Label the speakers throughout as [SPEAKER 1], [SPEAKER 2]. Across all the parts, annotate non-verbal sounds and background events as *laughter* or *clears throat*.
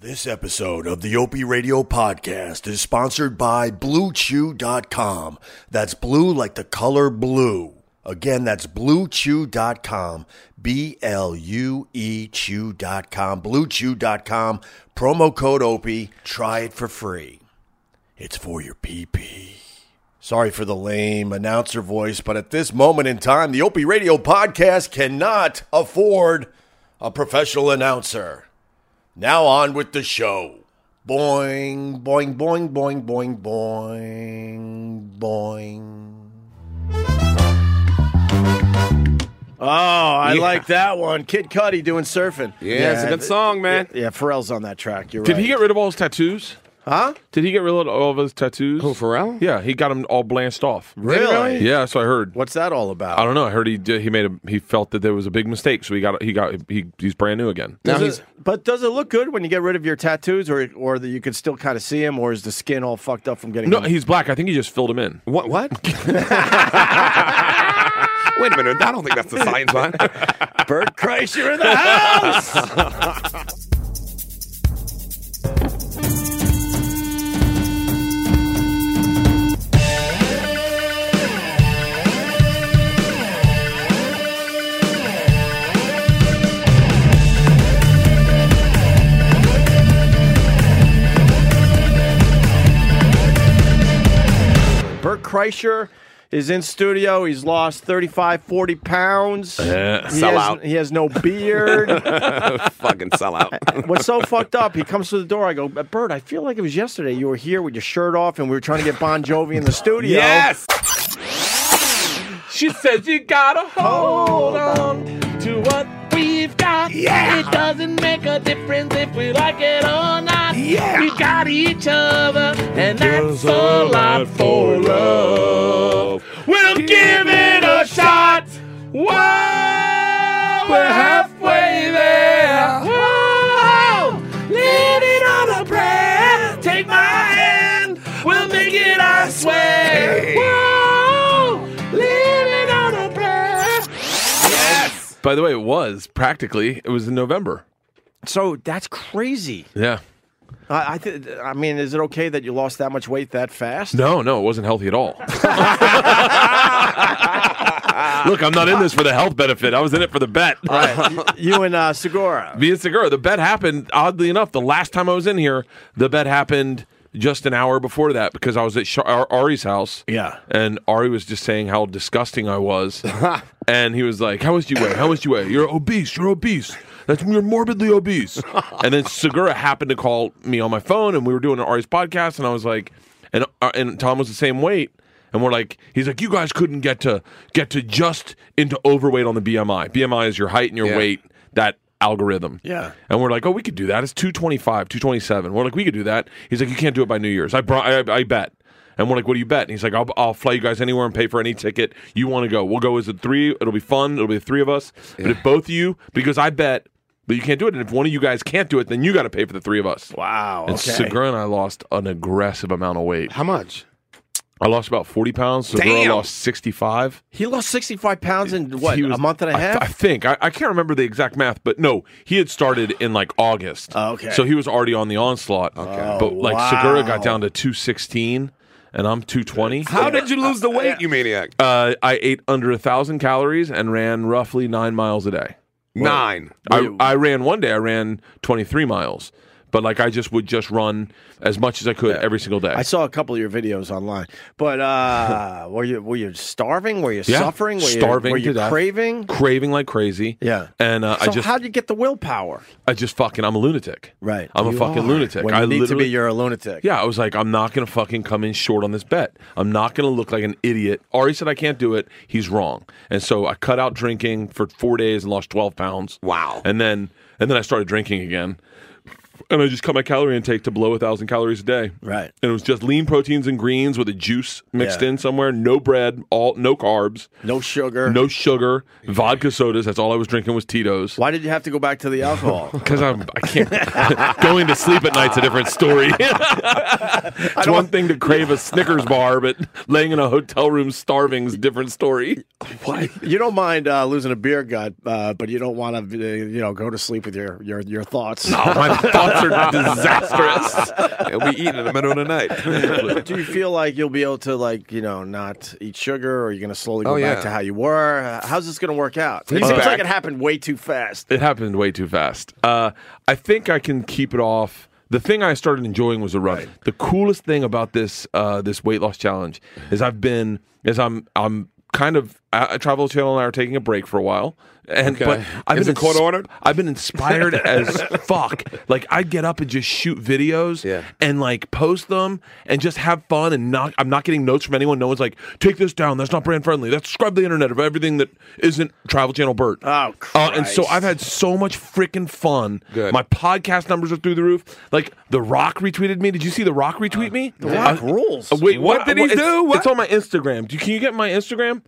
[SPEAKER 1] This episode of the Opie Radio Podcast is sponsored by BlueChew.com. That's blue like the color blue. Again, that's BlueChew.com. B L U E Chew.com. BlueChew.com. Promo code Opie. Try it for free. It's for your pee pee. Sorry for the lame announcer voice, but at this moment in time, the Opie Radio Podcast cannot afford a professional announcer. Now on with the show. Boing, boing, boing, boing, boing, boing, boing. Oh, I
[SPEAKER 2] Yeah.
[SPEAKER 1] like that one. Kid Cudi doing surfing.
[SPEAKER 2] Yeah, it's a good song, man.
[SPEAKER 1] Yeah, Pharrell's on that track. You're
[SPEAKER 3] Did
[SPEAKER 1] right.
[SPEAKER 3] he get rid of all his tattoos?
[SPEAKER 1] Huh?
[SPEAKER 3] Did he get rid of all of his tattoos?
[SPEAKER 2] Who, Pharrell?
[SPEAKER 3] Yeah, he got them all blanched off.
[SPEAKER 1] Really?
[SPEAKER 3] Yeah, so I heard.
[SPEAKER 1] What's that all about?
[SPEAKER 3] I don't know. I heard he did, he made a he felt that there was a big mistake, so he got he got he, he's brand new again.
[SPEAKER 2] Now
[SPEAKER 1] Does
[SPEAKER 2] he's
[SPEAKER 1] it- but does it look good when you get rid of your tattoos, or or that you can still kind of see him, or is the skin all fucked up from getting?
[SPEAKER 3] No,
[SPEAKER 1] them?
[SPEAKER 3] he's black. I think he just filled him in.
[SPEAKER 2] what? What?
[SPEAKER 3] *laughs*
[SPEAKER 2] Wait a minute! I don't think that's the science line.
[SPEAKER 1] *laughs* Bert Kreischer in the house. *laughs* Bert Kreischer is in studio. He's lost 35, 40 pounds.
[SPEAKER 3] Yeah.
[SPEAKER 1] He
[SPEAKER 2] Sellout.
[SPEAKER 1] Has, he has no
[SPEAKER 2] *laughs*
[SPEAKER 1] beard. *laughs*
[SPEAKER 2] Fucking sellout.
[SPEAKER 1] What's so fucked up? He comes to the door. I go, "Uh, Bert, I feel like it was yesterday. You were here with your shirt off, and we were trying to get Bon Jovi in the studio.
[SPEAKER 2] Yes.
[SPEAKER 3] She says you gotta hold on to what we've got.
[SPEAKER 2] Yeah. It
[SPEAKER 3] doesn't make a difference if we like it or not.
[SPEAKER 2] Yeah. We
[SPEAKER 3] got each other, and
[SPEAKER 2] that's a lot for love.
[SPEAKER 3] We'll give it a shot. Whoa, we're halfway there. Whoa, living on a prayer. Take my hand, we'll make it, I swear. Whoa, living on a prayer.
[SPEAKER 2] Yes.
[SPEAKER 3] By the way, it was practically, it was in November.
[SPEAKER 1] So that's crazy.
[SPEAKER 3] Yeah.
[SPEAKER 1] I, I, th- I mean, is it okay that you lost that much weight that fast?
[SPEAKER 3] No, no, it wasn't healthy at all. Look, I'm not in this for the health benefit. I was in it for the bet.
[SPEAKER 1] Ah. you and uh, Segura.
[SPEAKER 3] Via Segura, the bet happened, oddly enough, the last time I was in here, the bet happened just an hour before that because I was at Sha- Ar- Ari's house.
[SPEAKER 1] Yeah.
[SPEAKER 3] And Ari was just saying how disgusting I
[SPEAKER 1] *laughs*
[SPEAKER 3] was. and he was like, How much do you weigh? How much do you weigh? You're obese. You're obese. That's you're morbidly
[SPEAKER 1] *laughs*
[SPEAKER 3] obese. and then Segura happened to call me on my phone and we were doing Ari's podcast and I was like, and uh, and Tom was the same weight. And we're like, he's like, you guys couldn't get to get to just into overweight on the BMI. BMI is your height and your
[SPEAKER 2] Yeah.
[SPEAKER 3] weight, that algorithm.
[SPEAKER 1] Yeah.
[SPEAKER 3] And we're like, oh, we could do that. It's 225, 227. We're like, we could do that. He's like, you can't do it by New Year's. I, brought, I, I bet. And we're like, what do you bet? And he's like, I'll, I'll fly you guys anywhere and pay for any ticket you want to go. We'll go as a three. It'll be fun. It'll be the three of us. But if both of you, because I bet that you can't do it. And if one of you guys can't do it, then you got to pay for the three of us.
[SPEAKER 1] Wow.
[SPEAKER 3] And
[SPEAKER 1] okay.
[SPEAKER 3] Segura and I lost an aggressive amount of weight.
[SPEAKER 2] How much?
[SPEAKER 3] I lost about 40 pounds. Segura
[SPEAKER 2] Damn.
[SPEAKER 3] lost 65.
[SPEAKER 1] he lost 65 pounds in what,
[SPEAKER 3] He was-
[SPEAKER 1] a month and a
[SPEAKER 3] I-
[SPEAKER 1] half?
[SPEAKER 3] I, think I, I can't remember the exact math, but no, he had started in like August.
[SPEAKER 1] Oh, okay. Oh,
[SPEAKER 3] so he was already on the onslaught.
[SPEAKER 2] Okay.
[SPEAKER 3] but like
[SPEAKER 1] wow.
[SPEAKER 3] Segura got down to two sixteen, and I'm two twenty.
[SPEAKER 2] How did you lose the weight, you maniac?
[SPEAKER 3] Uh, I ate under a thousand calories and ran roughly nine miles a day.
[SPEAKER 2] Nine.
[SPEAKER 3] I, I ran one day. I ran twenty three miles, but like I just would just run as much as I could every single day.
[SPEAKER 1] I saw a couple of your videos online, but uh,
[SPEAKER 3] *laughs*
[SPEAKER 1] were you were you starving? Were you
[SPEAKER 3] Yeah.
[SPEAKER 1] suffering? Were
[SPEAKER 3] Starving
[SPEAKER 1] You, were
[SPEAKER 3] to
[SPEAKER 1] you
[SPEAKER 3] death.
[SPEAKER 1] craving?
[SPEAKER 3] Craving like crazy.
[SPEAKER 1] Yeah.
[SPEAKER 3] And uh,
[SPEAKER 1] so
[SPEAKER 3] I just,
[SPEAKER 1] how do you get the willpower?
[SPEAKER 3] I just fucking, I'm a lunatic.
[SPEAKER 1] Right.
[SPEAKER 3] I'm a
[SPEAKER 1] You
[SPEAKER 3] fucking
[SPEAKER 1] are.
[SPEAKER 3] lunatic.
[SPEAKER 1] When you
[SPEAKER 3] I
[SPEAKER 1] need to
[SPEAKER 3] literally-
[SPEAKER 1] be, you're a lunatic.
[SPEAKER 3] Yeah, I was like, I'm not going to fucking come in short on this bet. I'm not going to look like an idiot. Ari said I can't do it. He's wrong. And so I cut out drinking for four days and lost 12 pounds.
[SPEAKER 2] Wow.
[SPEAKER 3] And then and then I started drinking again. And I just cut my calorie intake to below a thousand calories a day.
[SPEAKER 1] Right.
[SPEAKER 3] And it was just lean proteins and greens with a juice mixed
[SPEAKER 1] Yeah.
[SPEAKER 3] in somewhere. No bread, all no carbs,
[SPEAKER 1] No sugar.
[SPEAKER 3] no sugar, vodka sodas. That's all I was drinking was Tito's.
[SPEAKER 1] Why did you have to go back to the
[SPEAKER 3] *laughs*
[SPEAKER 1] alcohol?
[SPEAKER 3] Because I'm I can't *laughs* going to sleep at night's a different story. *laughs* it's one thing to crave a Snickers bar, but laying in a hotel room starving's a different story.
[SPEAKER 1] Why? You don't mind uh, losing a beer gut, uh, but you don't want to, uh, you know, go to sleep with your your your thoughts.
[SPEAKER 3] Oh, my thoughts
[SPEAKER 1] *laughs*
[SPEAKER 3] nights are disastrous.
[SPEAKER 4] It'll be eating in the middle of the night.
[SPEAKER 1] Do you feel like you'll be able to like you know not eat sugar, or you're going to slowly go
[SPEAKER 4] Oh,
[SPEAKER 1] back
[SPEAKER 4] yeah.
[SPEAKER 1] to how you were? How's this going to work out? It
[SPEAKER 4] He's
[SPEAKER 1] seems
[SPEAKER 4] back.
[SPEAKER 1] like it happened way too fast.
[SPEAKER 3] It happened way too fast. Uh, I think I can keep it off. The thing I started enjoying was the run. The coolest thing about this uh, this weight loss challenge is I've been is I'm I'm kind of I, I Travel Channel and I are taking a break for a while. And but I've
[SPEAKER 4] Is
[SPEAKER 3] been
[SPEAKER 4] it court
[SPEAKER 3] ins-
[SPEAKER 4] ordered?
[SPEAKER 3] I've
[SPEAKER 4] *laughs*
[SPEAKER 3] been inspired as fuck. Like I'd get up and just shoot videos
[SPEAKER 4] Yeah.
[SPEAKER 3] and like post them and just have fun and not I'm not getting notes from anyone. No one's like, take this down, that's not brand friendly. That's scrub the internet of everything that isn't Travel Channel Bert.
[SPEAKER 1] Oh,
[SPEAKER 3] Uh, and so
[SPEAKER 1] Christ.
[SPEAKER 3] I've had so much freaking fun.
[SPEAKER 4] Good.
[SPEAKER 3] My podcast numbers are through the roof. Like The Rock retweeted me. Did you see The Rock retweet me? Uh, The
[SPEAKER 1] Rock rules.
[SPEAKER 3] wait,
[SPEAKER 4] Uh, What did he
[SPEAKER 3] it's-
[SPEAKER 4] do?
[SPEAKER 3] It's,
[SPEAKER 4] What?
[SPEAKER 3] on my Instagram. Do, can you get my Instagram?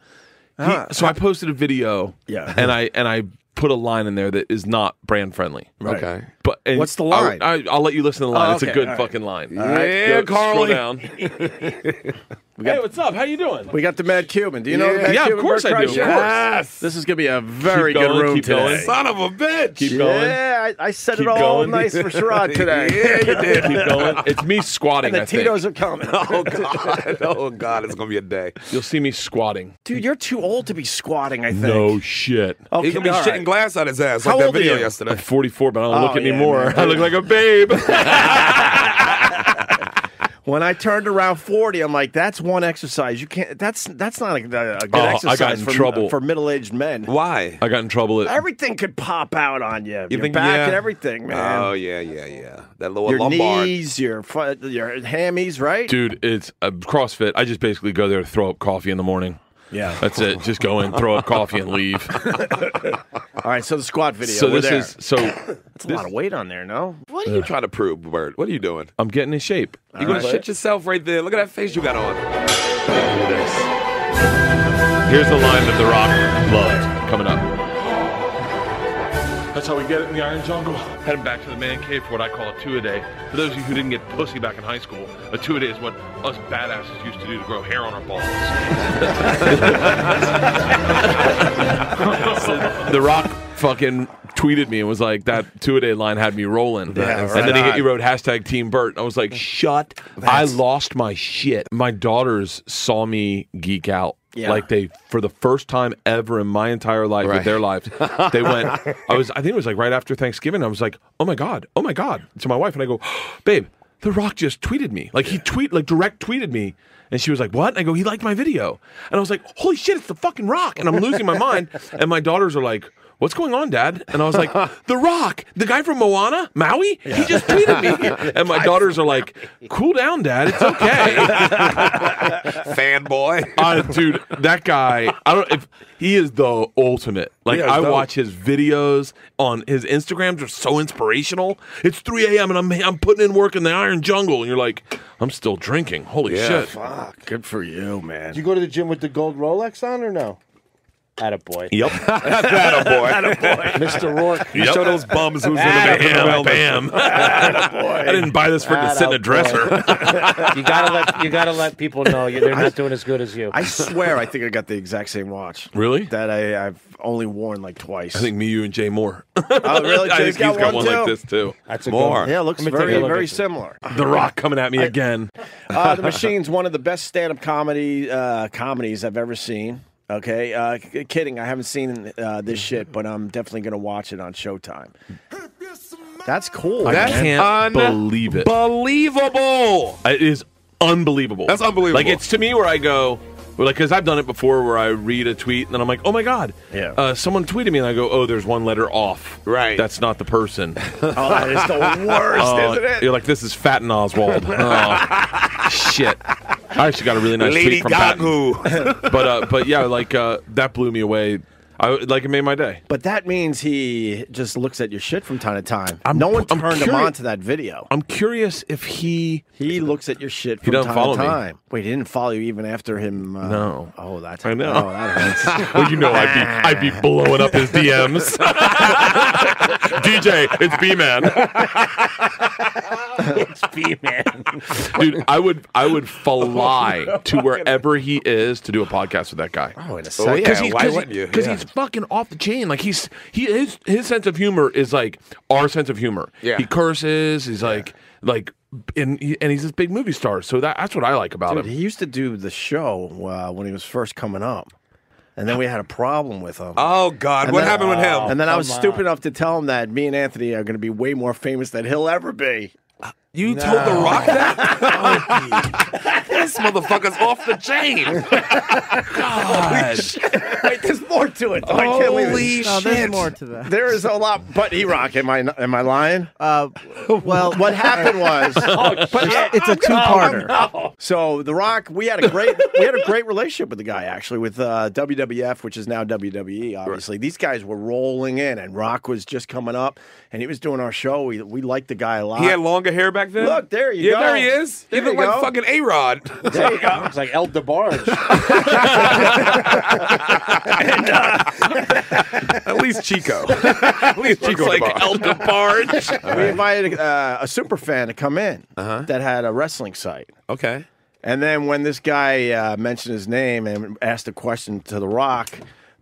[SPEAKER 3] He- so I posted a video. *laughs*
[SPEAKER 1] Yeah.
[SPEAKER 3] And I and I put a line in there that is not brand friendly.
[SPEAKER 4] Okay.
[SPEAKER 3] But and
[SPEAKER 1] What's the line?
[SPEAKER 3] I, will let you listen to the line.
[SPEAKER 1] Oh,
[SPEAKER 3] it's a
[SPEAKER 1] okay,
[SPEAKER 3] good
[SPEAKER 1] all right.
[SPEAKER 3] fucking line.
[SPEAKER 4] right. Yeah,
[SPEAKER 3] Go- scroll
[SPEAKER 4] Carly. *laughs*
[SPEAKER 3] down. hey, what's up? How you doing?
[SPEAKER 1] We got the Mad Cuban. Do you know? The
[SPEAKER 4] Yeah.
[SPEAKER 1] Mad
[SPEAKER 3] Yeah, of
[SPEAKER 1] Cuban,
[SPEAKER 3] course
[SPEAKER 1] Bert
[SPEAKER 3] I do, of
[SPEAKER 1] Kreischer?
[SPEAKER 3] course.
[SPEAKER 4] Yes.
[SPEAKER 1] This is going to be a very
[SPEAKER 3] Keep
[SPEAKER 1] good
[SPEAKER 3] going,
[SPEAKER 1] room
[SPEAKER 3] keep
[SPEAKER 1] today.
[SPEAKER 3] going.
[SPEAKER 4] Son of a bitch.
[SPEAKER 3] Keep going.
[SPEAKER 1] Yeah, I, I said
[SPEAKER 3] Keep
[SPEAKER 1] it all
[SPEAKER 3] going.
[SPEAKER 1] nice for
[SPEAKER 4] *laughs*
[SPEAKER 1] *laughs* Sherrod today.
[SPEAKER 4] yeah, you did.
[SPEAKER 3] Keep going. It's
[SPEAKER 1] *laughs*
[SPEAKER 3] me squatting.
[SPEAKER 1] And the
[SPEAKER 3] I think.
[SPEAKER 1] Tito's
[SPEAKER 3] *laughs*
[SPEAKER 1] are coming.
[SPEAKER 4] Oh
[SPEAKER 1] *laughs*
[SPEAKER 4] God! Oh God! It's gonna be a day.
[SPEAKER 3] You'll see me squatting.
[SPEAKER 1] Dude, you're too old to be squatting, I think.
[SPEAKER 3] No shit.
[SPEAKER 1] Okay,
[SPEAKER 4] He's gonna be
[SPEAKER 1] Oh, all
[SPEAKER 4] shitting
[SPEAKER 1] right.
[SPEAKER 4] glass out his ass
[SPEAKER 1] How
[SPEAKER 4] like that
[SPEAKER 1] old are
[SPEAKER 4] video
[SPEAKER 1] you?
[SPEAKER 3] I'm
[SPEAKER 4] yesterday.
[SPEAKER 3] 44, but I don't
[SPEAKER 1] Oh,
[SPEAKER 3] look
[SPEAKER 1] yeah,
[SPEAKER 3] anymore.
[SPEAKER 2] *laughs*
[SPEAKER 1] man.
[SPEAKER 3] *laughs* I look like a babe.
[SPEAKER 1] When I turned around 40, I'm like, that's one exercise. You can't, that's that's not a, a good
[SPEAKER 3] Oh, I got
[SPEAKER 1] exercise
[SPEAKER 3] in
[SPEAKER 1] for,
[SPEAKER 3] trouble.
[SPEAKER 1] for middle aged men.
[SPEAKER 4] Why?
[SPEAKER 3] I got in trouble. At,
[SPEAKER 1] Everything could pop out on you. your
[SPEAKER 4] think-
[SPEAKER 1] back
[SPEAKER 4] yeah.
[SPEAKER 1] and
[SPEAKER 3] Uh,
[SPEAKER 1] everything, man.
[SPEAKER 4] Oh yeah, yeah, yeah. That lower
[SPEAKER 1] your
[SPEAKER 4] lumbar.
[SPEAKER 1] knees, your fu- your hammies, right?
[SPEAKER 3] dude, it's a CrossFit. I just basically go there to throw up coffee in the morning.
[SPEAKER 1] Yeah.
[SPEAKER 3] That's it. Just go in, throw up coffee, and leave.
[SPEAKER 1] All right, so the squat video.
[SPEAKER 3] so
[SPEAKER 1] we're
[SPEAKER 3] this
[SPEAKER 1] there.
[SPEAKER 3] is so
[SPEAKER 1] *coughs* That's a lot of weight on there, no?
[SPEAKER 4] What are you trying to prove, Bert? What are you doing?
[SPEAKER 3] I'm getting in shape.
[SPEAKER 4] You're gonna
[SPEAKER 1] right.
[SPEAKER 4] shit yourself right there. Look at that face you got on.
[SPEAKER 3] Here's the line that The Rock loved coming up. That's how we get it in the Iron Jungle. Heading back to the man cave for what I call a two a day. For those of you who didn't get pussy back in high school, a two a day is what us badasses used to do to grow hair on our balls. *laughs* the Rock fucking tweeted me and was like, that two a day line had me rolling.
[SPEAKER 1] Yeah,
[SPEAKER 3] and then he,
[SPEAKER 1] right.
[SPEAKER 3] he wrote hashtag Team Bert. And I was like, shut. I lost my shit. My daughters saw me geek out.
[SPEAKER 1] Yeah.
[SPEAKER 3] Like they for the first time ever in my entire life with
[SPEAKER 4] Right.
[SPEAKER 3] their lives. They went I was I think it was like right after Thanksgiving. I was like, "Oh my god. Oh my god." To my wife and I go, *gasps* "Babe, The Rock just tweeted me. Like he tweet like direct tweeted me." And she was like, "What?" And I go, "He liked my video." And I was like, "Holy shit, it's The fucking Rock." And I'm losing my mind. And my daughters are like, What's going on, Dad? And I was like, The Rock, the guy from Moana, Maui, he just tweeted me. *laughs* And my daughters are like, Cool down, Dad. It's
[SPEAKER 1] *laughs*
[SPEAKER 3] okay.
[SPEAKER 4] Fanboy.
[SPEAKER 3] *laughs* Uh, dude, that guy, I don't if he is the ultimate. Like
[SPEAKER 4] Yeah, it's
[SPEAKER 3] I
[SPEAKER 4] dope.
[SPEAKER 3] watch his videos on his Instagrams are so inspirational. It's 3 a.m. and I'm I'm putting in work in the iron jungle, and you're like, I'm still drinking. Holy
[SPEAKER 4] Yeah.
[SPEAKER 3] shit.
[SPEAKER 1] Fuck. Good for you, man.
[SPEAKER 5] You go to the gym with the gold Rolex on or no? Attaboy. *laughs*
[SPEAKER 3] Yep.
[SPEAKER 4] that a boy.
[SPEAKER 5] Mr. Rourke.
[SPEAKER 3] yep.
[SPEAKER 4] Show those bums who's in the
[SPEAKER 3] Bam, bam.
[SPEAKER 2] *laughs*
[SPEAKER 3] I didn't buy this for it to sit in a
[SPEAKER 5] Attaboy.
[SPEAKER 3] dresser.
[SPEAKER 5] You gotta let you gotta let people know you- they're not doing as good as you.
[SPEAKER 1] I swear
[SPEAKER 5] *laughs*
[SPEAKER 1] I think I got the exact same watch.
[SPEAKER 3] really?
[SPEAKER 1] That I, I've only worn like twice.
[SPEAKER 3] I think me, you, and Jay Moore.
[SPEAKER 1] oh,
[SPEAKER 3] *laughs*
[SPEAKER 1] really?
[SPEAKER 3] I think
[SPEAKER 1] Jay's
[SPEAKER 3] he's
[SPEAKER 1] got,
[SPEAKER 3] got one
[SPEAKER 1] one, too?
[SPEAKER 3] like this too.
[SPEAKER 5] That's a
[SPEAKER 4] More.
[SPEAKER 5] good one.
[SPEAKER 1] Yeah, it looks
[SPEAKER 5] Let me take a
[SPEAKER 1] very,
[SPEAKER 5] look
[SPEAKER 1] very
[SPEAKER 5] at this.
[SPEAKER 1] similar.
[SPEAKER 3] The Rock coming at me again.
[SPEAKER 1] *laughs* Uh,
[SPEAKER 3] *laughs*
[SPEAKER 1] the Machine's one of the best stand-up comedy uh, comedies I've ever seen. Okay, uh, k- kidding. I haven't seen uh, this shit, but I'm definitely gonna watch it on Showtime. That's cool.
[SPEAKER 3] I
[SPEAKER 1] man.
[SPEAKER 3] can't believe it.
[SPEAKER 4] Believable.
[SPEAKER 3] Uh, It is unbelievable.
[SPEAKER 4] That's unbelievable.
[SPEAKER 3] Like it's to me where I go, well, like because I've done it before, where I read a tweet and then I'm like, oh my god,
[SPEAKER 1] Yeah.
[SPEAKER 3] uh, someone tweeted me and I go, oh, there's one letter off.
[SPEAKER 4] Right.
[SPEAKER 3] That's not the person.
[SPEAKER 1] *laughs* oh, that is the worst,
[SPEAKER 3] Uh,
[SPEAKER 1] isn't it?
[SPEAKER 3] You're like, this is Fatten
[SPEAKER 1] *laughs*
[SPEAKER 3] Oswald. Oh, shit. I actually got a really nice
[SPEAKER 4] Lady
[SPEAKER 3] tweet from Fatten.
[SPEAKER 4] Gaga.
[SPEAKER 3] *laughs* but uh, but yeah, like uh, that blew me away. I like it made my day.
[SPEAKER 1] But that means he just looks at your shit from time to time. no one
[SPEAKER 3] I'm
[SPEAKER 1] turned him
[SPEAKER 3] curi-
[SPEAKER 1] on to that video.
[SPEAKER 3] I'm curious if he
[SPEAKER 1] He looks at your shit from
[SPEAKER 3] doesn't
[SPEAKER 1] time
[SPEAKER 3] follow
[SPEAKER 1] to
[SPEAKER 3] me.
[SPEAKER 1] time. Wait, he didn't follow you even after him. Uh,
[SPEAKER 3] No.
[SPEAKER 1] Oh, that's
[SPEAKER 3] I know.
[SPEAKER 1] Oh, that hurts.
[SPEAKER 3] *laughs* Well, you know, I'd be, I'd be blowing up his *laughs* DMs. DJ, it's B Man.
[SPEAKER 6] It's B man.
[SPEAKER 3] dude. I would I would
[SPEAKER 1] *laughs*
[SPEAKER 3] fly to wherever he is to do a podcast with that guy.
[SPEAKER 1] Oh, in a
[SPEAKER 2] Oh,
[SPEAKER 1] second.
[SPEAKER 2] yeah,
[SPEAKER 3] he-
[SPEAKER 2] why
[SPEAKER 3] he-
[SPEAKER 2] wouldn't you?
[SPEAKER 3] 'cause
[SPEAKER 2] Yeah.
[SPEAKER 3] he's fucking off the chain. Like he's he his his sense of humor is like our sense of humor.
[SPEAKER 2] Yeah.
[SPEAKER 3] he curses. He's like like and he, and he's this big movie star. So that, that's what I like about
[SPEAKER 1] Dude,
[SPEAKER 3] him.
[SPEAKER 1] he used *laughs* to do the show uh, when he was first coming up, and then we had a problem with him.
[SPEAKER 2] Oh God,
[SPEAKER 1] And
[SPEAKER 2] what
[SPEAKER 1] then-
[SPEAKER 2] happened with him?
[SPEAKER 1] And then I
[SPEAKER 6] Oh, come
[SPEAKER 1] was
[SPEAKER 6] on.
[SPEAKER 1] stupid enough to tell him that me and Anthony are going to be way more famous than he'll ever be.
[SPEAKER 2] You told The Rock that?
[SPEAKER 1] *laughs*
[SPEAKER 2] *laughs* this motherfucker's off the chain. God.
[SPEAKER 1] Wait, there's more to it. though. Oh, I can't
[SPEAKER 2] Holy
[SPEAKER 1] believe it.
[SPEAKER 7] No, Oh, there's
[SPEAKER 2] shit.
[SPEAKER 7] more to that.
[SPEAKER 1] There is a lot, but E Rock, am I am I lying?
[SPEAKER 7] Uh, well,
[SPEAKER 1] *laughs*
[SPEAKER 7] Oh,
[SPEAKER 1] What happened
[SPEAKER 7] *laughs*
[SPEAKER 1] was,
[SPEAKER 7] It's a two-parter.
[SPEAKER 1] Oh, so The Rock, we had a great we had a great relationship with the guy actually with uh, WWF, which is now WWE. Obviously, these guys were rolling in, and Rock was just coming up, and he was doing our show. We we liked the guy a lot.
[SPEAKER 2] He had longer hair back then?
[SPEAKER 1] Look, there you
[SPEAKER 2] yeah,
[SPEAKER 1] go.
[SPEAKER 2] there he is.
[SPEAKER 1] There
[SPEAKER 2] he looked
[SPEAKER 1] you
[SPEAKER 2] like
[SPEAKER 1] go.
[SPEAKER 2] fucking A-Rod.
[SPEAKER 1] There
[SPEAKER 6] *laughs*
[SPEAKER 1] you go.
[SPEAKER 6] It's like El
[SPEAKER 2] *laughs*
[SPEAKER 6] DeBarge.
[SPEAKER 1] uh,
[SPEAKER 2] *laughs* At least
[SPEAKER 1] *laughs*
[SPEAKER 2] Chico.
[SPEAKER 3] *laughs*
[SPEAKER 2] At least Chico.
[SPEAKER 3] like
[SPEAKER 2] El *laughs* DeBarge.
[SPEAKER 1] we invited uh, a super fan to come in that had a wrestling site.
[SPEAKER 2] Uh-huh. okay.
[SPEAKER 1] And then when this guy uh, mentioned his name and asked a question to The Rock,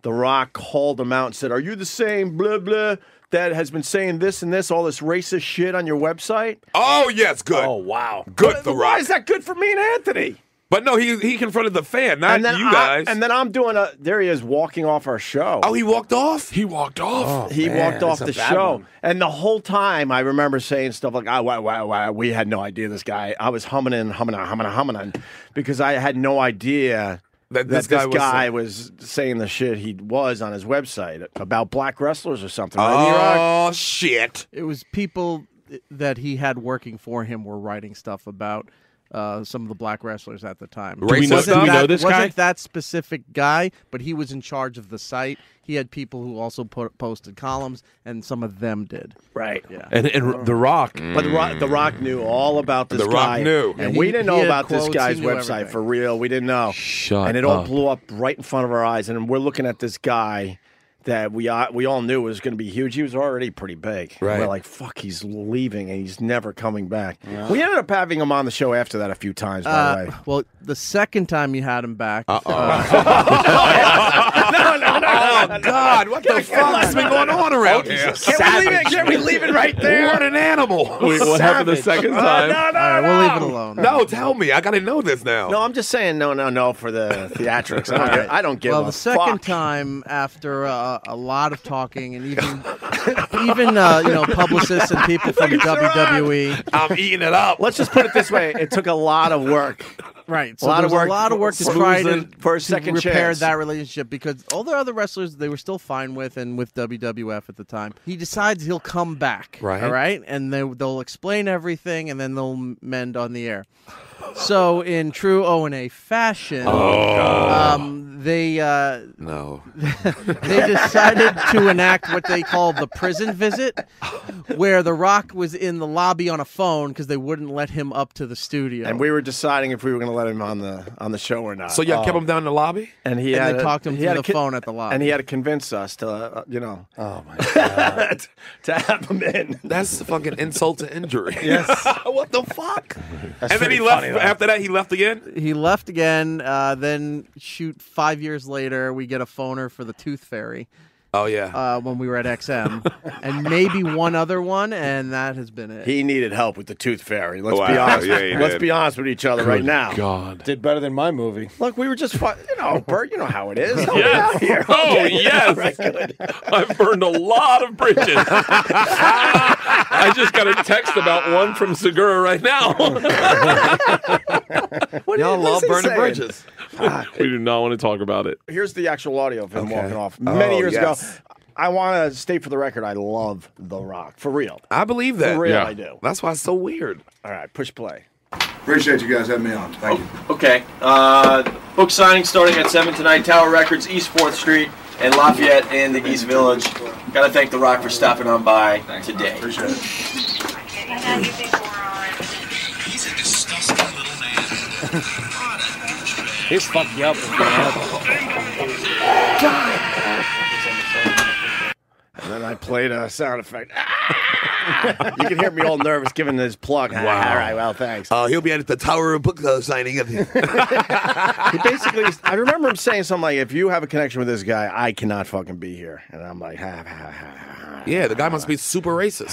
[SPEAKER 1] The Rock called him out and said, Are you the same blah blah that has been saying this and this, all this racist shit on your website?
[SPEAKER 2] Oh, yes, good.
[SPEAKER 6] Oh wow.
[SPEAKER 2] good, The
[SPEAKER 1] Why
[SPEAKER 2] Rock.
[SPEAKER 1] is that good for me and Anthony?
[SPEAKER 2] But no, he he confronted the fan, not
[SPEAKER 1] and then
[SPEAKER 2] you
[SPEAKER 1] I-
[SPEAKER 2] guys.
[SPEAKER 1] and then I'm doing a there he is walking off our show.
[SPEAKER 2] oh, he walked off?
[SPEAKER 3] He walked
[SPEAKER 2] Oh,
[SPEAKER 3] off.
[SPEAKER 1] he walked off
[SPEAKER 6] Oh,
[SPEAKER 1] the
[SPEAKER 6] that's a bad
[SPEAKER 1] show. *laughs*
[SPEAKER 6] one.
[SPEAKER 1] And the whole time I remember saying stuff like, oh, wow, wow, wow, we had no idea this guy. I was humming and humming and humming and humming and- because I had no idea
[SPEAKER 2] That
[SPEAKER 1] that
[SPEAKER 2] this
[SPEAKER 1] this,
[SPEAKER 2] guy was
[SPEAKER 1] guy,
[SPEAKER 2] saying-
[SPEAKER 1] was, saying the shit he was on his website about black wrestlers or something. right, E-Rock?
[SPEAKER 2] Oh, shit.
[SPEAKER 7] It was people that he had working for him were writing stuff about uh, some of the black wrestlers at the time.
[SPEAKER 2] Do we know-
[SPEAKER 7] Wasn't
[SPEAKER 2] do we
[SPEAKER 3] know
[SPEAKER 7] that-
[SPEAKER 3] this guy?
[SPEAKER 7] Wasn't that specific guy, but he was in charge of the site. He had people who also put, posted columns, and some of them did.
[SPEAKER 1] right.
[SPEAKER 7] Yeah.
[SPEAKER 3] And and The Rock.
[SPEAKER 1] But the Rock, the Rock knew all about this
[SPEAKER 2] The Rock
[SPEAKER 1] guy.
[SPEAKER 2] knew.
[SPEAKER 1] and
[SPEAKER 7] Yeah,
[SPEAKER 1] we
[SPEAKER 7] he-
[SPEAKER 1] didn't
[SPEAKER 7] he
[SPEAKER 1] know
[SPEAKER 7] had
[SPEAKER 1] about this
[SPEAKER 7] quotes, he
[SPEAKER 1] guy's
[SPEAKER 7] knew
[SPEAKER 1] website
[SPEAKER 7] everything.
[SPEAKER 1] for real. We didn't know.
[SPEAKER 3] Shut
[SPEAKER 1] and it all
[SPEAKER 3] up.
[SPEAKER 1] blew up right in front of our eyes, and we're looking at this guy that we uh, we all knew was going to be huge. He was already pretty big. And
[SPEAKER 2] Right.
[SPEAKER 1] We're like, fuck, he's leaving, and he's never coming back.
[SPEAKER 2] *laughs*
[SPEAKER 1] We ended up having him on the show after that a few times. By
[SPEAKER 7] Uh,
[SPEAKER 1] the way,
[SPEAKER 7] well, the second time you had him back, uh,
[SPEAKER 2] Oh, God. What the fuck has been going on around
[SPEAKER 1] Oh,
[SPEAKER 2] here?
[SPEAKER 1] can we leave it? Can we leave it right there?
[SPEAKER 2] What an animal.
[SPEAKER 1] *laughs*
[SPEAKER 3] Wait, what happened the second time?
[SPEAKER 1] no, no,
[SPEAKER 7] all right,
[SPEAKER 1] no.
[SPEAKER 7] we'll leave it alone.
[SPEAKER 2] No, tell me. I got to know this now.
[SPEAKER 1] No, I'm just saying no, no, no for the theatrics. I don't, give, I don't give
[SPEAKER 7] well,
[SPEAKER 1] a
[SPEAKER 7] the second
[SPEAKER 1] fuck.
[SPEAKER 7] time after uh, a lot of talking and
[SPEAKER 1] *laughs*
[SPEAKER 7] even even uh, you know publicists and people from E. WWE,
[SPEAKER 2] I'm eating it up.
[SPEAKER 1] Let's just put it this way: it took a lot of work.
[SPEAKER 7] right? So
[SPEAKER 1] lot
[SPEAKER 7] there
[SPEAKER 1] of
[SPEAKER 7] was
[SPEAKER 1] work
[SPEAKER 7] a lot of work to
[SPEAKER 1] for-
[SPEAKER 7] try to,
[SPEAKER 1] losing for a
[SPEAKER 7] to
[SPEAKER 1] second
[SPEAKER 7] repair
[SPEAKER 1] chance.
[SPEAKER 7] that relationship because all the other wrestlers they were still fine with and with WWF at the time. He decides he'll come back,
[SPEAKER 2] Right.
[SPEAKER 7] All right, and they, they'll explain everything and then they'll mend on the air. So in true O and A fashion,
[SPEAKER 1] Oh,
[SPEAKER 7] um, they. Uh,
[SPEAKER 2] No.
[SPEAKER 7] they decided to enact what they call the prison visit, where The Rock was in the lobby on a phone because they wouldn't let him up to the studio.
[SPEAKER 1] and we were deciding if we were going to let him on the on the show or not. Um,
[SPEAKER 2] So y'all kept him down in the lobby?
[SPEAKER 1] and he
[SPEAKER 7] And
[SPEAKER 1] had
[SPEAKER 7] they
[SPEAKER 1] a-
[SPEAKER 7] talked him
[SPEAKER 1] he
[SPEAKER 7] through
[SPEAKER 1] had a
[SPEAKER 7] the phone at the lobby.
[SPEAKER 1] and he had to convince us to uh, you know. Oh my god! to have him in.
[SPEAKER 2] That's fucking insult to
[SPEAKER 1] *laughs*
[SPEAKER 2] injury. Yes. *laughs* what the fuck? and then he
[SPEAKER 6] pretty
[SPEAKER 2] left.
[SPEAKER 6] funny, though.
[SPEAKER 2] after that, he left again.
[SPEAKER 7] he left again. Uh, then shoot, five years later, we get a phoner for the Tooth Fairy
[SPEAKER 2] Oh yeah.
[SPEAKER 7] uh, when we were
[SPEAKER 2] *laughs*
[SPEAKER 7] at XM, and maybe one other one, and that has been it.
[SPEAKER 1] He needed help with the tooth fairy. Let's be
[SPEAKER 2] Wow,
[SPEAKER 1] honest.
[SPEAKER 2] yeah, he
[SPEAKER 1] Let's
[SPEAKER 2] did.
[SPEAKER 1] be honest with each other right now.
[SPEAKER 3] God.
[SPEAKER 6] Did better than my movie.
[SPEAKER 1] Look, we were just fu- you *laughs* know, Bert. You know how it is. Help me out here.
[SPEAKER 3] Oh yes, *laughs* I've burned a lot of bridges. *laughs* I just got a text about one from Segura right now.
[SPEAKER 1] What
[SPEAKER 2] Y'all
[SPEAKER 1] is- what
[SPEAKER 2] love
[SPEAKER 1] is he
[SPEAKER 2] burning
[SPEAKER 1] saying?
[SPEAKER 2] bridges.
[SPEAKER 3] we do not want to talk about it.
[SPEAKER 1] *laughs* Here's the actual audio of him
[SPEAKER 2] Okay.
[SPEAKER 1] walking off
[SPEAKER 2] Oh,
[SPEAKER 1] many years
[SPEAKER 2] yes.
[SPEAKER 1] ago. I want to state for the record, I love The Rock for real.
[SPEAKER 2] I believe that.
[SPEAKER 1] For real,
[SPEAKER 3] Yeah.
[SPEAKER 1] I do.
[SPEAKER 2] That's why it's so weird.
[SPEAKER 1] All right, push play.
[SPEAKER 8] Appreciate you guys having me on. Thank you.
[SPEAKER 9] Oh, Okay. Uh, book signing starting at 7 tonight, Tower Records, East 4th Street, and Lafayette in the East Village. Got to thank The Rock for stopping on by today.
[SPEAKER 8] Appreciate it.
[SPEAKER 10] And now you think we're on.
[SPEAKER 6] *laughs* He's fucked you up.
[SPEAKER 1] And then I played a sound effect. Ah!
[SPEAKER 5] you can hear me all nervous giving this plug. All right, well, thanks.
[SPEAKER 2] Uh, he'll be at the Tower of Book uh, signing. Of
[SPEAKER 5] he basically, I remember him saying something like, "If you have a connection with this guy, I cannot fucking be here." And I'm like, ha, ha, ha.
[SPEAKER 2] yeah, the guy must be super racist.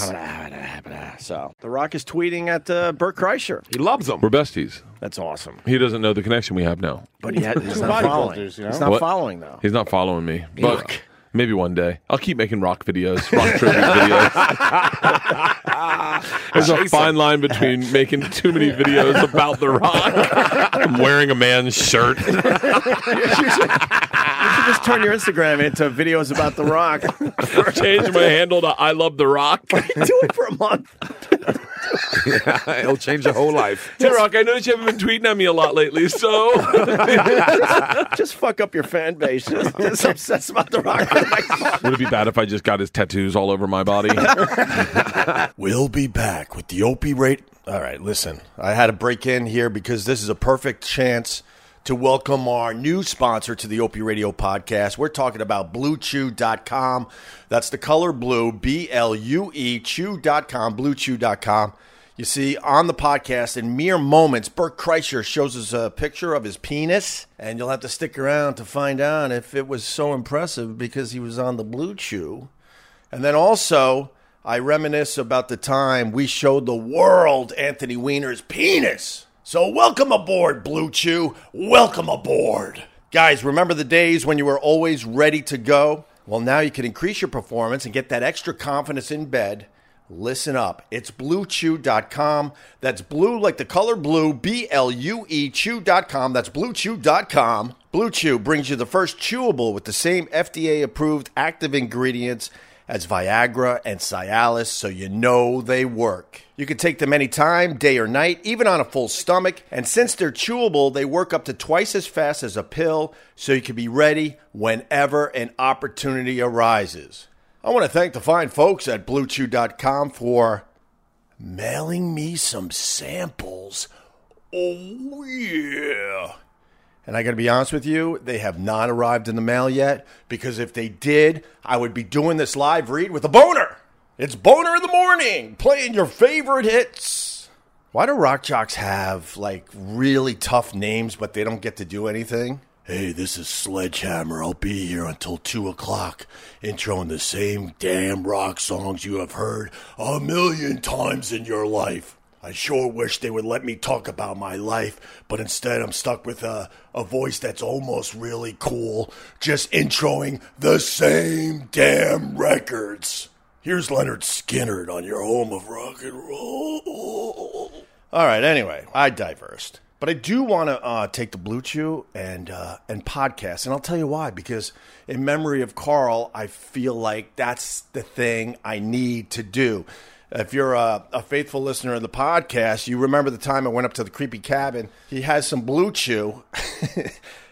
[SPEAKER 5] So The Rock is tweeting at uh, Burt Kreischer.
[SPEAKER 2] He loves them.
[SPEAKER 3] We're besties.
[SPEAKER 5] That's awesome.
[SPEAKER 3] He doesn't know the connection we have now.
[SPEAKER 5] But he *laughs* had, he's
[SPEAKER 3] Two
[SPEAKER 5] not
[SPEAKER 3] body
[SPEAKER 5] following.
[SPEAKER 3] filters, you know?
[SPEAKER 5] He's not
[SPEAKER 3] What?
[SPEAKER 5] following though.
[SPEAKER 3] He's not following me. But maybe one day. I'll keep making rock videos, rock tribute videos. There's a fine line between making too many videos about The Rock and wearing a man's shirt.
[SPEAKER 5] You should just turn your Instagram into videos about The *laughs* Rock.
[SPEAKER 3] Change my
[SPEAKER 5] *laughs*
[SPEAKER 3] handle to I Love The
[SPEAKER 1] *laughs*
[SPEAKER 3] Rock.
[SPEAKER 5] Do it for a
[SPEAKER 2] *laughs*
[SPEAKER 5] month.
[SPEAKER 2] It'll change your whole *laughs* life.
[SPEAKER 3] Hey, Rock, I noticed you haven't been tweeting at me a lot lately, *laughs* so.
[SPEAKER 5] just, just fuck up your fan base. *laughs* Just, just obsess about The Rock.
[SPEAKER 3] Would it be bad if I just got his tattoos all over my body?
[SPEAKER 1] *laughs* We'll
[SPEAKER 3] *laughs*
[SPEAKER 1] be back with the Opie rate. All right, listen, I had to break in here because this is a perfect chance to welcome our new sponsor to the Opie Radio podcast. We're talking about bluechew.com. That's the color blue, B L U E chew.com, bluechew.com. You see, on the podcast, in mere moments, Bert Kreischer shows us a picture of his penis, and you'll have to stick around to find out if it was so impressive because he was on the Blue Chew. And then also, I reminisce about the time we showed the world Anthony Weiner's penis. So, welcome aboard, Blue Chew. Welcome aboard. Guys, remember the days when you were always ready to go? Well, now you can increase your performance and get that extra confidence in bed. Listen up. It's bluechew.com. That's blue like the color blue, B L U E chew.com. That's bluechew.com. Blue Chew brings you the first chewable with the same FDA approved active ingredients as Viagra and Cialis, so you know they work. You can take them anytime, day or night, even on a full stomach. And since they're chewable, they work up to twice as fast as a pill, so you can be ready whenever an opportunity arises. I want to thank the fine folks at BlueChew.com for mailing me some samples. Oh, yeah. And I got to be honest with you, they have not arrived in the mail yet because if they did, I would be doing this live read with a boner. It's Boner in the Morning, playing your favorite hits. Why do rock jocks have like really tough names, but they don't get to do anything? Hey, this is Sledgehammer. I'll be here until 2 o'clock, introing the same damn rock songs you have heard a million times in your life. I sure wish they would let me talk about my life, but instead I'm stuck with a, a voice that's almost really cool, just introing the same damn records. Here's Leonard Skinnerd on your home of rock and roll. All right. Anyway, I diversed, but I do want to uh, take the blue chew and uh, and podcast, and I'll tell you why. Because in memory of Carl, I feel like that's the thing I need to do. If you're a, a faithful listener of the podcast, you remember the time I went up to the creepy cabin. He has some blue chew, *laughs*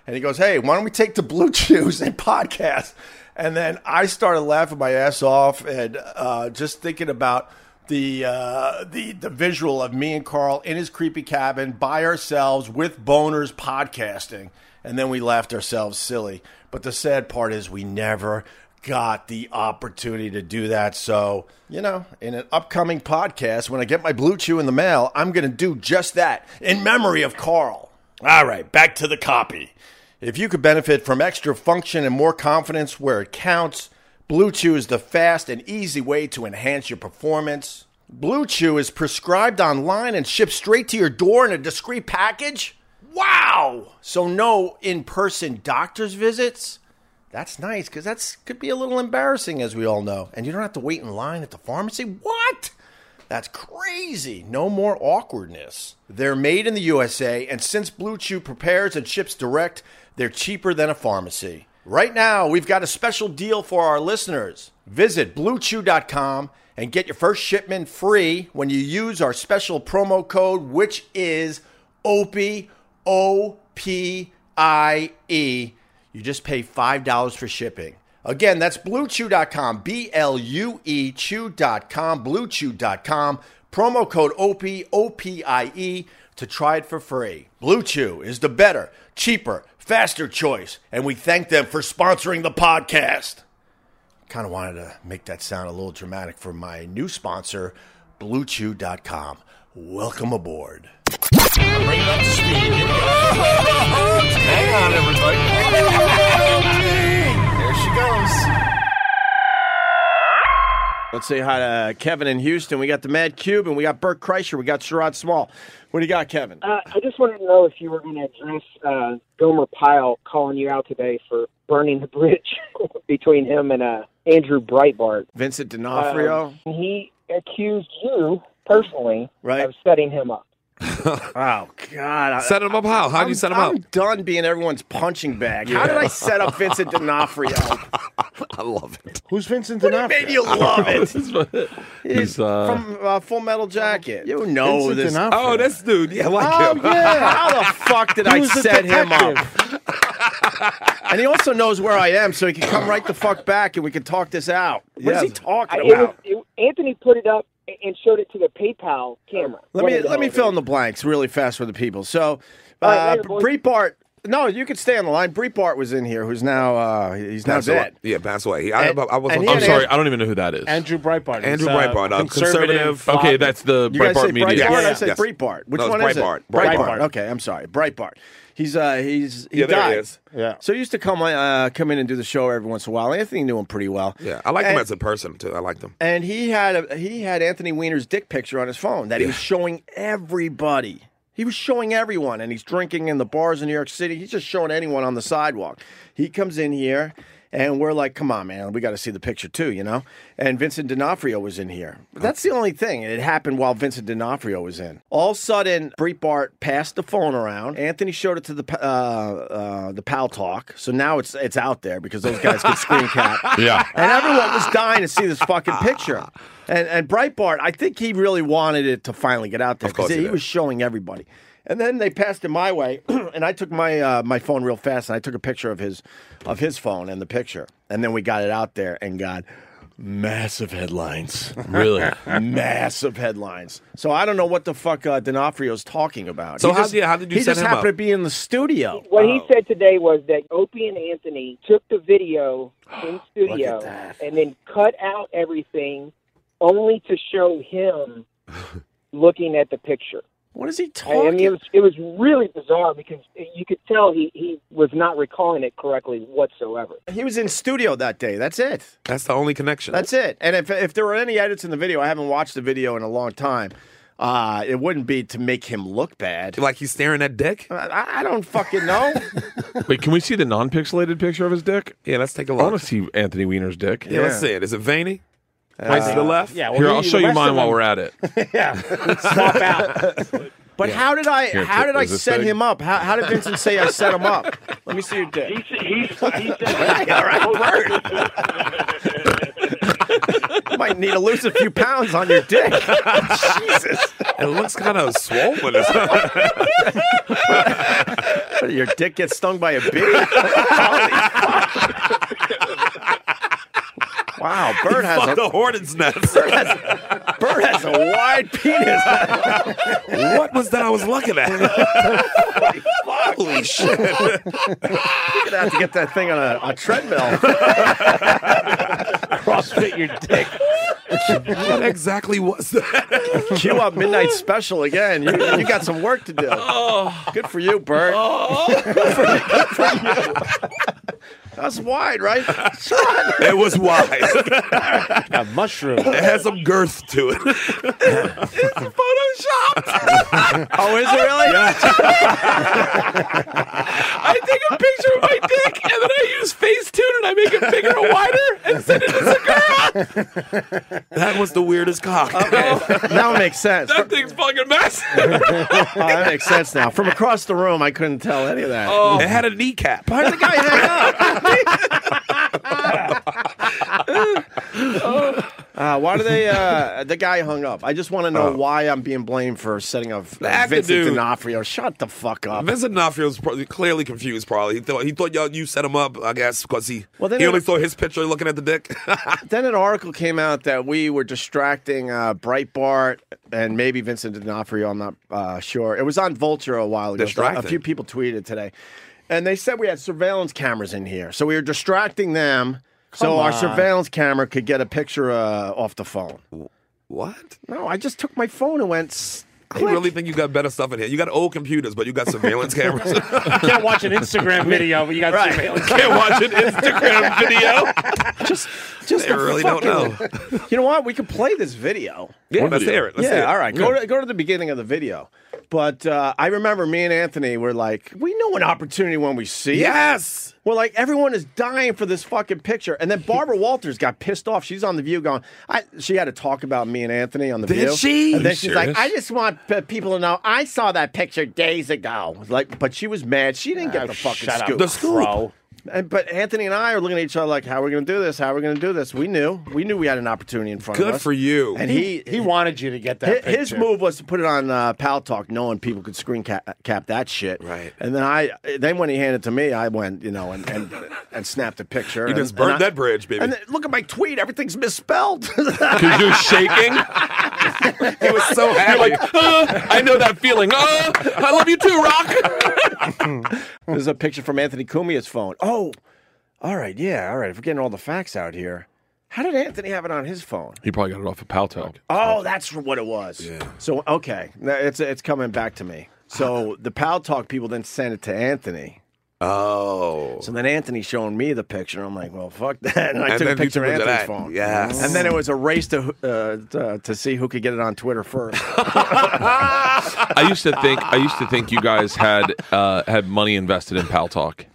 [SPEAKER 1] and he goes, "Hey, why don't we take the blue *laughs* chews and podcast?" And then I started laughing my ass off and uh, just thinking about the uh, the the visual of me and Carl in his creepy cabin by ourselves with boners podcasting, and then we laughed ourselves silly. But the sad part is we never got the opportunity to do that. So you know, in an upcoming podcast, when I get my blue chew in the mail, I'm going to do just that in memory of Carl. All right, back to the copy. If you could benefit from extra function and more confidence where it counts, Blue Chew is the fast and easy way to enhance your performance. Blue Chew is prescribed online and shipped straight to your door in a discreet package. Wow! So no in-person doctor's visits. That's nice because that's could be a little embarrassing, as we all know. And you don't have to wait in line at the pharmacy. What? That's crazy. No more awkwardness. They're made in the USA, and since Blue Chew prepares and ships direct, they're cheaper than a pharmacy. Right now, we've got a special deal for our listeners. Visit bluechew.com and get your first shipment free when you use our special promo code, which is OPI, O P I E. You just pay $5 for shipping. Again, that's bluechew.com, B L U E chew.com, bluechew.com, promo code OPIE, O-P-I-E, E to try it for free. Blue Chew is the better, cheaper, faster choice, and we thank them for sponsoring the podcast.
[SPEAKER 11] kind of wanted to make that sound a little dramatic for my new sponsor, BlueChew.com. Welcome aboard.
[SPEAKER 12] Bring it up to speed. Hang on, everybody. There she goes.
[SPEAKER 1] Let's say hi to Kevin in Houston. We got the Mad Cube, and we got Burt Kreischer. We got Sherrod Small. What do you got, Kevin?
[SPEAKER 6] Uh, I just wanted to know if you were going to address uh, Gomer Pyle calling you out today for burning the bridge *laughs* between him and uh, Andrew Breitbart.
[SPEAKER 1] Vincent D'Onofrio.
[SPEAKER 6] Um, he accused you personally
[SPEAKER 1] Right.
[SPEAKER 6] of setting him up.
[SPEAKER 1] *laughs* oh God! I-
[SPEAKER 2] Set him up how? How'd you
[SPEAKER 1] I'm-
[SPEAKER 2] set him
[SPEAKER 1] I'm
[SPEAKER 2] up?
[SPEAKER 1] done being everyone's punching bag. How *laughs* did I set up Vincent D'Onofrio?
[SPEAKER 2] *laughs* I love it.
[SPEAKER 1] Who's Vincent D'Onofrio? Made you *laughs* love it.
[SPEAKER 2] *laughs*
[SPEAKER 3] He's, uh,
[SPEAKER 1] From uh, Full Metal Jacket. You know
[SPEAKER 2] Vincent
[SPEAKER 1] *laughs* this.
[SPEAKER 2] D'Onofrio. Oh, this dude. Yeah, I like
[SPEAKER 1] oh,
[SPEAKER 2] him. *laughs*
[SPEAKER 1] yeah. *laughs* How the fuck did
[SPEAKER 2] He
[SPEAKER 1] I
[SPEAKER 2] was the
[SPEAKER 1] set him up? *laughs* and he also knows where I am, so he can come right the fuck back, and we can talk this out. What is
[SPEAKER 6] Yes.
[SPEAKER 1] he talking
[SPEAKER 6] I,
[SPEAKER 1] about?
[SPEAKER 6] it was, it, Anthony put it up a- and showed it to the PayPal camera.
[SPEAKER 1] Let
[SPEAKER 6] One
[SPEAKER 1] me
[SPEAKER 6] of the
[SPEAKER 1] let me
[SPEAKER 6] hosts.
[SPEAKER 1] fill in the blanks really fast for the people. So,
[SPEAKER 6] eh? All right,
[SPEAKER 1] uh,
[SPEAKER 6] later, boys.
[SPEAKER 1] Bree Bart. No, you could stay on the line. Bree Bart was in here, who's now uh, he's now
[SPEAKER 2] Passed away.
[SPEAKER 1] dead.
[SPEAKER 2] Yeah, passed away. He- I,
[SPEAKER 1] And-
[SPEAKER 2] I was
[SPEAKER 1] and
[SPEAKER 2] on,
[SPEAKER 1] he
[SPEAKER 2] I'm
[SPEAKER 1] had
[SPEAKER 2] sorry.
[SPEAKER 1] asked-
[SPEAKER 3] I don't even know who that is.
[SPEAKER 5] Andrew Breitbart. He's,
[SPEAKER 2] Andrew
[SPEAKER 5] uh,
[SPEAKER 2] Breitbart, uh, conservative-
[SPEAKER 3] Okay, that's the
[SPEAKER 1] You guys
[SPEAKER 3] Breitbart
[SPEAKER 1] say
[SPEAKER 3] media.
[SPEAKER 1] Breitbart.
[SPEAKER 2] Yes,
[SPEAKER 1] I said
[SPEAKER 2] yes.
[SPEAKER 1] Breitbart. Which
[SPEAKER 2] No, it's
[SPEAKER 1] one is
[SPEAKER 2] Breitbart.
[SPEAKER 1] it? Breitbart.
[SPEAKER 2] Breitbart.
[SPEAKER 1] Okay, I'm sorry. Breitbart. He's uh he's he
[SPEAKER 2] Yeah, there
[SPEAKER 1] died.
[SPEAKER 2] he is.
[SPEAKER 1] Yeah. So he used to come uh, come in and do the show every once in a while. Anthony knew him pretty well.
[SPEAKER 2] Yeah, I liked
[SPEAKER 1] and,
[SPEAKER 2] him as a person too. I liked him.
[SPEAKER 1] and he had a, he had Anthony Weiner's dick picture on his phone that he was showing everybody. He was showing everyone, and he's drinking in the bars in New York City. He's just showing anyone on the sidewalk. He comes in here, and we're like, "Come on, man, we got to see the picture too," you know. And Vincent D'Onofrio was in here. But that's the only thing. It happened while Vincent D'Onofrio was in. All of a sudden, Bree Bart passed the phone around. Anthony showed it to the pa- uh, uh, the pal talk. So now it's it's out there because those guys can screen *laughs* cap.
[SPEAKER 3] Yeah.
[SPEAKER 1] And everyone was dying to see this fucking picture. And and Breitbart, I think he really wanted it to finally get out there
[SPEAKER 2] course
[SPEAKER 1] because he,
[SPEAKER 2] he
[SPEAKER 1] he
[SPEAKER 2] did.
[SPEAKER 1] was showing everybody. And then they passed it my way, *clears throat* and I took my uh, my phone real fast, and I took a picture of his of his phone and the picture, and then we got it out there and got massive headlines,
[SPEAKER 3] Really?
[SPEAKER 1] *laughs* massive headlines. So I don't know what the fuck uh, D'Onofrio's talking about.
[SPEAKER 2] So
[SPEAKER 1] He
[SPEAKER 2] how
[SPEAKER 1] just-
[SPEAKER 2] do you- how did you
[SPEAKER 1] He
[SPEAKER 2] set
[SPEAKER 1] just
[SPEAKER 2] him
[SPEAKER 1] happened
[SPEAKER 2] up?
[SPEAKER 1] to be in the studio.
[SPEAKER 6] What he said today was that Opie and Anthony took the
[SPEAKER 1] *gasps*
[SPEAKER 6] video in studio and then cut out everything only to show
[SPEAKER 1] *laughs*
[SPEAKER 6] him looking at the picture.
[SPEAKER 1] What is he
[SPEAKER 6] I mean,
[SPEAKER 1] talking?
[SPEAKER 6] it was, it was really bizarre because you could tell he, he was not recalling it correctly whatsoever.
[SPEAKER 1] He was in studio that day. That's it.
[SPEAKER 2] That's the only connection.
[SPEAKER 1] That's it. And if if there were any edits in the video, I haven't watched the video in a long time. Uh, it wouldn't be to make him look bad. Uh,
[SPEAKER 2] like he's staring at dick.
[SPEAKER 1] I, I don't fucking know.
[SPEAKER 3] Wait, can we see the non-pixelated picture of his dick?
[SPEAKER 2] Yeah, let's take a
[SPEAKER 3] I want
[SPEAKER 2] look.
[SPEAKER 3] to see Anthony Weiner's dick.
[SPEAKER 2] Yeah, let's see it. Is
[SPEAKER 1] *laughs*
[SPEAKER 2] it veiny? Right
[SPEAKER 1] Uh,
[SPEAKER 2] to the left.
[SPEAKER 5] Yeah, well,
[SPEAKER 3] Here,
[SPEAKER 5] he-
[SPEAKER 3] I'll show
[SPEAKER 5] the
[SPEAKER 3] you
[SPEAKER 5] rest
[SPEAKER 3] mine
[SPEAKER 5] of
[SPEAKER 3] while
[SPEAKER 5] them-
[SPEAKER 3] we're at
[SPEAKER 2] *laughs*
[SPEAKER 3] it.
[SPEAKER 5] Yeah, swap out.
[SPEAKER 1] But how did I
[SPEAKER 3] Here,
[SPEAKER 1] how did
[SPEAKER 3] is
[SPEAKER 1] I
[SPEAKER 3] this
[SPEAKER 1] set
[SPEAKER 3] big?
[SPEAKER 1] him up? How, how did Vincent say I set him up? Let me see your dick.
[SPEAKER 12] He, said-
[SPEAKER 1] *laughs*
[SPEAKER 12] he said,
[SPEAKER 1] All right, Bert. Might need to lose a few pounds on
[SPEAKER 2] *laughs*
[SPEAKER 1] your dick. Jesus.
[SPEAKER 2] It looks kind of swollen. It's not-
[SPEAKER 1] What, *laughs* Your dick gets stung by a bee? Holy fuck. wow, Bert has a
[SPEAKER 2] the hornet's nest.
[SPEAKER 1] Bird has a wide penis.
[SPEAKER 2] *laughs* what was that I was looking at? *laughs* Holy shit!
[SPEAKER 1] You're gonna have to get that thing on a,
[SPEAKER 2] *laughs*
[SPEAKER 1] a treadmill.
[SPEAKER 5] CrossFit your dick.
[SPEAKER 2] What exactly was that?
[SPEAKER 1] Cue up midnight special again. You, you got some work to do. Good for you, Bert. That's wide, right?
[SPEAKER 2] It was
[SPEAKER 1] *laughs*
[SPEAKER 2] wide. It
[SPEAKER 5] A mushroom.
[SPEAKER 2] had some girth to it.
[SPEAKER 1] *laughs* Oh, is it really?
[SPEAKER 3] I take a picture of my dick and then I use Facetune and I make it bigger and wider *laughs* and send it to Segura.
[SPEAKER 2] That was the weirdest cock.
[SPEAKER 1] Okay, now it makes sense.
[SPEAKER 3] That thing's fucking massive.
[SPEAKER 1] Oh, that makes sense now. From across the room, I couldn't tell any of that.
[SPEAKER 3] Oh.
[SPEAKER 2] It had a kneecap.
[SPEAKER 1] Why did the guy hang up? uh, why do they? Uh, the guy hung up. I just want to know
[SPEAKER 2] Oh.
[SPEAKER 1] why I'm being blamed for setting up uh,
[SPEAKER 2] That could
[SPEAKER 1] Vincent
[SPEAKER 2] do-
[SPEAKER 1] D'Onofrio. Shut the fuck up.
[SPEAKER 2] Vincent D'Onofrio was probably clearly confused. Probably he thought he thought y'all you set him up. I guess because he
[SPEAKER 1] Well, then
[SPEAKER 2] he
[SPEAKER 1] it-
[SPEAKER 2] only saw his picture looking at the dick.
[SPEAKER 1] *laughs*
[SPEAKER 2] *laughs*
[SPEAKER 1] Then an article came out that we were distracting uh, Breitbart and maybe Vincent D'Onofrio. I'm not uh, sure. It was on Vulture a while ago. A
[SPEAKER 2] Distracting.
[SPEAKER 1] few people tweeted today, and they said we had surveillance cameras in here, so we were distracting them. so
[SPEAKER 2] Come
[SPEAKER 1] our
[SPEAKER 2] on.
[SPEAKER 1] surveillance camera could get a picture uh, off the phone.
[SPEAKER 2] What?
[SPEAKER 1] No, I just took my phone and went. s-
[SPEAKER 2] I really think you got better stuff in here. You got old computers, but you got surveillance
[SPEAKER 5] *laughs*
[SPEAKER 2] cameras.
[SPEAKER 5] can't watch an Instagram video, but you got
[SPEAKER 2] *laughs*
[SPEAKER 5] surveillance.
[SPEAKER 2] Can't watch an *laughs* Instagram video.
[SPEAKER 1] Just, just
[SPEAKER 2] They
[SPEAKER 1] a
[SPEAKER 2] really don't
[SPEAKER 1] *laughs* fucking- You know what? We could play this video.
[SPEAKER 2] Yeah, What let's video? hear it. Let's
[SPEAKER 1] yeah,
[SPEAKER 2] hear it.
[SPEAKER 1] all right. Go
[SPEAKER 2] Yeah.
[SPEAKER 1] to go to the beginning of the video. But uh, I remember me and Anthony were like, we know an opportunity when we see
[SPEAKER 2] Yes!
[SPEAKER 1] it. We're like, everyone is dying for this fucking picture. And then Barbara Walters got pissed off. She's on the View going, I, she had to talk about me and Anthony on
[SPEAKER 2] *laughs*
[SPEAKER 1] the
[SPEAKER 2] Did
[SPEAKER 1] View.
[SPEAKER 2] she?
[SPEAKER 1] And
[SPEAKER 2] Are
[SPEAKER 1] then
[SPEAKER 2] you
[SPEAKER 1] she's
[SPEAKER 2] serious?
[SPEAKER 1] like, I just want p- people to know I saw that picture days ago. Like, but she was mad. She
[SPEAKER 2] Ah,
[SPEAKER 1] didn't get the fucking
[SPEAKER 5] shut up,
[SPEAKER 1] scoop.
[SPEAKER 5] The scoop. crow.
[SPEAKER 1] And, but Anthony and I are looking at each other like, how are we going to do this? How are we going to do this? We knew. We knew we had an opportunity in front of
[SPEAKER 2] Good
[SPEAKER 1] us.
[SPEAKER 2] for you.
[SPEAKER 1] And he,
[SPEAKER 5] he wanted you to get that.
[SPEAKER 1] hi- his
[SPEAKER 5] picture.
[SPEAKER 1] move was to put it on uh, Pal Talk, knowing people could screen ca- cap that shit. Right. And then I, then when he handed it to me, I went, you know, and and, and snapped a picture.
[SPEAKER 2] You
[SPEAKER 1] and-
[SPEAKER 2] just burned
[SPEAKER 1] and I-
[SPEAKER 2] that bridge, baby.
[SPEAKER 1] And then, look at my tweet; everything's misspelled. *laughs*
[SPEAKER 3] Because you're shaking.
[SPEAKER 2] he was so happy.
[SPEAKER 3] You're like, "Uh, I know that feeling. Uh, I love you too, Rock.
[SPEAKER 1] There's a picture from Anthony Cumia's phone. Oh, all right, yeah, all right. If we're getting all the facts out here, how did Anthony have it on his phone?
[SPEAKER 3] He probably got it off of Pal Talk.
[SPEAKER 1] Oh, that's what it was. Yeah. So okay, now it's it's coming back to me. So the Pal Talk people then sent it to Anthony.
[SPEAKER 2] Oh.
[SPEAKER 1] So then Anthony's showing me the picture. I'm like, well, fuck *laughs* that. And I
[SPEAKER 2] And
[SPEAKER 1] took a
[SPEAKER 2] then you
[SPEAKER 1] picture of
[SPEAKER 2] took
[SPEAKER 1] Anthony's
[SPEAKER 2] that.
[SPEAKER 1] phone.
[SPEAKER 2] Yes.
[SPEAKER 1] And then it was a race to uh, to, to see who could get it on Twitter first.
[SPEAKER 3] I used to think I used to think you guys had uh, had money invested in Pal Talk.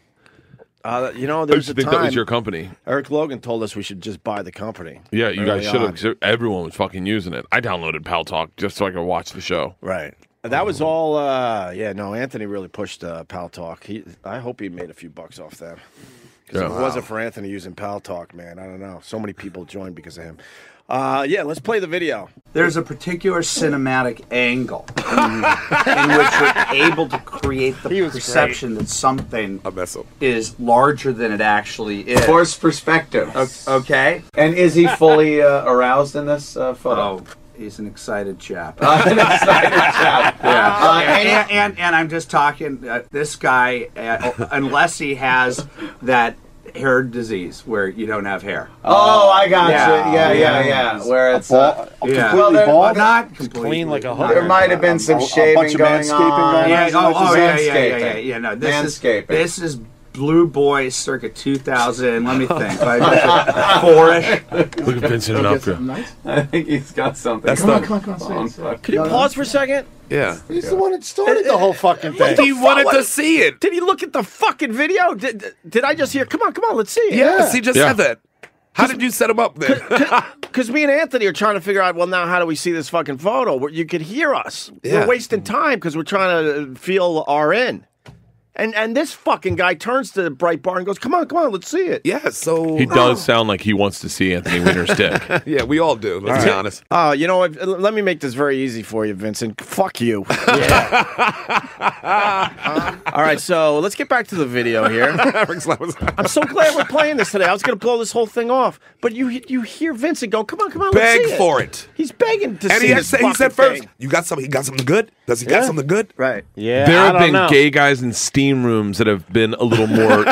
[SPEAKER 1] Uh, you know,
[SPEAKER 3] I
[SPEAKER 1] there's
[SPEAKER 3] used
[SPEAKER 1] a
[SPEAKER 3] to think
[SPEAKER 1] time
[SPEAKER 3] that was your company.
[SPEAKER 1] Eric Logan told us we should just buy the company.
[SPEAKER 3] Yeah, you guys
[SPEAKER 1] early
[SPEAKER 3] should
[SPEAKER 1] on.
[SPEAKER 3] have. 'cause Everyone was fucking using it. I downloaded Pal Talk just so I could watch the show.
[SPEAKER 1] Right. That was all. Uh, yeah, no, Anthony really pushed uh, Pal Talk. He, I hope he made a few bucks off that. Because
[SPEAKER 3] Yeah.
[SPEAKER 1] if it wasn't for Anthony using Pal Talk, man, I don't know. So many people joined because of him. Uh, yeah, let's play the video.
[SPEAKER 13] There's a particular cinematic angle in which you're able to create the perception that something is larger than it actually is.
[SPEAKER 14] Force perspective.
[SPEAKER 13] O- okay. And
[SPEAKER 14] is he fully,
[SPEAKER 13] uh, aroused in this uh, photo? he's an excited chap.
[SPEAKER 1] Uh,
[SPEAKER 13] an
[SPEAKER 14] excited
[SPEAKER 13] chap.
[SPEAKER 14] yeah.
[SPEAKER 13] Uh, and, and and I'm just talking. Uh, this guy, uh, *laughs* unless he has that hair disease where you don't have hair.
[SPEAKER 14] Oh, I got you. Yeah, yeah, yeah. Where it's uh,
[SPEAKER 13] yeah.
[SPEAKER 14] well, there, well, not
[SPEAKER 13] clean like a
[SPEAKER 14] There might have been some shaving going on.
[SPEAKER 13] Yeah,
[SPEAKER 14] Not
[SPEAKER 13] oh,
[SPEAKER 14] much
[SPEAKER 13] oh, yeah, yeah, yeah,
[SPEAKER 14] manscaping.
[SPEAKER 13] yeah, yeah. No, this
[SPEAKER 14] Manscaping.
[SPEAKER 13] is this is Blue Boy circa 2000.
[SPEAKER 14] *laughs*
[SPEAKER 13] Let me think. Like, Four-ish.
[SPEAKER 3] Look at Vincent and Opera.
[SPEAKER 14] I think he's got something.
[SPEAKER 13] That's
[SPEAKER 14] come on,
[SPEAKER 13] the-
[SPEAKER 14] come on, come on, say it.
[SPEAKER 1] Could you pause for a second?
[SPEAKER 2] Yeah.
[SPEAKER 1] He's the one that started the whole fucking
[SPEAKER 2] thing. He wanted to see it.
[SPEAKER 1] Did he look at the fucking video? Did, did I just hear? Come on, come on, let's see it.
[SPEAKER 2] Yes, he just said that. How did you set him up then? *laughs*
[SPEAKER 1] Because me and Anthony are trying to figure out, well, now how do we see this fucking photo? Where you could hear us.
[SPEAKER 2] Yeah.
[SPEAKER 1] We're wasting time because we're trying to feel our in. And and this fucking guy turns to Bright Bar and goes, "Come on, come on, let's see it."
[SPEAKER 2] Yeah, so Oh,
[SPEAKER 3] He does sound like he wants to see Anthony Weiner's dick.
[SPEAKER 2] yeah, we all do. Let's
[SPEAKER 1] All
[SPEAKER 2] be
[SPEAKER 1] right.
[SPEAKER 2] honest.
[SPEAKER 1] Oh, you know what? L- Let me make this very easy for you, Vincent.
[SPEAKER 2] *laughs*
[SPEAKER 1] Fuck you. *laughs* All right, so let's get back to the
[SPEAKER 2] *laughs*
[SPEAKER 1] video here. I'm so glad we're playing this today. I was going to blow this whole thing off, but you you hear Vincent go, "Come on, come on,
[SPEAKER 2] Beg
[SPEAKER 1] let's see
[SPEAKER 2] for
[SPEAKER 1] it."
[SPEAKER 2] it.
[SPEAKER 1] He's begging *laughs* to
[SPEAKER 2] And
[SPEAKER 1] see
[SPEAKER 2] he, had
[SPEAKER 1] this
[SPEAKER 2] said, he said
[SPEAKER 1] fucking
[SPEAKER 2] first,
[SPEAKER 1] thing.
[SPEAKER 2] you got something. He got something good. Does he got
[SPEAKER 1] Yeah.
[SPEAKER 2] something good?
[SPEAKER 1] Right. Yeah.
[SPEAKER 3] there have been gay guys in steam rooms that have been a little more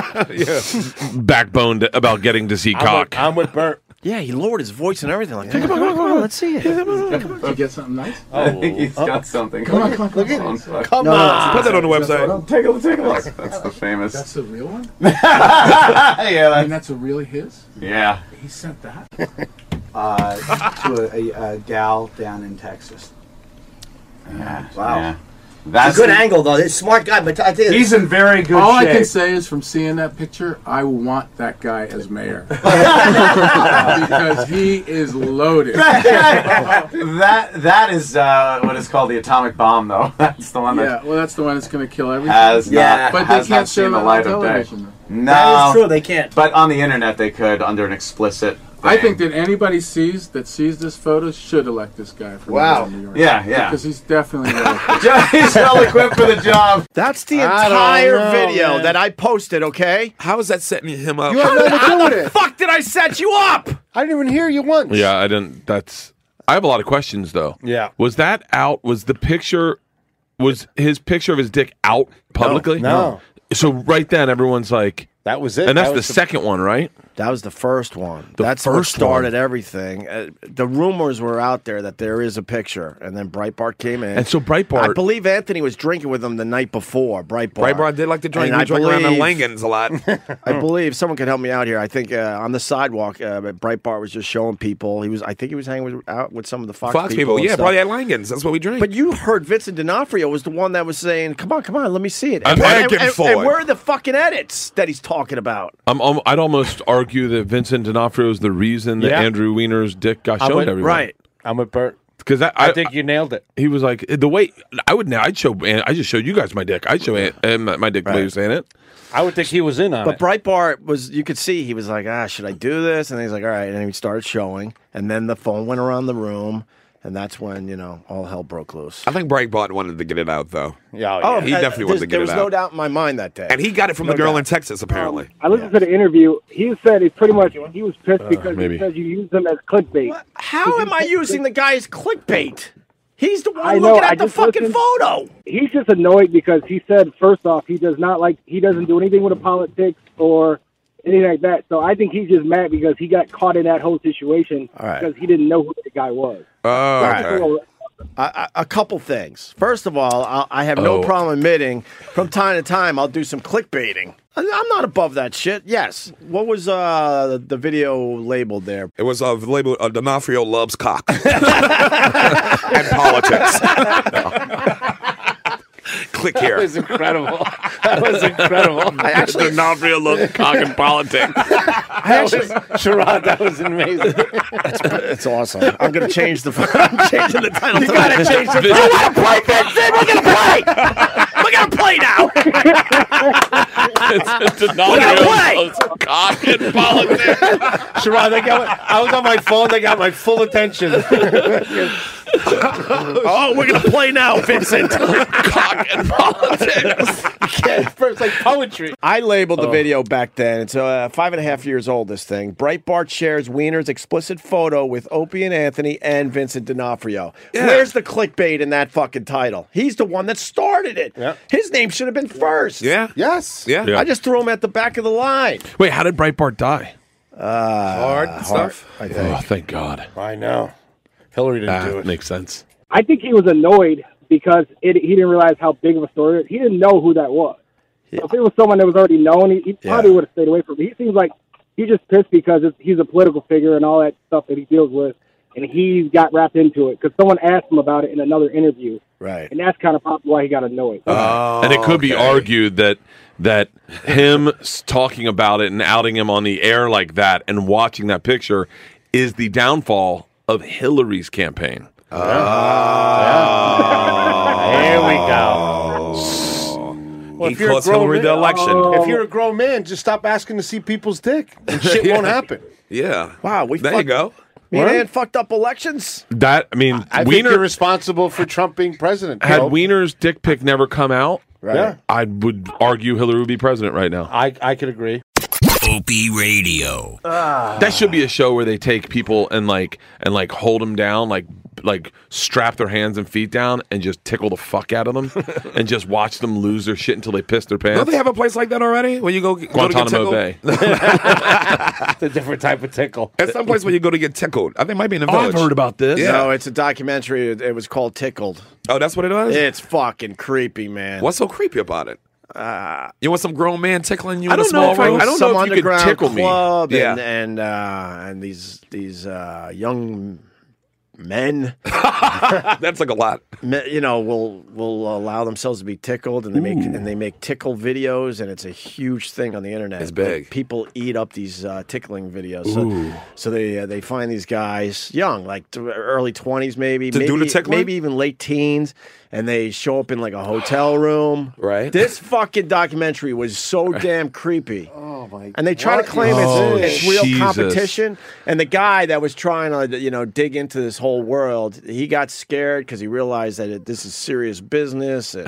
[SPEAKER 3] backboned about getting to see cock.
[SPEAKER 5] I'm with Bert.
[SPEAKER 1] Yeah, he lowered his voice and everything. Like, come on, come on, come on, let's see it. Come
[SPEAKER 14] Did you get something nice?
[SPEAKER 1] Oh.
[SPEAKER 14] I think *laughs* he's got something. Come on, come on, come on.
[SPEAKER 1] Come No, on. that's-
[SPEAKER 14] Put that on the
[SPEAKER 1] that's-
[SPEAKER 14] website.
[SPEAKER 1] that's-
[SPEAKER 14] Take a look. Take a look. That's the famous.
[SPEAKER 7] That's
[SPEAKER 14] *laughs*
[SPEAKER 7] the real one?
[SPEAKER 14] yeah,
[SPEAKER 7] And that's a really his?
[SPEAKER 14] yeah.
[SPEAKER 7] He sent
[SPEAKER 14] *laughs*
[SPEAKER 7] that?
[SPEAKER 13] uh, to a, a, a gal down in Texas. Wow.
[SPEAKER 14] Yeah.
[SPEAKER 7] That's
[SPEAKER 15] it's a good
[SPEAKER 7] the-
[SPEAKER 15] angle though. It's a smart guy, but I think
[SPEAKER 7] He's in
[SPEAKER 1] *laughs*
[SPEAKER 15] very
[SPEAKER 7] All I can say is from seeing that picture, I want that guy
[SPEAKER 14] *laughs*
[SPEAKER 7] as mayor. because he is
[SPEAKER 14] *laughs*
[SPEAKER 7] loaded.
[SPEAKER 14] that that is uh, what is called the atomic bomb, though. *laughs* That's the one
[SPEAKER 7] Yeah,
[SPEAKER 14] that
[SPEAKER 7] well, that's the one that's going to kill everything.
[SPEAKER 14] has not
[SPEAKER 7] but
[SPEAKER 14] has
[SPEAKER 7] they
[SPEAKER 14] not
[SPEAKER 7] can't show
[SPEAKER 14] seen the
[SPEAKER 7] that
[SPEAKER 14] light
[SPEAKER 7] on
[SPEAKER 14] of day.
[SPEAKER 7] television.
[SPEAKER 14] No,
[SPEAKER 7] That is true,
[SPEAKER 14] They can't. But on the internet, they could under an explicit.
[SPEAKER 7] I
[SPEAKER 14] thing.
[SPEAKER 7] think that anybody sees that sees this photo should elect this guy for
[SPEAKER 14] Wow.
[SPEAKER 7] mayor of New York.
[SPEAKER 14] Yeah, yeah.
[SPEAKER 7] Because he's definitely
[SPEAKER 14] *laughs* he's well equipped for the job.
[SPEAKER 1] That's the
[SPEAKER 7] I don't
[SPEAKER 1] entire
[SPEAKER 7] know,
[SPEAKER 1] video
[SPEAKER 7] man.
[SPEAKER 1] that I posted. Okay.
[SPEAKER 2] How is that setting him up?
[SPEAKER 1] You have nothing to do
[SPEAKER 2] *laughs*
[SPEAKER 1] with it. Fuck! Did I set you up?
[SPEAKER 16] I didn't even hear you once.
[SPEAKER 3] Yeah, I didn't. That's. I have a lot of questions though.
[SPEAKER 1] Yeah.
[SPEAKER 3] Was that out? Was the picture? Was his picture of his dick out publicly?
[SPEAKER 2] no.
[SPEAKER 3] So right then, everyone's like, "That was
[SPEAKER 2] it.
[SPEAKER 3] And that's
[SPEAKER 2] That
[SPEAKER 3] the
[SPEAKER 2] was the-
[SPEAKER 3] second one, right?
[SPEAKER 1] That was the first one.
[SPEAKER 3] The
[SPEAKER 1] That's what
[SPEAKER 3] first
[SPEAKER 1] started everything. Uh, the rumors were out there that there is a picture, and then Breitbart came in.
[SPEAKER 3] And so Breitbart-
[SPEAKER 1] I believe Anthony was drinking with him the night before. Breitbart.
[SPEAKER 2] Breitbart did like to drink.
[SPEAKER 1] And
[SPEAKER 2] We
[SPEAKER 1] I
[SPEAKER 2] drank around in
[SPEAKER 1] believe-
[SPEAKER 2] Langens a lot.
[SPEAKER 1] *laughs* I believe someone could help me out here. I think uh, on the sidewalk, uh, Breitbart was just showing people. He was, I think, he was hanging with, out with some of the Fox,
[SPEAKER 2] Fox people,
[SPEAKER 1] and
[SPEAKER 2] yeah,
[SPEAKER 1] stuff.
[SPEAKER 2] probably at Langens. That's what we drink.
[SPEAKER 1] But you heard Vincent D'Onofrio was the one that was saying, "Come on, come on, let me see it." And-
[SPEAKER 3] American
[SPEAKER 1] and- and- and
[SPEAKER 3] forward.
[SPEAKER 1] where are the fucking edits that he's talking about?
[SPEAKER 3] I'm, i would almost argue that Vincent D'Onofrio is the reason that
[SPEAKER 1] Yeah.
[SPEAKER 3] Andrew Weiner's dick got
[SPEAKER 5] I'm
[SPEAKER 3] shown
[SPEAKER 5] with-
[SPEAKER 3] to everyone.
[SPEAKER 5] right. I'm with Bert.
[SPEAKER 3] Because I,
[SPEAKER 5] I think you nailed it.
[SPEAKER 3] He was like the way I would now. I'd show. I just showed you guys my dick. I'd show An- uh, my my dick. The way he was saying it.
[SPEAKER 5] I would think he was in on
[SPEAKER 1] But Breitbart was, you could see he was like, ah, should I do this? And he's like, all right. And he started showing. And then the phone went around the room. And that's when, you know, all hell broke loose.
[SPEAKER 2] I think Breitbart wanted to get it out though.
[SPEAKER 5] Yeah,
[SPEAKER 2] he definitely
[SPEAKER 1] there's-
[SPEAKER 2] wanted to get
[SPEAKER 1] oh, There
[SPEAKER 2] it
[SPEAKER 1] was
[SPEAKER 2] out.
[SPEAKER 1] no doubt in my mind that day.
[SPEAKER 2] And he got it from
[SPEAKER 1] No
[SPEAKER 2] the girl
[SPEAKER 1] doubt. Um,
[SPEAKER 2] in Texas, apparently.
[SPEAKER 6] I listened to the interview. He said he pretty much he was pissed
[SPEAKER 2] Uh,
[SPEAKER 6] because
[SPEAKER 2] maybe.
[SPEAKER 6] he said you use them as clickbait.
[SPEAKER 1] How am I using the guy's clickbait? He's the
[SPEAKER 6] I
[SPEAKER 1] one
[SPEAKER 6] know.
[SPEAKER 1] looking
[SPEAKER 6] I
[SPEAKER 1] at the
[SPEAKER 6] just
[SPEAKER 1] fucking
[SPEAKER 6] listened-
[SPEAKER 1] photo.
[SPEAKER 6] He's just annoyed because he said first off he does not like he doesn't do anything with the politics or anything like that. So I think he's just mad because he got caught in that whole situation
[SPEAKER 1] right.
[SPEAKER 6] because he didn't know who the guy was.
[SPEAKER 2] Oh,
[SPEAKER 6] okay.
[SPEAKER 1] A, a couple things. First of all, I, I have no
[SPEAKER 6] Oh.
[SPEAKER 1] problem admitting from time to time I'll do some clickbaiting. I- I'm not above that shit. Yes. What was uh, the video labeled there?
[SPEAKER 2] It was uh, labeled uh, D'Onofrio loves
[SPEAKER 1] *laughs*
[SPEAKER 2] cock and politics. Click here.
[SPEAKER 5] That was incredible. That was incredible.
[SPEAKER 2] *laughs* I
[SPEAKER 5] *laughs*
[SPEAKER 2] actually- D'Onofrio loves cock and politics.
[SPEAKER 5] That was, Sherrod, that was amazing.
[SPEAKER 1] It's awesome. *laughs* I'm gonna change the. I'm changing the title. You
[SPEAKER 5] *laughs*
[SPEAKER 1] gotta change the.
[SPEAKER 5] You
[SPEAKER 1] wanna play, Vincent? We're gonna play. We're gonna play now.
[SPEAKER 5] it's a cock and politics. Sherrod, they got. my- I was on my phone. They got my full attention.
[SPEAKER 1] oh, we're gonna play now, Vincent.
[SPEAKER 5] cock and politics. It's like poetry.
[SPEAKER 1] I labeled the
[SPEAKER 5] Oh.
[SPEAKER 1] video back then. It's uh, five and a half years old. This thing. Breitbart shares Wiener's explicit photo with Opie and Anthony and Vincent D'Onofrio. Where's the clickbait in that fucking title? He's the one that started it. His name should have been first.
[SPEAKER 2] Yeah.
[SPEAKER 1] Yes.
[SPEAKER 2] Yeah. Yeah.
[SPEAKER 1] I just threw him at the back of the line.
[SPEAKER 3] Wait, how did Breitbart die?
[SPEAKER 1] Uh,
[SPEAKER 2] hard stuff?
[SPEAKER 1] I
[SPEAKER 3] Oh, thank God.
[SPEAKER 5] I know. Hillary
[SPEAKER 3] didn't do it. Makes sense.
[SPEAKER 6] I think he was annoyed because it, he didn't realize how big of a story. it He didn't know who that was. So if it was someone that was already known, he, he probably would have stayed away from it. He seems like he's just pissed because it's, he's a political figure and all that stuff that he deals with, and he got wrapped into it because someone asked him about it in another interview,
[SPEAKER 1] right?
[SPEAKER 6] And that's kind of probably why he got annoyed.
[SPEAKER 3] Ah, and it could be argued that that him s- talking about it and outing him on the air like that and watching that picture is the downfall of Hillary's campaign.
[SPEAKER 5] Oh.
[SPEAKER 2] Ah. Oh.
[SPEAKER 5] There we go.
[SPEAKER 2] He caused Hillary the election.
[SPEAKER 5] Oh.
[SPEAKER 2] Oh.
[SPEAKER 5] If you're a grown man, just stop asking to see people's
[SPEAKER 1] *laughs*
[SPEAKER 5] dick. And shit
[SPEAKER 2] Yeah.
[SPEAKER 5] won't happen.
[SPEAKER 2] Yeah.
[SPEAKER 1] Wow. We
[SPEAKER 2] there you go.
[SPEAKER 1] Me and
[SPEAKER 5] Word?
[SPEAKER 1] Ann fucked up elections.
[SPEAKER 3] That I mean,
[SPEAKER 5] I think
[SPEAKER 3] Wiener
[SPEAKER 5] you're responsible for Trump being president.
[SPEAKER 3] had
[SPEAKER 5] Joe.
[SPEAKER 3] Wiener's dick pic never come out.
[SPEAKER 5] Right. Yeah.
[SPEAKER 3] I would argue Hillary would be president right now.
[SPEAKER 5] I, I could agree.
[SPEAKER 3] Opie Radio.
[SPEAKER 2] Ah.
[SPEAKER 3] That should be a show where they take people and like and like hold them down, like like strap their hands and feet down and just tickle the fuck out of
[SPEAKER 2] *laughs*
[SPEAKER 3] them and just watch them lose their shit until they piss their pants.
[SPEAKER 2] Don't they have a place like that already? Where you go, go to get
[SPEAKER 3] Guantanamo
[SPEAKER 2] tickled?
[SPEAKER 3] Bay.
[SPEAKER 5] It's a different type of tickle.
[SPEAKER 2] At some place where you go to get tickled. I think it might be
[SPEAKER 3] Oh,
[SPEAKER 2] in the village. Yeah.
[SPEAKER 1] No, it's a documentary. It, it was called Tickled.
[SPEAKER 2] oh, that's what it is?
[SPEAKER 1] It's fucking creepy, man.
[SPEAKER 2] What's so creepy about it?
[SPEAKER 1] Uh,
[SPEAKER 2] you want some grown man tickling you
[SPEAKER 1] I
[SPEAKER 2] in a
[SPEAKER 1] don't know
[SPEAKER 2] small
[SPEAKER 1] if I,
[SPEAKER 2] room?
[SPEAKER 1] I don't
[SPEAKER 2] some
[SPEAKER 1] know if you could
[SPEAKER 2] underground
[SPEAKER 1] tickle club
[SPEAKER 2] Yeah.
[SPEAKER 1] and and uh, and these these uh, young *laughs* men.
[SPEAKER 2] That's like a lot.
[SPEAKER 1] You know, will will allow themselves to be tickled, and they make and they make tickle videos, and it's a huge thing on the internet.
[SPEAKER 2] It's big.
[SPEAKER 1] Like, people eat up these uh, tickling videos. So,
[SPEAKER 2] Ooh.
[SPEAKER 1] so they uh, they find these guys young, like t- early twenties, maybe
[SPEAKER 2] To do
[SPEAKER 1] maybe,
[SPEAKER 2] the tickling?
[SPEAKER 1] maybe even late teens, and they show up in like a hotel room.
[SPEAKER 2] Right.
[SPEAKER 1] This fucking documentary was so damn creepy.
[SPEAKER 5] Oh my!
[SPEAKER 1] And they try to claim
[SPEAKER 5] Oh,
[SPEAKER 1] it's, it's real
[SPEAKER 5] Jesus.
[SPEAKER 1] competition. And the guy that was trying to, you know, dig into this whole world, he got scared because he realized that it, this is serious business.
[SPEAKER 3] *laughs*
[SPEAKER 1] And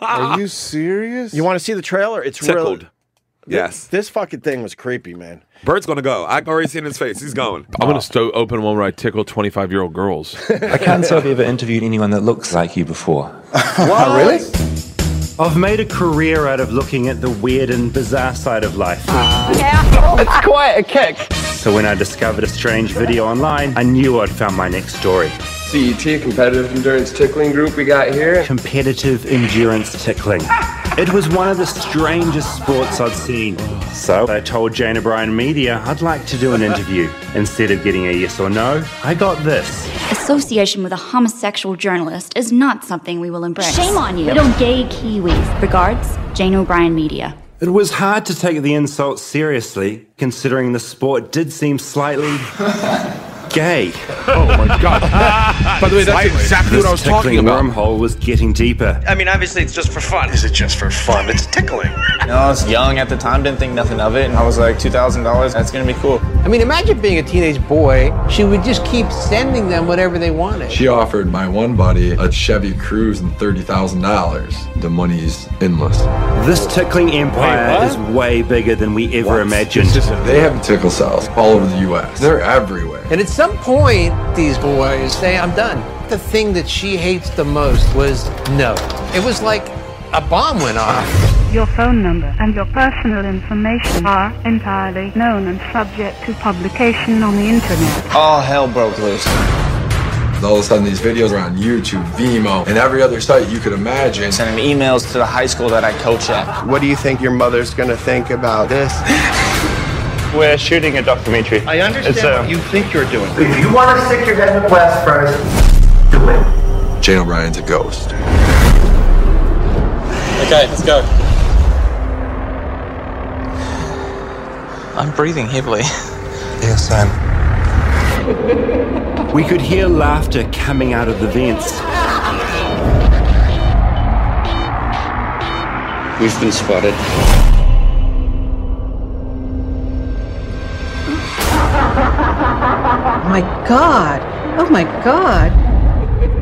[SPEAKER 5] Are you serious?
[SPEAKER 1] you want to see the trailer? It's
[SPEAKER 2] Tickled.
[SPEAKER 1] real.
[SPEAKER 2] *laughs* Yes.
[SPEAKER 1] This fucking thing was creepy, man.
[SPEAKER 2] Bert's going to go. I can already see it in his face. He's going.
[SPEAKER 3] I'm gonna sto- open one where I tickle 25 year old girls.
[SPEAKER 16] *laughs* I can't say I've ever interviewed anyone that looks like you before.
[SPEAKER 2] What?
[SPEAKER 16] Oh, really? I've made a career out of looking at the weird and bizarre side of life.
[SPEAKER 17] it's quite a kick.
[SPEAKER 16] So when I discovered a strange video online, I knew I'd found my next story.
[SPEAKER 18] CET, E competitive endurance tickling group we got here.
[SPEAKER 16] Competitive endurance tickling. It was one of the strangest sports I'd seen. So I told Jane O'Brien Media I'd like to do an interview. Instead of getting a yes or no, I got this.
[SPEAKER 19] Association with a homosexual journalist is not something we will embrace.
[SPEAKER 16] Shame on you.
[SPEAKER 19] Little gay Kiwis. Regards, Jane O'Brien Media.
[SPEAKER 16] It was hard to take the insult seriously, considering the sport did seem *laughs* slightly gay. Oh my god.
[SPEAKER 3] By the way, that's exactly what I was talking about.
[SPEAKER 16] wormhole was getting deeper.
[SPEAKER 20] I mean, obviously, it's just for fun. Is it just for fun? It's tickling.
[SPEAKER 21] You know, I was young at the time, didn't think nothing of it, and I was like, two thousand dollars. That's gonna be cool.
[SPEAKER 7] I mean, imagine being a teenage boy. She would just keep sending them whatever they wanted.
[SPEAKER 6] She offered my one buddy a Chevy Cruze and thirty thousand dollars. The money's endless.
[SPEAKER 16] This tickling empire
[SPEAKER 6] Wait, what?
[SPEAKER 16] is way bigger than we ever imagined.
[SPEAKER 6] They have tickle cells all over the U.S. They're everywhere.
[SPEAKER 7] And at some point, these boys say, I'm done. The thing that she hates the most was no. It was like a bomb went off.
[SPEAKER 22] Your phone number and your personal information are entirely known and subject to publication on the internet.
[SPEAKER 6] All hell broke loose. All of a sudden, these videos are on YouTube, Vimeo, and every other site you could imagine. Sending emails to the high school that I coach at.
[SPEAKER 23] What do you think your mother's gonna think about this?
[SPEAKER 13] We're shooting a documentary. I
[SPEAKER 23] understand
[SPEAKER 13] what you think you're doing.
[SPEAKER 23] If you wanna stick your head in the glass first.
[SPEAKER 6] Jane O'Brien's a ghost.
[SPEAKER 18] Okay, let's go.
[SPEAKER 21] I'm breathing heavily.
[SPEAKER 16] Yes, We could hear laughter coming out of the vents.
[SPEAKER 24] We've been spotted.
[SPEAKER 25] Oh my god. Oh my god.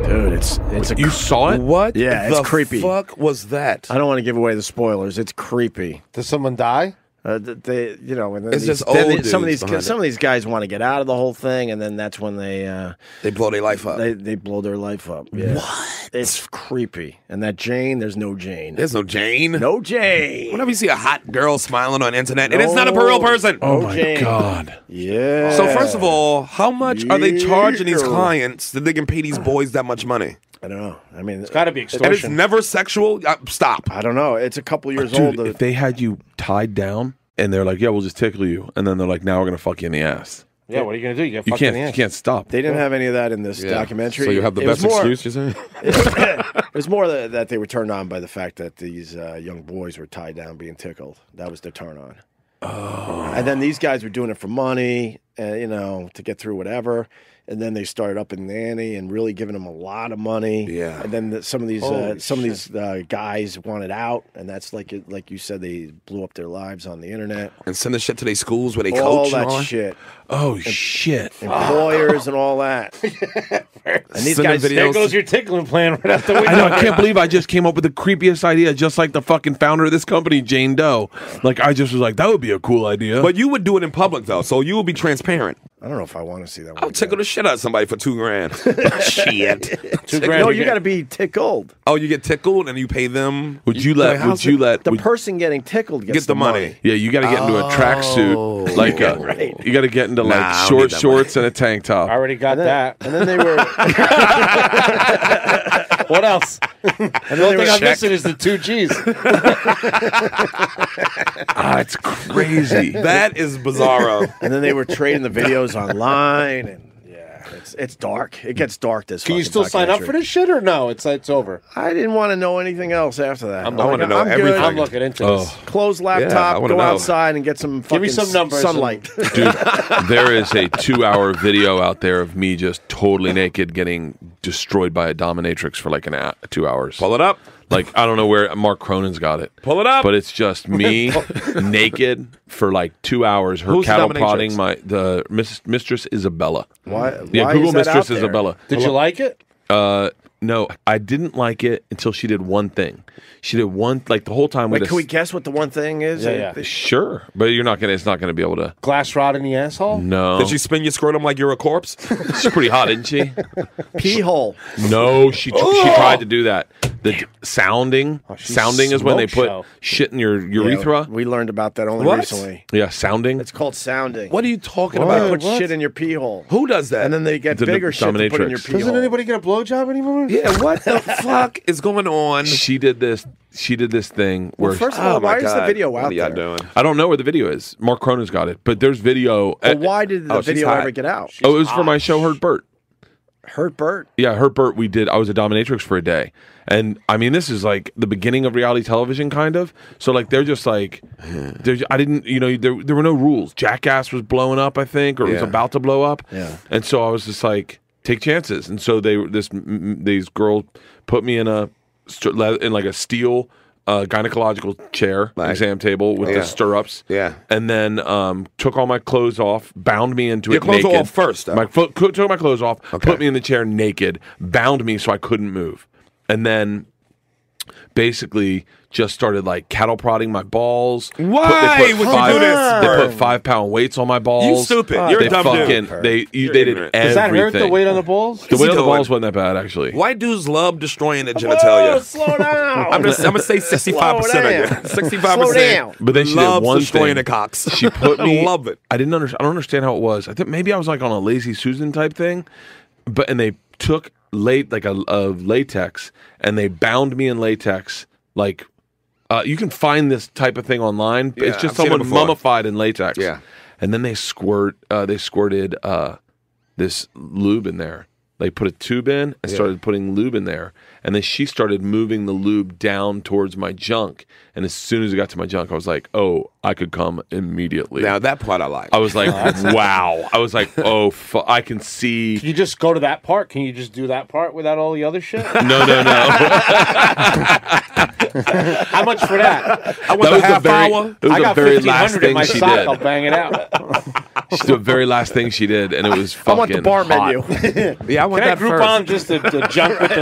[SPEAKER 1] Dude, it's it's a
[SPEAKER 3] you saw it?
[SPEAKER 1] What? Yeah,
[SPEAKER 3] the
[SPEAKER 1] it's creepy.
[SPEAKER 3] fuck
[SPEAKER 1] was that? I don't want to give away the spoilers. It's creepy. Does someone die? Uh, th- they, you know, and then
[SPEAKER 2] It's
[SPEAKER 1] these-
[SPEAKER 2] just
[SPEAKER 1] then
[SPEAKER 2] old
[SPEAKER 1] the- some of
[SPEAKER 2] dudes
[SPEAKER 1] these
[SPEAKER 2] behind
[SPEAKER 1] some of these guys want to get out of the whole thing, and then that's when they uh,
[SPEAKER 2] They blow their life up.
[SPEAKER 1] They they blow their life up. Yeah. What? It's creepy. And that Jane, there's no Jane.
[SPEAKER 2] There's no Jane.
[SPEAKER 1] No Jane.
[SPEAKER 2] Whenever you see a hot girl smiling on internet, and it's not a real
[SPEAKER 1] No.
[SPEAKER 2] person.
[SPEAKER 1] Oh my Jane. God. Yeah.
[SPEAKER 2] So first of all, how much are they charging these
[SPEAKER 1] Yeah.
[SPEAKER 2] clients that they can pay these boys that much money?
[SPEAKER 1] I don't know. I mean, it's
[SPEAKER 2] got to be And it's
[SPEAKER 1] extortion.
[SPEAKER 2] never sexual. Uh, stop.
[SPEAKER 1] I don't know. It's a
[SPEAKER 2] Oh,
[SPEAKER 1] couple years
[SPEAKER 3] Dude,
[SPEAKER 1] old.
[SPEAKER 3] if they had you tied down and they're like, "Yeah, we'll just tickle you," and then they're like, "Now we're gonna fuck you in the ass."
[SPEAKER 1] Yeah, what are you gonna do? You, get
[SPEAKER 3] You
[SPEAKER 1] fucked in
[SPEAKER 3] can't.
[SPEAKER 1] the
[SPEAKER 3] You
[SPEAKER 1] ass.
[SPEAKER 3] can't stop.
[SPEAKER 1] They didn't have any of that in this
[SPEAKER 3] Yeah.
[SPEAKER 1] documentary.
[SPEAKER 3] So you have the
[SPEAKER 1] It was
[SPEAKER 3] best excuse, you're saying?
[SPEAKER 1] *laughs* it was more that, that they were turned on by the fact that these uh, young boys were tied down being tickled. That was their turn on. Oh. And then these guys were doing it for money, uh, you know, to get through whatever. And then they started up in nanny and really giving them a lot of money. Yeah. And then the, some of these uh,
[SPEAKER 2] Holy
[SPEAKER 1] some of these uh, guys wanted out, and that's like it- like you said, they blew up their lives on the internet.
[SPEAKER 2] And send the shit to their schools where they
[SPEAKER 1] all
[SPEAKER 2] coach and
[SPEAKER 1] that
[SPEAKER 2] all
[SPEAKER 1] shit.
[SPEAKER 3] Oh shit!
[SPEAKER 1] Employers and all that.
[SPEAKER 5] *laughs*
[SPEAKER 1] and these
[SPEAKER 3] Send them
[SPEAKER 1] guys,
[SPEAKER 3] videos. There goes
[SPEAKER 1] your tickling plan right out
[SPEAKER 3] I know. I can't believe I just came up with the creepiest idea, just like the fucking founder of this company, Jane Doe. Like I just was like, that would be a cool idea.
[SPEAKER 2] But you would do it in public though, so you will be transparent.
[SPEAKER 1] I don't know if I want to see that.
[SPEAKER 2] I'll tickle the Oh, shit out of somebody for two
[SPEAKER 1] *laughs*
[SPEAKER 2] grand. shit. Tickle-
[SPEAKER 1] No, you got to be tickled.
[SPEAKER 2] Oh, you get tickled and you pay them.
[SPEAKER 3] Would you
[SPEAKER 2] Wait,
[SPEAKER 3] let? Would
[SPEAKER 2] how's
[SPEAKER 3] you
[SPEAKER 2] it-
[SPEAKER 3] let?
[SPEAKER 1] The
[SPEAKER 3] would-
[SPEAKER 1] person getting tickled gets
[SPEAKER 2] Get the money.
[SPEAKER 3] Yeah, you got to get into a
[SPEAKER 1] Oh.
[SPEAKER 3] tracksuit, like
[SPEAKER 1] *laughs*
[SPEAKER 3] a, you got to get into
[SPEAKER 2] Nah, I
[SPEAKER 3] like
[SPEAKER 2] don't
[SPEAKER 3] short
[SPEAKER 2] need that
[SPEAKER 3] shorts and a tank top.
[SPEAKER 1] already got that. And then they
[SPEAKER 5] *laughs*
[SPEAKER 1] were. what else? *laughs* And
[SPEAKER 5] The only thing I'm
[SPEAKER 1] check.
[SPEAKER 5] missing is the
[SPEAKER 1] *laughs*
[SPEAKER 5] two G's. *laughs*
[SPEAKER 3] ah, it's
[SPEAKER 1] *laughs*
[SPEAKER 3] crazy.
[SPEAKER 2] That is bizarro.
[SPEAKER 1] and then they were trading the videos online, and yeah, it's it's dark. It gets dark this.
[SPEAKER 5] Can you
[SPEAKER 1] fucking
[SPEAKER 5] still sign up for
[SPEAKER 1] documentary.
[SPEAKER 5] this shit or no? It's it's over.
[SPEAKER 1] I didn't want to know anything else after that.
[SPEAKER 5] I'm
[SPEAKER 1] I'm
[SPEAKER 5] not- I
[SPEAKER 1] like,
[SPEAKER 5] wanna know
[SPEAKER 1] I'm good.
[SPEAKER 5] everything. I'm looking into this. Oh.
[SPEAKER 1] Close
[SPEAKER 5] Yeah, I
[SPEAKER 1] laptop.
[SPEAKER 3] wanna
[SPEAKER 1] go
[SPEAKER 3] know.
[SPEAKER 1] outside and get some.
[SPEAKER 5] Give me
[SPEAKER 1] fucking
[SPEAKER 5] some numbers and-
[SPEAKER 1] Sunlight.
[SPEAKER 3] there is a two-hour video out there of me just totally naked getting destroyed by a dominatrix for like an hour, two hours. Pull
[SPEAKER 2] it up.
[SPEAKER 3] Like I don't know where Mark Cronin's got it.
[SPEAKER 2] Pull it up.
[SPEAKER 3] But it's just
[SPEAKER 2] *laughs*
[SPEAKER 3] me naked for like two hours. Her
[SPEAKER 2] Who's the
[SPEAKER 3] cattle
[SPEAKER 2] dominatrix?
[SPEAKER 3] prodding my the miss, Mistress Isabella.
[SPEAKER 5] Why-
[SPEAKER 3] Yeah,
[SPEAKER 5] why
[SPEAKER 3] Google
[SPEAKER 5] is that out
[SPEAKER 3] Mistress
[SPEAKER 5] there?
[SPEAKER 3] Isabella.
[SPEAKER 5] Did you like it?
[SPEAKER 3] Uh, no, I didn't like it until she did one thing. She did one like the whole time.
[SPEAKER 1] Wait,
[SPEAKER 3] had a
[SPEAKER 1] can we
[SPEAKER 3] s-
[SPEAKER 1] guess what the one thing is?
[SPEAKER 5] Yeah,
[SPEAKER 3] Sure, but you're not gonna. It's not gonna be able to.
[SPEAKER 5] Glass rod in the asshole.
[SPEAKER 3] No,
[SPEAKER 2] Did she spin your scrotum like you're a
[SPEAKER 3] *laughs*
[SPEAKER 2] corpse?
[SPEAKER 3] she's pretty hot, isn't she?
[SPEAKER 1] Pee hole.
[SPEAKER 3] No, she she tried to do that. The d- sounding, sounding is when they put
[SPEAKER 1] Oh, smoked show.
[SPEAKER 3] shit in your
[SPEAKER 1] *laughs*
[SPEAKER 3] urethra.
[SPEAKER 1] we learned about that only
[SPEAKER 3] What?
[SPEAKER 1] recently.
[SPEAKER 3] Yeah, sounding.
[SPEAKER 1] It's called sounding.
[SPEAKER 3] What are you talking
[SPEAKER 1] They
[SPEAKER 3] about?
[SPEAKER 1] put
[SPEAKER 3] What?
[SPEAKER 1] shit in your pee hole.
[SPEAKER 2] Who does that?
[SPEAKER 1] And then they get
[SPEAKER 3] The
[SPEAKER 1] bigger shit to put in your
[SPEAKER 3] dominatrix.
[SPEAKER 1] pee
[SPEAKER 2] Doesn't
[SPEAKER 1] hole.
[SPEAKER 2] anybody
[SPEAKER 1] get a blowjob anymore?
[SPEAKER 2] Yeah, what the
[SPEAKER 1] *laughs*
[SPEAKER 2] fuck is going on?
[SPEAKER 3] She did this. She did this thing where.
[SPEAKER 2] Well, first of all,
[SPEAKER 3] Oh my
[SPEAKER 2] why is the
[SPEAKER 3] God.
[SPEAKER 2] video
[SPEAKER 3] What
[SPEAKER 2] out
[SPEAKER 3] are y'all
[SPEAKER 2] there?
[SPEAKER 3] doing? I don't know where the video is. Mark Cronin's got it, but there's video.
[SPEAKER 1] But
[SPEAKER 3] Uh,
[SPEAKER 1] why did the
[SPEAKER 3] oh, she's
[SPEAKER 1] video
[SPEAKER 3] hot.
[SPEAKER 1] ever get out?
[SPEAKER 3] oh, it was for my show, Hurt Burt.
[SPEAKER 1] Hurt Bert.
[SPEAKER 3] Yeah, Hurt Burt. We did. I was a dominatrix for a day, and I mean, this is like the beginning of reality television, kind of. So like, they're just like, there's. I didn't, you know, there there were no rules. Jackass was blowing up, I think, or it was
[SPEAKER 2] Yeah.
[SPEAKER 3] about to blow up.
[SPEAKER 2] Yeah.
[SPEAKER 3] And so I was just like, take chances. And so they this m- these girls put me in a st- le- in like a steel uh, gynecological chair exam table with
[SPEAKER 2] Yeah.
[SPEAKER 3] the stirrups.
[SPEAKER 2] Yeah.
[SPEAKER 3] And then um, took all my clothes off, bound me into
[SPEAKER 2] Your
[SPEAKER 3] it.
[SPEAKER 2] clothes were
[SPEAKER 3] naked.
[SPEAKER 2] off first, though.
[SPEAKER 3] My fo- co- took my clothes off, put me in the chair naked, bound me so I couldn't move, and then basically just started like cattle prodding my balls. Put- they
[SPEAKER 2] Why
[SPEAKER 3] put
[SPEAKER 2] would you do
[SPEAKER 3] five-
[SPEAKER 2] this,
[SPEAKER 3] They
[SPEAKER 2] Bert?
[SPEAKER 3] put five pound weights on my balls.
[SPEAKER 2] stupid. You're a
[SPEAKER 3] they
[SPEAKER 2] dumb dude,
[SPEAKER 3] fucking,
[SPEAKER 2] Bert.
[SPEAKER 3] They you,
[SPEAKER 2] You're
[SPEAKER 3] they did
[SPEAKER 2] ignorant.
[SPEAKER 3] everything.
[SPEAKER 2] Does that hurt the weight on the
[SPEAKER 3] balls? The
[SPEAKER 2] What's he
[SPEAKER 3] weight on the
[SPEAKER 2] doing?
[SPEAKER 3] balls wasn't that bad
[SPEAKER 2] *laughs*
[SPEAKER 3] actually.
[SPEAKER 2] Why dudes love destroying the genitalia?
[SPEAKER 1] slow down.
[SPEAKER 2] I'm gonna, I'm gonna say 65 percent of
[SPEAKER 1] down.
[SPEAKER 2] you. 65
[SPEAKER 1] Slow down.
[SPEAKER 2] percent.
[SPEAKER 3] But then she
[SPEAKER 2] loves
[SPEAKER 3] did one
[SPEAKER 2] destroying
[SPEAKER 3] thing.
[SPEAKER 2] the cocks.
[SPEAKER 3] *laughs* She put me.
[SPEAKER 2] *laughs* love it.
[SPEAKER 3] I didn't understand. I don't understand how it was. I think maybe I was like on a lazy Susan type thing, but and they took late like a of latex and they bound me in latex. Like uh, you can find this type of thing online. but it's
[SPEAKER 2] Yeah,
[SPEAKER 3] just
[SPEAKER 2] I've seen it
[SPEAKER 3] someone
[SPEAKER 2] before.
[SPEAKER 3] mummified in latex.
[SPEAKER 2] Yeah.
[SPEAKER 3] and then they squirt. Uh, they squirted uh, this lube in there. They put a tube in and
[SPEAKER 2] Yeah.
[SPEAKER 3] started putting lube in there. And then she started moving the lube down towards my junk. And as soon as it got to my junk, I was like, oh, I could come immediately.
[SPEAKER 2] Now that part I like.
[SPEAKER 3] I was like,
[SPEAKER 2] *laughs* That's-
[SPEAKER 3] wow. I was like, oh, fu- I can
[SPEAKER 2] *laughs*
[SPEAKER 3] see.
[SPEAKER 5] You just go to that part. Can you just do that part without all the other shit?
[SPEAKER 3] *laughs* No, no, no.
[SPEAKER 5] *laughs* How much for that?
[SPEAKER 3] I want That the was the half very- hour. that was
[SPEAKER 5] I
[SPEAKER 3] the
[SPEAKER 5] got
[SPEAKER 3] very
[SPEAKER 5] fifteen
[SPEAKER 3] last
[SPEAKER 5] hundred in
[SPEAKER 3] thing
[SPEAKER 5] my
[SPEAKER 3] she
[SPEAKER 5] sock.
[SPEAKER 3] did.
[SPEAKER 5] I'll bang it out.
[SPEAKER 3] She's the very last thing she did. And it was fucking. *laughs* hot.
[SPEAKER 2] yeah, I want
[SPEAKER 5] Can
[SPEAKER 2] that
[SPEAKER 5] I Groupon
[SPEAKER 2] first.
[SPEAKER 5] just the, the junk with the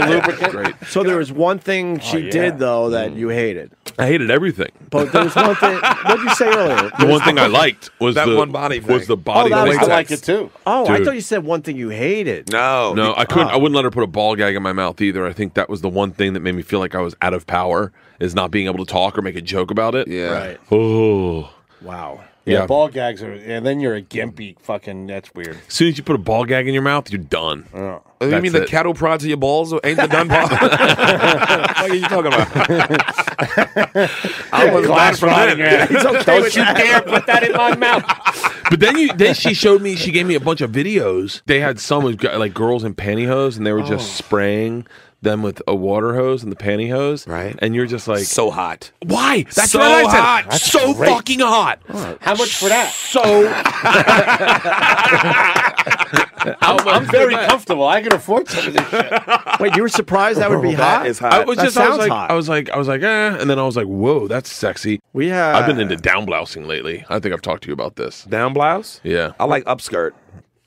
[SPEAKER 3] *laughs*
[SPEAKER 5] lubricant?
[SPEAKER 3] Great.
[SPEAKER 1] So there was one thing she
[SPEAKER 5] yeah.
[SPEAKER 1] did though that you hated.
[SPEAKER 3] I hated everything.
[SPEAKER 1] But there was one thing.
[SPEAKER 3] *laughs*
[SPEAKER 1] what did you say earlier?
[SPEAKER 3] The one thing I liked was
[SPEAKER 2] That
[SPEAKER 3] the
[SPEAKER 2] one body thing.
[SPEAKER 3] was the body.
[SPEAKER 1] Oh, that was-
[SPEAKER 3] latex.
[SPEAKER 1] I like it
[SPEAKER 5] too.
[SPEAKER 1] Oh, I
[SPEAKER 3] Dude.
[SPEAKER 1] thought you said one thing
[SPEAKER 3] *laughs*
[SPEAKER 1] you hated.
[SPEAKER 2] No,
[SPEAKER 3] No, I couldn't. I wouldn't let her put a ball gag in my mouth either. I think that was the one thing that made me feel like I was out of power is not being able to talk or make a joke about it.
[SPEAKER 2] Yeah.
[SPEAKER 5] Right.
[SPEAKER 3] Oh.
[SPEAKER 5] Wow. Yeah,
[SPEAKER 3] Yeah.
[SPEAKER 5] ball gags are, and then you're a gimpy fucking. That's weird.
[SPEAKER 3] As soon as you put a ball gag in your mouth, you're done.
[SPEAKER 2] Oh. You
[SPEAKER 3] That's
[SPEAKER 2] mean the
[SPEAKER 3] it. *laughs*
[SPEAKER 2] cattle prod to your balls ain't the done part? *laughs* what are you talking about? I was glad
[SPEAKER 5] Glass
[SPEAKER 2] from
[SPEAKER 5] rod
[SPEAKER 2] that.
[SPEAKER 5] in your ass.
[SPEAKER 2] Don't
[SPEAKER 5] with
[SPEAKER 2] you
[SPEAKER 5] that.
[SPEAKER 2] dare
[SPEAKER 5] put that
[SPEAKER 2] *laughs*
[SPEAKER 5] in my mouth.
[SPEAKER 3] But then you then she showed me she gave me a bunch of videos. They had some with, like girls in pantyhose and they
[SPEAKER 5] Oh.
[SPEAKER 3] were just spraying them with a water hose and the pantyhose. Right. And you're just like
[SPEAKER 2] So hot.
[SPEAKER 3] Why? That's
[SPEAKER 2] So
[SPEAKER 3] what I said.
[SPEAKER 2] hot. That's
[SPEAKER 3] so
[SPEAKER 2] great.
[SPEAKER 3] fucking hot.
[SPEAKER 5] How much for that?
[SPEAKER 3] So
[SPEAKER 5] *laughs* I'm very comfortable. I can afford some of this shit.
[SPEAKER 1] Wait, you were surprised that would be hot?
[SPEAKER 3] I was
[SPEAKER 1] That
[SPEAKER 3] just I was
[SPEAKER 1] sounds
[SPEAKER 3] like
[SPEAKER 1] hot.
[SPEAKER 3] I was like I was like eh and then I was like whoa that's sexy.
[SPEAKER 1] We have
[SPEAKER 3] I've been into down blousing lately. I think I've talked to you about this.
[SPEAKER 2] Down blouse?
[SPEAKER 3] Yeah.
[SPEAKER 2] I like upskirt.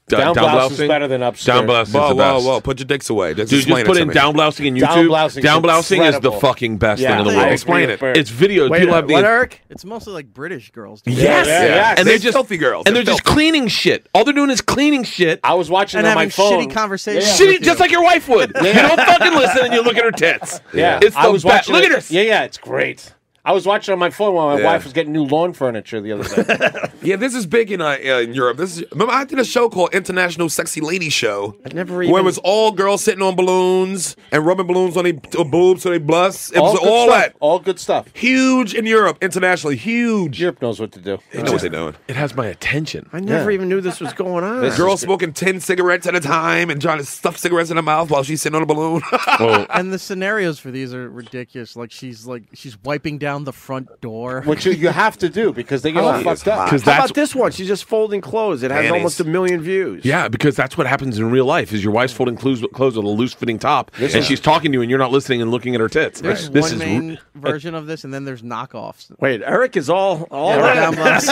[SPEAKER 3] D-
[SPEAKER 5] Down blouse is
[SPEAKER 3] blousing?
[SPEAKER 5] better than upskirt.
[SPEAKER 3] Down blousing
[SPEAKER 2] Whoa,
[SPEAKER 3] is the
[SPEAKER 2] whoa,
[SPEAKER 3] best.
[SPEAKER 2] whoa! Put your dicks away. Just
[SPEAKER 3] Dude,
[SPEAKER 2] explain
[SPEAKER 3] just put
[SPEAKER 2] it to
[SPEAKER 3] in
[SPEAKER 2] me.
[SPEAKER 3] down blousing in YouTube.
[SPEAKER 5] Down blousing's
[SPEAKER 3] Down blousing is the
[SPEAKER 5] incredible.
[SPEAKER 3] fucking best
[SPEAKER 5] Yeah,
[SPEAKER 3] thing in the
[SPEAKER 5] I
[SPEAKER 3] world.
[SPEAKER 5] agree Explain with it. Bert.
[SPEAKER 3] It's videos.
[SPEAKER 5] Wait,
[SPEAKER 3] People have these.
[SPEAKER 11] what,
[SPEAKER 1] Eric?
[SPEAKER 11] It's mostly like British girls.
[SPEAKER 3] Yes.
[SPEAKER 5] Yeah, yeah.
[SPEAKER 3] And they're
[SPEAKER 5] They're
[SPEAKER 3] just
[SPEAKER 2] filthy girls.
[SPEAKER 3] And they're
[SPEAKER 2] They're
[SPEAKER 3] just cleaning shit. All they're doing is cleaning shit.
[SPEAKER 5] I was watching
[SPEAKER 11] And
[SPEAKER 5] on my
[SPEAKER 11] having
[SPEAKER 5] phone. *laughs*
[SPEAKER 11] shitty conversations.
[SPEAKER 5] Yeah.
[SPEAKER 3] Shitty, just like your wife would. You don't fucking listen and you look at her tits.
[SPEAKER 5] Yeah,
[SPEAKER 3] It's the
[SPEAKER 5] I was
[SPEAKER 3] best.
[SPEAKER 5] watching.
[SPEAKER 3] Look at
[SPEAKER 5] it-
[SPEAKER 3] her.
[SPEAKER 5] Yeah, yeah, it's great. I was watching on my phone while Oh, my
[SPEAKER 2] Yeah.
[SPEAKER 5] wife was getting new lawn furniture the other day.
[SPEAKER 3] *laughs*
[SPEAKER 2] Yeah, this is big in, uh, uh, in Europe. This is remember I did a show called International Sexy Lady Show. I
[SPEAKER 1] never
[SPEAKER 2] where
[SPEAKER 1] even-
[SPEAKER 2] it was all girls sitting on balloons and rubbing balloons on their uh, boobs so they blust. It was
[SPEAKER 5] good
[SPEAKER 2] all
[SPEAKER 5] stuff,
[SPEAKER 2] that
[SPEAKER 5] All good stuff.
[SPEAKER 2] huge in Europe internationally. Huge.
[SPEAKER 5] Europe knows what to do.
[SPEAKER 2] They know what they're doing.
[SPEAKER 3] uh, It has my attention.
[SPEAKER 1] I never even knew this
[SPEAKER 3] *laughs*
[SPEAKER 1] was going on.
[SPEAKER 2] Girls *laughs* smoking ten cigarettes at a time and trying to stuff cigarettes in her mouth while she's sitting on a balloon. *laughs*
[SPEAKER 3] Oh.
[SPEAKER 11] And the scenarios for these are ridiculous. Like she's like she's wiping down the front door.
[SPEAKER 5] Which you, you have to do because they get all
[SPEAKER 11] How
[SPEAKER 5] fucked up.
[SPEAKER 3] Because
[SPEAKER 1] How
[SPEAKER 3] that's
[SPEAKER 1] about this one? She's just folding clothes. It has
[SPEAKER 3] Panties.
[SPEAKER 1] almost a million views.
[SPEAKER 3] Yeah, because that's what happens in real life. Is your wife's folding clothes, clothes with a loose fitting top,
[SPEAKER 5] This
[SPEAKER 3] and
[SPEAKER 5] is-
[SPEAKER 3] she's talking to you, and you're not listening and looking at her tits.
[SPEAKER 11] *laughs* There's
[SPEAKER 3] This
[SPEAKER 11] one
[SPEAKER 3] is
[SPEAKER 11] main version of this, and then there's knockoffs.
[SPEAKER 1] Wait, Eric is all all
[SPEAKER 11] Yeah,
[SPEAKER 1] right.
[SPEAKER 11] down blouse.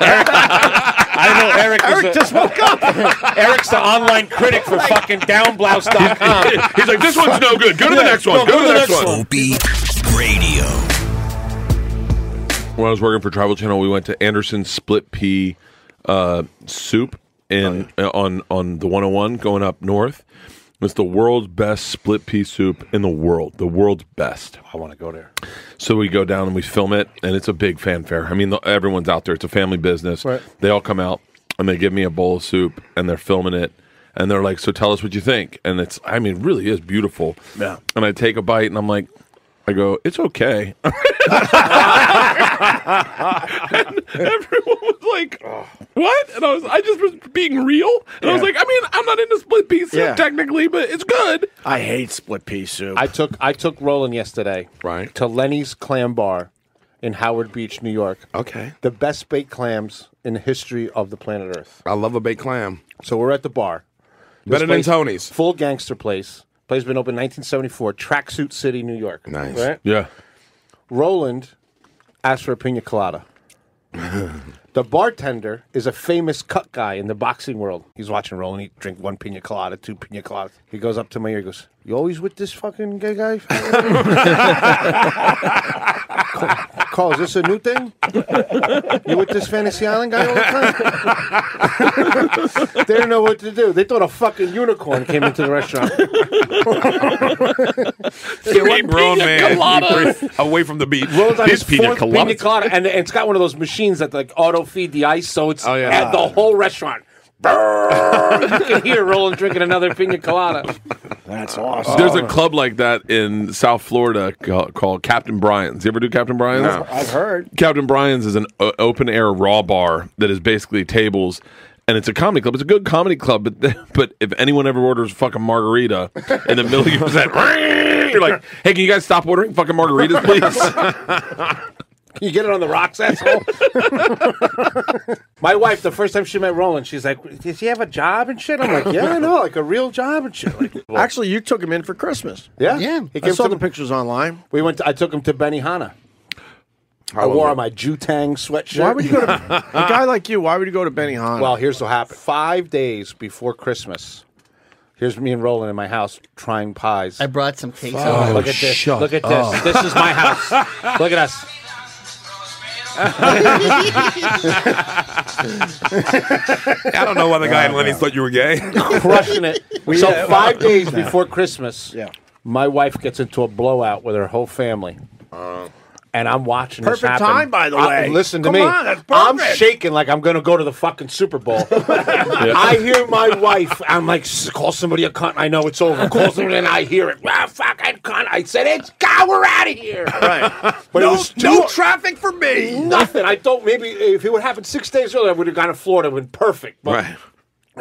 [SPEAKER 5] I know Eric. is
[SPEAKER 1] Eric
[SPEAKER 5] a-
[SPEAKER 1] just woke up.
[SPEAKER 5] *laughs* Eric's the online critic for fucking downblouse.com.
[SPEAKER 3] *laughs* he's like, this one's no good. Go to the next one. Go to the next one.
[SPEAKER 12] Radio.
[SPEAKER 3] When I was working for Travel Channel, we went to Anderson's Split Pea uh, Soup in uh, on on the 101 going oh up north, It's the world's best split pea soup in the world. The world's best.
[SPEAKER 2] I want to go there.
[SPEAKER 3] So we go down and we film it, and it's a big fanfare. I mean, the, everyone's out there. It's a family business.
[SPEAKER 2] Right.
[SPEAKER 3] They all come out and they give me a bowl of soup, and they're filming it, and they're like, "So tell us what you think." And it's, I mean, it really is beautiful.
[SPEAKER 2] Yeah.
[SPEAKER 3] And I take a bite, and I'm like, I go, "It's okay." *laughs*
[SPEAKER 2] and everyone was like, "What?" And I was, I just was being real, and I was
[SPEAKER 3] Yeah.
[SPEAKER 2] like, "I mean, I'm not into split pea soup
[SPEAKER 3] Yeah.
[SPEAKER 2] technically, but it's good."
[SPEAKER 1] I hate split pea soup.
[SPEAKER 5] I took I took Roland yesterday.
[SPEAKER 2] Right.
[SPEAKER 5] To Lenny's Clam Bar in Howard Beach, New York.
[SPEAKER 2] Okay.
[SPEAKER 5] The best baked clams in the history of the planet Earth.
[SPEAKER 2] I love a baked clam.
[SPEAKER 5] So we're at the bar.
[SPEAKER 2] Better than
[SPEAKER 5] place-
[SPEAKER 2] Tony's.
[SPEAKER 5] Full gangster place. Place been open 1974, Tracksuit City, New York.
[SPEAKER 2] Nice.
[SPEAKER 5] Right?
[SPEAKER 3] Yeah.
[SPEAKER 5] Roland asked for a pina colada. the bartender is a famous cut guy in the boxing world. He's watching Roland eat, drink one pina colada, two pina coladas. He goes up to my ear, he goes, "You always with this fucking gay guy?" *laughs* Ca- Carl, is this a new thing? You with this Fantasy Island guy all the time? *laughs* they didn't know what to do. They thought a fucking unicorn came into the restaurant.
[SPEAKER 2] Three grown
[SPEAKER 5] pina
[SPEAKER 2] man
[SPEAKER 5] coladas.
[SPEAKER 2] Three- away from the beach.
[SPEAKER 5] Rolls on
[SPEAKER 2] His
[SPEAKER 5] his
[SPEAKER 2] pina
[SPEAKER 5] fourth
[SPEAKER 2] colada.
[SPEAKER 5] pina colada, and it's got one of those machines that like auto feed the ice, so it's
[SPEAKER 2] yeah.
[SPEAKER 5] at the whole restaurant. Brrr. you can hear Roland drinking another pina colada.
[SPEAKER 1] That's
[SPEAKER 3] There's a club like that in South Florida ca- called Captain Brian's. You ever do Captain Brian's?
[SPEAKER 1] I've heard.
[SPEAKER 3] Captain Brian's is an o- open air raw bar that is basically tables, and it's a comedy club. It's a good comedy club, but *laughs* but if anyone ever orders a fucking margarita in the middle of your set, *laughs* you're like, hey, can you guys stop ordering fucking margaritas,
[SPEAKER 5] *laughs*
[SPEAKER 3] please?
[SPEAKER 5] You get it on the rocks, asshole. *laughs* My wife, the first time she met Roland, she's like, "Does he have a job and shit?" I'm like, "Yeah, I know, like a real job and *laughs* shit." Like,
[SPEAKER 1] Actually, you took him in for Christmas.
[SPEAKER 5] Yeah,
[SPEAKER 1] Yeah.
[SPEAKER 5] He
[SPEAKER 1] I
[SPEAKER 5] came
[SPEAKER 1] saw
[SPEAKER 5] to-
[SPEAKER 1] the pictures online.
[SPEAKER 5] we went. To, I took him to Benihana. I
[SPEAKER 1] was
[SPEAKER 5] wore
[SPEAKER 1] it?
[SPEAKER 5] my Jutang sweatshirt.
[SPEAKER 1] Why would you go
[SPEAKER 5] *laughs*
[SPEAKER 1] *laughs* to a guy like you? Why would you go to Benihana?
[SPEAKER 5] Well, here's what happened. Five days before Christmas, here's me and Roland in my house trying pies. I
[SPEAKER 23] brought some cakes.
[SPEAKER 5] Oh, look at this.
[SPEAKER 23] shut
[SPEAKER 5] look at this.
[SPEAKER 23] up.
[SPEAKER 5] This is my house. look at us. *laughs*
[SPEAKER 2] I don't know why the guy in Lenny's thought you were gay.
[SPEAKER 5] Oh, Crushing it.
[SPEAKER 2] *laughs* We-
[SPEAKER 5] so
[SPEAKER 2] yeah.
[SPEAKER 5] five days
[SPEAKER 2] Yeah.
[SPEAKER 5] before Christmas,
[SPEAKER 2] Yeah.
[SPEAKER 5] my wife gets into a blowout with her whole family. and I'm watching this
[SPEAKER 1] Perfect
[SPEAKER 5] happen.
[SPEAKER 1] time, by the
[SPEAKER 5] I-
[SPEAKER 1] way.
[SPEAKER 5] listen to
[SPEAKER 1] Come
[SPEAKER 5] me.
[SPEAKER 1] on, that's
[SPEAKER 5] I'm
[SPEAKER 1] perfect.
[SPEAKER 5] shaking like I'm going to go to the fucking Super Bowl. I hear my wife. I'm like, "S- call somebody a cunt. I know it's over. Call somebody, and I hear it. Ah, fucking cunt. I said, it's *laughs* God, we're out
[SPEAKER 26] *laughs*
[SPEAKER 5] of here. Right. But it was too,
[SPEAKER 2] no traffic for me.
[SPEAKER 5] Nothing. I thought maybe if it would happen six days earlier, I would have gone to Florida. It would been perfect. But
[SPEAKER 2] Right.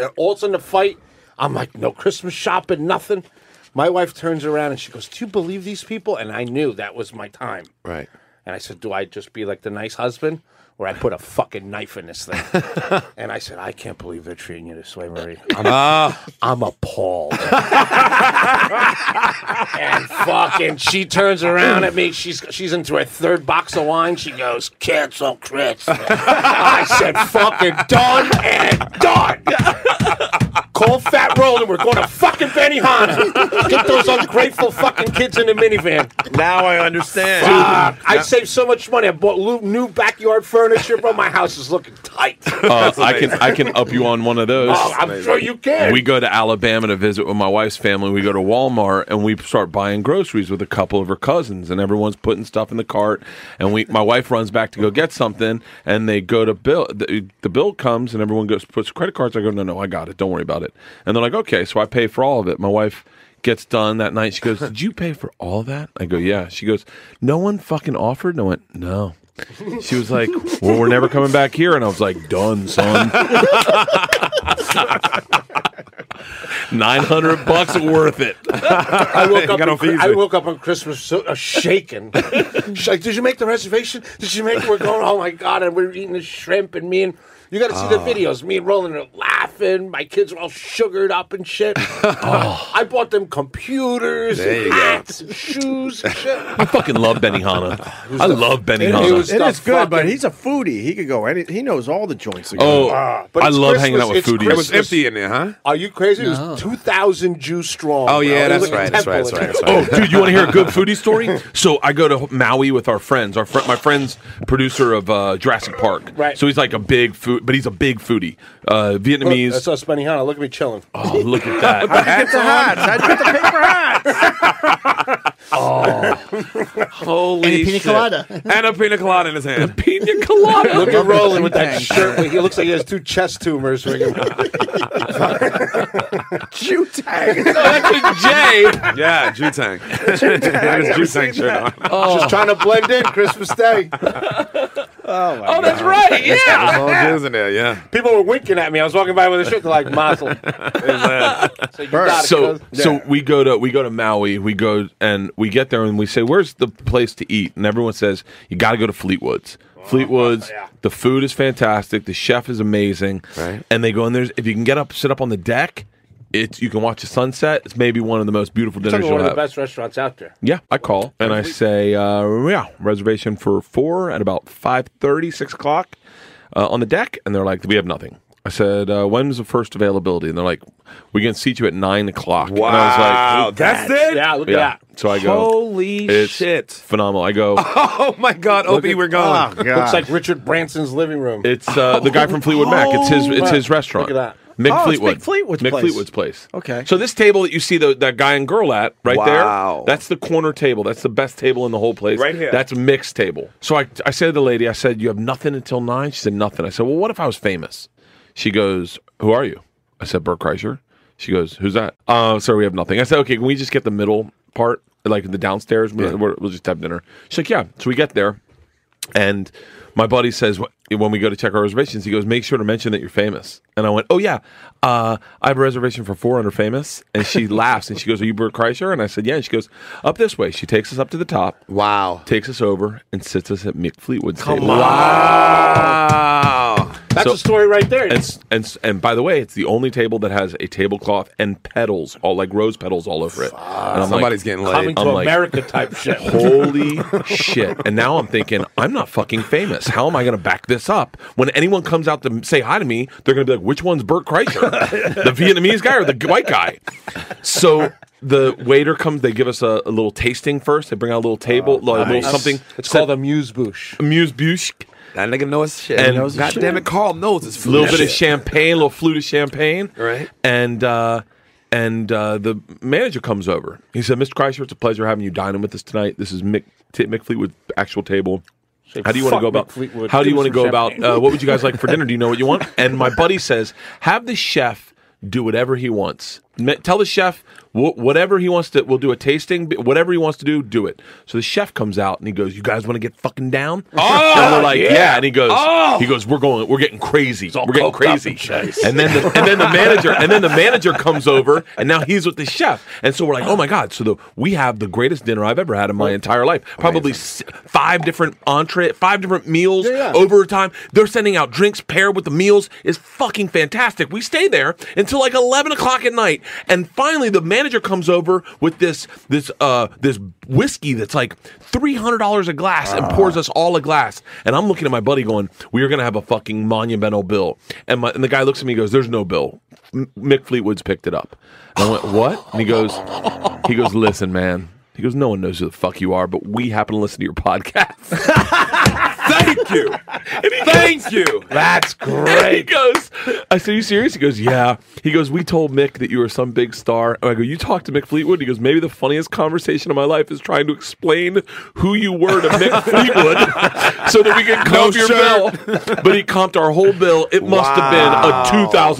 [SPEAKER 5] uh, all of a sudden, the fight. I'm like, no Christmas shopping, nothing. My wife turns around and she goes, "Do you believe these people?" And I knew that was my time.
[SPEAKER 2] Right.
[SPEAKER 5] And I said, "Do I just be like the nice husband, or I put a fucking knife in this thing?" and I said, "I can't believe they're treating you this way, Marie. *laughs* I'm, *laughs* I'm appalled." and fucking, she turns around at me. She's she's into her third box of wine. She goes, "Cancel Christmas." I said, "Fucking done and done." *laughs* Call Fat Roland. We're going to fucking Benihana. Get those ungrateful fucking kids in the minivan.
[SPEAKER 2] Now I understand.
[SPEAKER 5] Fuck. I saved so much money. I bought lo- new backyard furniture, bro. My house is looking tight.
[SPEAKER 3] *laughs* Uh, I can I can up you on one of those.
[SPEAKER 5] Oh, I'm sure you can.
[SPEAKER 3] We go to Alabama to visit with my wife's family. We go to Walmart and we start buying groceries with a couple of her cousins, and everyone's putting stuff in the cart. And we, my wife runs back to go get something, and they go to bill. The, the bill comes, and everyone goes puts credit cards. I go, no, no, I got it. Don't worry about it. And they're like, okay, so I pay for all of it. My wife gets done that night. She goes, did you pay for all that? I go, yeah. She goes, no one fucking offered. And I went, no. She was like, "Well, we're never coming back here," and I was like, "Done, son." Nine hundred bucks worth it. *laughs*
[SPEAKER 5] I woke, up
[SPEAKER 3] Got
[SPEAKER 5] on,
[SPEAKER 3] off easy.
[SPEAKER 5] Chri- I woke up on Christmas so, uh, shaken. She's like, did you make the reservation? Did you make? We're going. Oh my god! And we're eating the shrimp, and me and you got to see the
[SPEAKER 2] Ah.
[SPEAKER 5] videos. Me and Roland are laughing. My kids are all sugared up
[SPEAKER 3] *laughs*
[SPEAKER 5] and shit. Uh, I bought them computers,
[SPEAKER 3] There
[SPEAKER 5] and
[SPEAKER 3] you go.
[SPEAKER 5] hats, and shoes. And shit.
[SPEAKER 3] I fucking love Benihana. I love Benihana.
[SPEAKER 1] It, was it is good, but he's a foodie. He could go. Any, he knows all the joints. that
[SPEAKER 3] *laughs* Oh,
[SPEAKER 1] go.
[SPEAKER 5] Uh,
[SPEAKER 3] Ah, but I it's love hanging out with Christmas, it's foodies. It was
[SPEAKER 2] empty in there, huh?
[SPEAKER 5] Are you crazy? It was two thousand Jews strong.
[SPEAKER 2] Oh, yeah,
[SPEAKER 5] It was
[SPEAKER 2] that's
[SPEAKER 5] like a
[SPEAKER 2] right, that's right, that's
[SPEAKER 5] temple.
[SPEAKER 2] right, that's
[SPEAKER 3] Oh, dude, you want to hear a good foodie
[SPEAKER 2] *laughs*
[SPEAKER 3] story? So I go to Maui with our friends. Our fr- my friend's producer of uh, Jurassic Park.
[SPEAKER 2] Right.
[SPEAKER 3] So he's like a big food, but he's a big foodie. Uh, Vietnamese, Benny's.
[SPEAKER 5] That's us, Benihana. Look at me chilling.
[SPEAKER 3] Oh, look
[SPEAKER 2] *laughs*
[SPEAKER 3] at that.
[SPEAKER 1] How'd you get the paper hats?
[SPEAKER 3] Holy
[SPEAKER 23] And a pina
[SPEAKER 3] shit.
[SPEAKER 23] colada.
[SPEAKER 3] and a pina colada in his hand.
[SPEAKER 5] Pina colada. Look at Roland with that shirt. He looks like he has two chest tumors.
[SPEAKER 3] *laughs*
[SPEAKER 1] Jutang.
[SPEAKER 3] that's a J.
[SPEAKER 2] Yeah,
[SPEAKER 5] *laughs*
[SPEAKER 2] Jutang.
[SPEAKER 5] Jutang.
[SPEAKER 2] His Jutang shirt on.
[SPEAKER 3] Oh.
[SPEAKER 5] Just trying to blend in Christmas Day.
[SPEAKER 1] Oh,
[SPEAKER 5] my oh that's right.
[SPEAKER 2] There's all jizz in there, yeah.
[SPEAKER 5] People were winking at me. I was walking by with a shirt. They're like,
[SPEAKER 3] *laughs*
[SPEAKER 5] Mazel. so you got it,
[SPEAKER 3] so
[SPEAKER 5] cuz.
[SPEAKER 3] so we go to we go to Maui, we go and we get there and we say, Where's the place to eat? And everyone says, You gotta go to Fleetwood's.
[SPEAKER 5] Oh,
[SPEAKER 3] Fleetwood's, the food is fantastic, the chef is amazing. Right. And they go in there if you can get up, sit up on the deck, it's you can watch the sunset. It's maybe one of the most beautiful
[SPEAKER 5] It's like
[SPEAKER 3] dinners
[SPEAKER 5] one
[SPEAKER 3] you'll
[SPEAKER 5] of the
[SPEAKER 3] have.
[SPEAKER 5] best restaurants out there.
[SPEAKER 3] Yeah, I call and I say, uh, yeah, reservation for four at about 5.30, 6 o'clock uh, on the deck. And they're like, we have nothing. I said, uh, when's the first availability? And they're like, we can seat you at 9 o'clock. Wow, and I
[SPEAKER 2] Wow, that's it? Yeah, look at that.
[SPEAKER 3] So I go,
[SPEAKER 2] Holy
[SPEAKER 3] "It's
[SPEAKER 2] shit."
[SPEAKER 3] phenomenal. I go,
[SPEAKER 2] Oh my God,
[SPEAKER 3] Look
[SPEAKER 2] Opie,
[SPEAKER 3] at-
[SPEAKER 2] we're gone.
[SPEAKER 3] Oh, God.
[SPEAKER 5] Looks like Richard Branson's living room. Oh.
[SPEAKER 3] it's uh, the guy from Fleetwood Mac. It's his, it's his restaurant.
[SPEAKER 5] Look at that.
[SPEAKER 3] Mick
[SPEAKER 5] Oh, it's
[SPEAKER 3] Fleetwood.
[SPEAKER 5] Mick Fleetwood's
[SPEAKER 3] Mick
[SPEAKER 5] place.
[SPEAKER 3] Fleetwood's place.
[SPEAKER 1] Okay.
[SPEAKER 3] So this table that you see the, that guy and girl at right
[SPEAKER 2] Wow.
[SPEAKER 3] there, that's the corner table. That's the best table in the whole place.
[SPEAKER 2] Right here.
[SPEAKER 3] That's Mick's table. So I, I said to the lady, I said, you have nothing until nine? She said, nothing. I said, well, what if I was famous? She goes, who are you? I said, Bert Kreischer. She goes, who's that? Uh, sorry, we have nothing. I said, okay, can we just get the middle part, like the downstairs? We- we're- We'll just have dinner. She's like, yeah. So we get there. And my buddy says wh- when we go to check our reservations, he goes, "Make sure to mention that you're famous." And I went, "Oh yeah, uh, I have a reservation for four under famous." And
[SPEAKER 5] *laughs*
[SPEAKER 3] she laughs and she goes, "Are you Bert Kreischer?" And I said, "Yeah." And she goes, "Up this way." She takes us up to the top. Wow. Takes us over and sits us at Mick Fleetwood's table. Wow.
[SPEAKER 5] That's a story right there.
[SPEAKER 3] And, s- and s- and by the way, it's the only table that has a tablecloth and petals, all like rose petals all over it. And I'm
[SPEAKER 2] Somebody's getting laid.
[SPEAKER 5] Coming to
[SPEAKER 3] I'm like,
[SPEAKER 5] America type shit.
[SPEAKER 3] Holy
[SPEAKER 5] *laughs*
[SPEAKER 3] shit. And now I'm thinking, I'm not fucking famous. How am I going to back this up? When anyone comes out to say hi to me, they're going to be like, which one's Bert Kreischer? the Vietnamese guy or the white guy? So the waiter comes, they give us a, a little tasting first. They bring out a little table, a little
[SPEAKER 2] nice.
[SPEAKER 3] something.
[SPEAKER 5] Oh, It's called a muse bouche.
[SPEAKER 3] Muse bouche.
[SPEAKER 2] That nigga knows shit.
[SPEAKER 3] And-
[SPEAKER 2] And God damn it, Carl knows his
[SPEAKER 3] A
[SPEAKER 2] food.
[SPEAKER 3] little bit of
[SPEAKER 2] shit.
[SPEAKER 3] champagne, a little flute of champagne.
[SPEAKER 2] Right.
[SPEAKER 3] And uh, and uh, the manager comes over. He said, Mr. Kreischer, it's a pleasure having you dining with us tonight. This is Mick, T- Mick Fleetwood's actual table.
[SPEAKER 5] Say,
[SPEAKER 3] how do you want to
[SPEAKER 5] "Fuck
[SPEAKER 3] go
[SPEAKER 5] Mick
[SPEAKER 3] about?
[SPEAKER 5] Fleetwood.
[SPEAKER 3] How do
[SPEAKER 5] Give
[SPEAKER 3] you
[SPEAKER 5] me
[SPEAKER 3] want to
[SPEAKER 5] some
[SPEAKER 3] go
[SPEAKER 5] champagne."
[SPEAKER 3] about? Uh, what would you guys like for dinner? Do you know what
[SPEAKER 5] *laughs*
[SPEAKER 3] you want? And
[SPEAKER 2] *laughs*
[SPEAKER 3] my buddy says, have the chef do whatever he wants. Ma- Tell the chef wh- whatever he wants to. We'll do a tasting. b- Whatever he wants to do, do it. So the chef comes out and he goes, "You guys want to get fucking down?"
[SPEAKER 2] Oh,
[SPEAKER 3] and we're like,
[SPEAKER 2] yeah.
[SPEAKER 3] "Yeah." And he goes,
[SPEAKER 2] Oh.
[SPEAKER 3] "He goes, we're going, we're getting crazy. We're getting
[SPEAKER 2] coked up
[SPEAKER 3] crazy."
[SPEAKER 2] and shit.
[SPEAKER 3] And then the, and then the manager and then the manager comes over and now he's with the chef. And so we're like, "Oh my god, so the, we have the greatest dinner I've ever had in my entire life. Probably s- five different entree, five different meals
[SPEAKER 2] Yeah, yeah.
[SPEAKER 3] overtime. They're sending out drinks paired with the meals is fucking fantastic. We stay there until like 11 o'clock at night. And finally the manager comes over with this this uh this whiskey that's like $300 a glass and pours us all a glass. And I'm looking at my buddy going, "We are going to have a fucking monumental bill." And my, and the guy looks at me and goes, "There's no bill. M- Mick Fleetwood's picked it up." And I went, "What?" And he goes he goes, "Listen, man." He goes, "No one knows who the fuck you are, but we happen to listen to your *laughs* podcast." Thank you. Thank you. *laughs*
[SPEAKER 5] That's
[SPEAKER 3] he goes, I said, Are you serious? He goes, Yeah. He goes, We told Mick that you were some big star. And I go, You talked to Mick Fleetwood? He goes, Maybe the funniest conversation of my life is trying to explain who you were to *laughs* Mick Fleetwood so that we can comp
[SPEAKER 2] No
[SPEAKER 3] your
[SPEAKER 2] shirt.
[SPEAKER 3] bill. But he comped our whole bill. It must
[SPEAKER 2] Wow.
[SPEAKER 3] have been a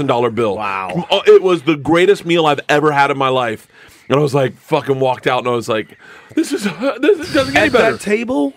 [SPEAKER 3] $2,000 bill. Wow. It was the greatest meal I've ever had in my life. And I was like, fucking walked out and I was like, this is this is- doesn't get any
[SPEAKER 2] At
[SPEAKER 3] better
[SPEAKER 2] that table?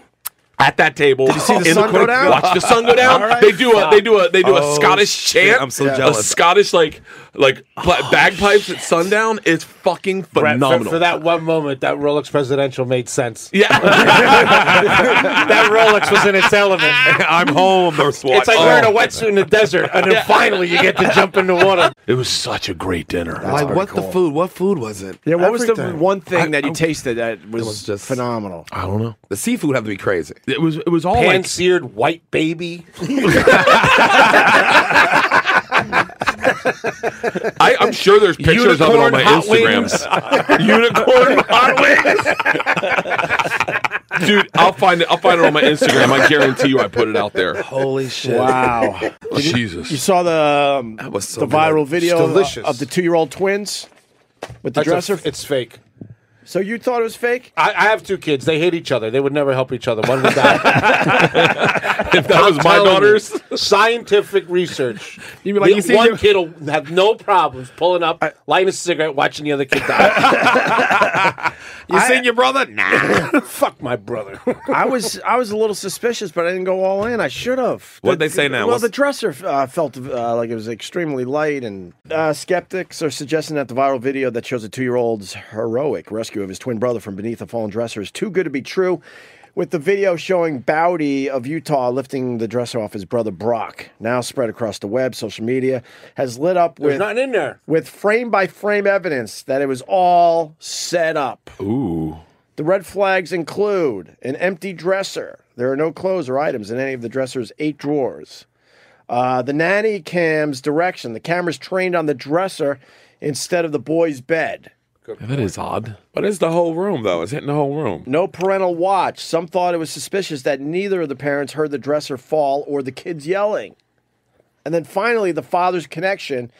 [SPEAKER 3] at that table.
[SPEAKER 2] Did you see the
[SPEAKER 3] in
[SPEAKER 2] sun go
[SPEAKER 3] corner-
[SPEAKER 2] down?
[SPEAKER 3] Watch the sun go down.
[SPEAKER 2] All right.
[SPEAKER 3] They do a they do a they do
[SPEAKER 2] Oh,
[SPEAKER 3] a Scottish
[SPEAKER 2] shit.
[SPEAKER 3] chant.
[SPEAKER 2] I'm so
[SPEAKER 3] Yeah. A
[SPEAKER 2] jealous. Oh,
[SPEAKER 3] Scottish like like pla- bagpipes at sundown. It's fucking
[SPEAKER 5] Brett, for-
[SPEAKER 3] phenomenal.
[SPEAKER 5] For, that one moment, that Rolex Presidential made sense.
[SPEAKER 3] Yeah.
[SPEAKER 5] *laughs* that Rolex was in its element.
[SPEAKER 2] *laughs* I'm home. It's
[SPEAKER 5] It's like wearing
[SPEAKER 2] Oh.
[SPEAKER 5] a wetsuit in the desert, and then
[SPEAKER 2] Yeah.
[SPEAKER 5] finally you get to jump in the water.
[SPEAKER 3] It was such a great dinner.
[SPEAKER 2] Like, what the food? What food was it?
[SPEAKER 1] Yeah, what was the
[SPEAKER 2] Everything.
[SPEAKER 1] one thing
[SPEAKER 2] I-
[SPEAKER 1] that you
[SPEAKER 2] I-
[SPEAKER 1] tasted that was, just phenomenal?
[SPEAKER 3] I don't know.
[SPEAKER 2] The seafood had to be crazy.
[SPEAKER 3] It was it was all
[SPEAKER 5] Pan
[SPEAKER 3] like
[SPEAKER 5] seared white baby.
[SPEAKER 3] I, I'm sure there's pictures of it on
[SPEAKER 5] Unicorn
[SPEAKER 3] my *laughs*
[SPEAKER 5] hot
[SPEAKER 3] Instagrams. Unicorn hot wings. dude. I'll find it. I'll find it on my Instagram. I guarantee you, I put it out there.
[SPEAKER 1] *laughs*
[SPEAKER 3] Oh,
[SPEAKER 1] Holy shit! *laughs* Wow, Did you-
[SPEAKER 3] Jesus.
[SPEAKER 1] You, saw the um,
[SPEAKER 3] so
[SPEAKER 1] the
[SPEAKER 3] good.
[SPEAKER 1] viral
[SPEAKER 3] It's
[SPEAKER 1] video of-
[SPEAKER 5] delicious.
[SPEAKER 1] of the two year old twins with the
[SPEAKER 5] That's a-
[SPEAKER 1] dresser.
[SPEAKER 5] it's fake.
[SPEAKER 1] So you thought it was fake?
[SPEAKER 5] I, I have two kids. They hate each other. They would never help each other. One would die.
[SPEAKER 3] if that was my daughters,
[SPEAKER 5] scientific
[SPEAKER 1] *laughs*
[SPEAKER 5] research. You'd
[SPEAKER 23] be like, you see
[SPEAKER 5] one
[SPEAKER 23] your-
[SPEAKER 5] kid will have no problems pulling up, lighting a cigarette, watching the other kid die.
[SPEAKER 1] *laughs* You seen
[SPEAKER 5] your
[SPEAKER 2] Oh,
[SPEAKER 5] brother?
[SPEAKER 3] *coughs*
[SPEAKER 5] Nah. *laughs* Fuck my brother.
[SPEAKER 1] I was I was a little suspicious, but I didn't go all in. I should have.
[SPEAKER 2] What'd they say now?
[SPEAKER 1] Well,
[SPEAKER 2] What's-
[SPEAKER 1] the dresser uh, felt uh, like it was extremely light, and uh, skeptics are suggesting that the viral video that shows a two-year-old's heroic rescue of his twin brother from beneath a fallen dresser is too good to be true. With the video showing Bowdy of Utah lifting the dresser off his brother Brock, now spread across the web, social media has lit up
[SPEAKER 5] There's
[SPEAKER 1] with
[SPEAKER 5] nothing in there.
[SPEAKER 1] with frame by frame evidence that it was all set up.
[SPEAKER 3] Ooh.
[SPEAKER 1] The red flags include an empty dresser. There are no clothes or items in any of the dresser's eight drawers. Uh, the nanny cam's direction. The camera's trained on the dresser instead of the boy's bed.
[SPEAKER 3] that is odd.
[SPEAKER 2] But it's the whole room, though. It's hitting the whole room.
[SPEAKER 1] No parental watch. Some thought it was suspicious that neither of the parents heard the dresser fall or the kids yelling. And then finally, the father's connection.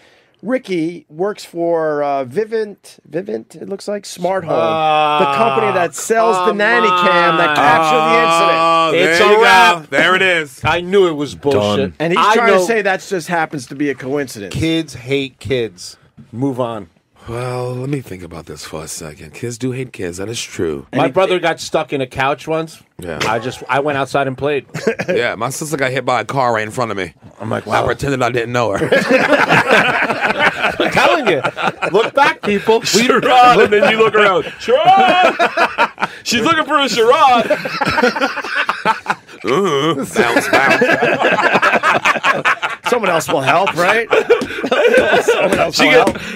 [SPEAKER 1] Ricky works for uh, Vivint. Vivint, it looks like Smart Home,
[SPEAKER 5] Ah,
[SPEAKER 1] the company that sells the nanny cam that captured the incident.
[SPEAKER 5] Oh, it's a wrap. There it is. I knew it was bullshit.
[SPEAKER 1] And he's
[SPEAKER 5] I
[SPEAKER 1] trying to
[SPEAKER 5] know
[SPEAKER 1] say that just happens to be a coincidence.
[SPEAKER 5] kids hate kids. Move on.
[SPEAKER 2] Well, let me think about this for a second. Kids do hate kids. That is true.
[SPEAKER 5] My brother got stuck in a couch once.
[SPEAKER 2] Yeah.
[SPEAKER 5] I just I went outside and played.
[SPEAKER 2] *laughs* yeah, my sister got hit by a car right in front of me. I'm like, I pretended I didn't know her.
[SPEAKER 5] I'm telling you. Look back,
[SPEAKER 2] *laughs*
[SPEAKER 5] people.
[SPEAKER 3] Sherrod, *laughs* and then you look *laughs* around. Sherrod! She's looking for a Sherrod.
[SPEAKER 2] Uh-huh. Bounce,
[SPEAKER 1] Someone else will help, right? Someone else will help.
[SPEAKER 3] *laughs*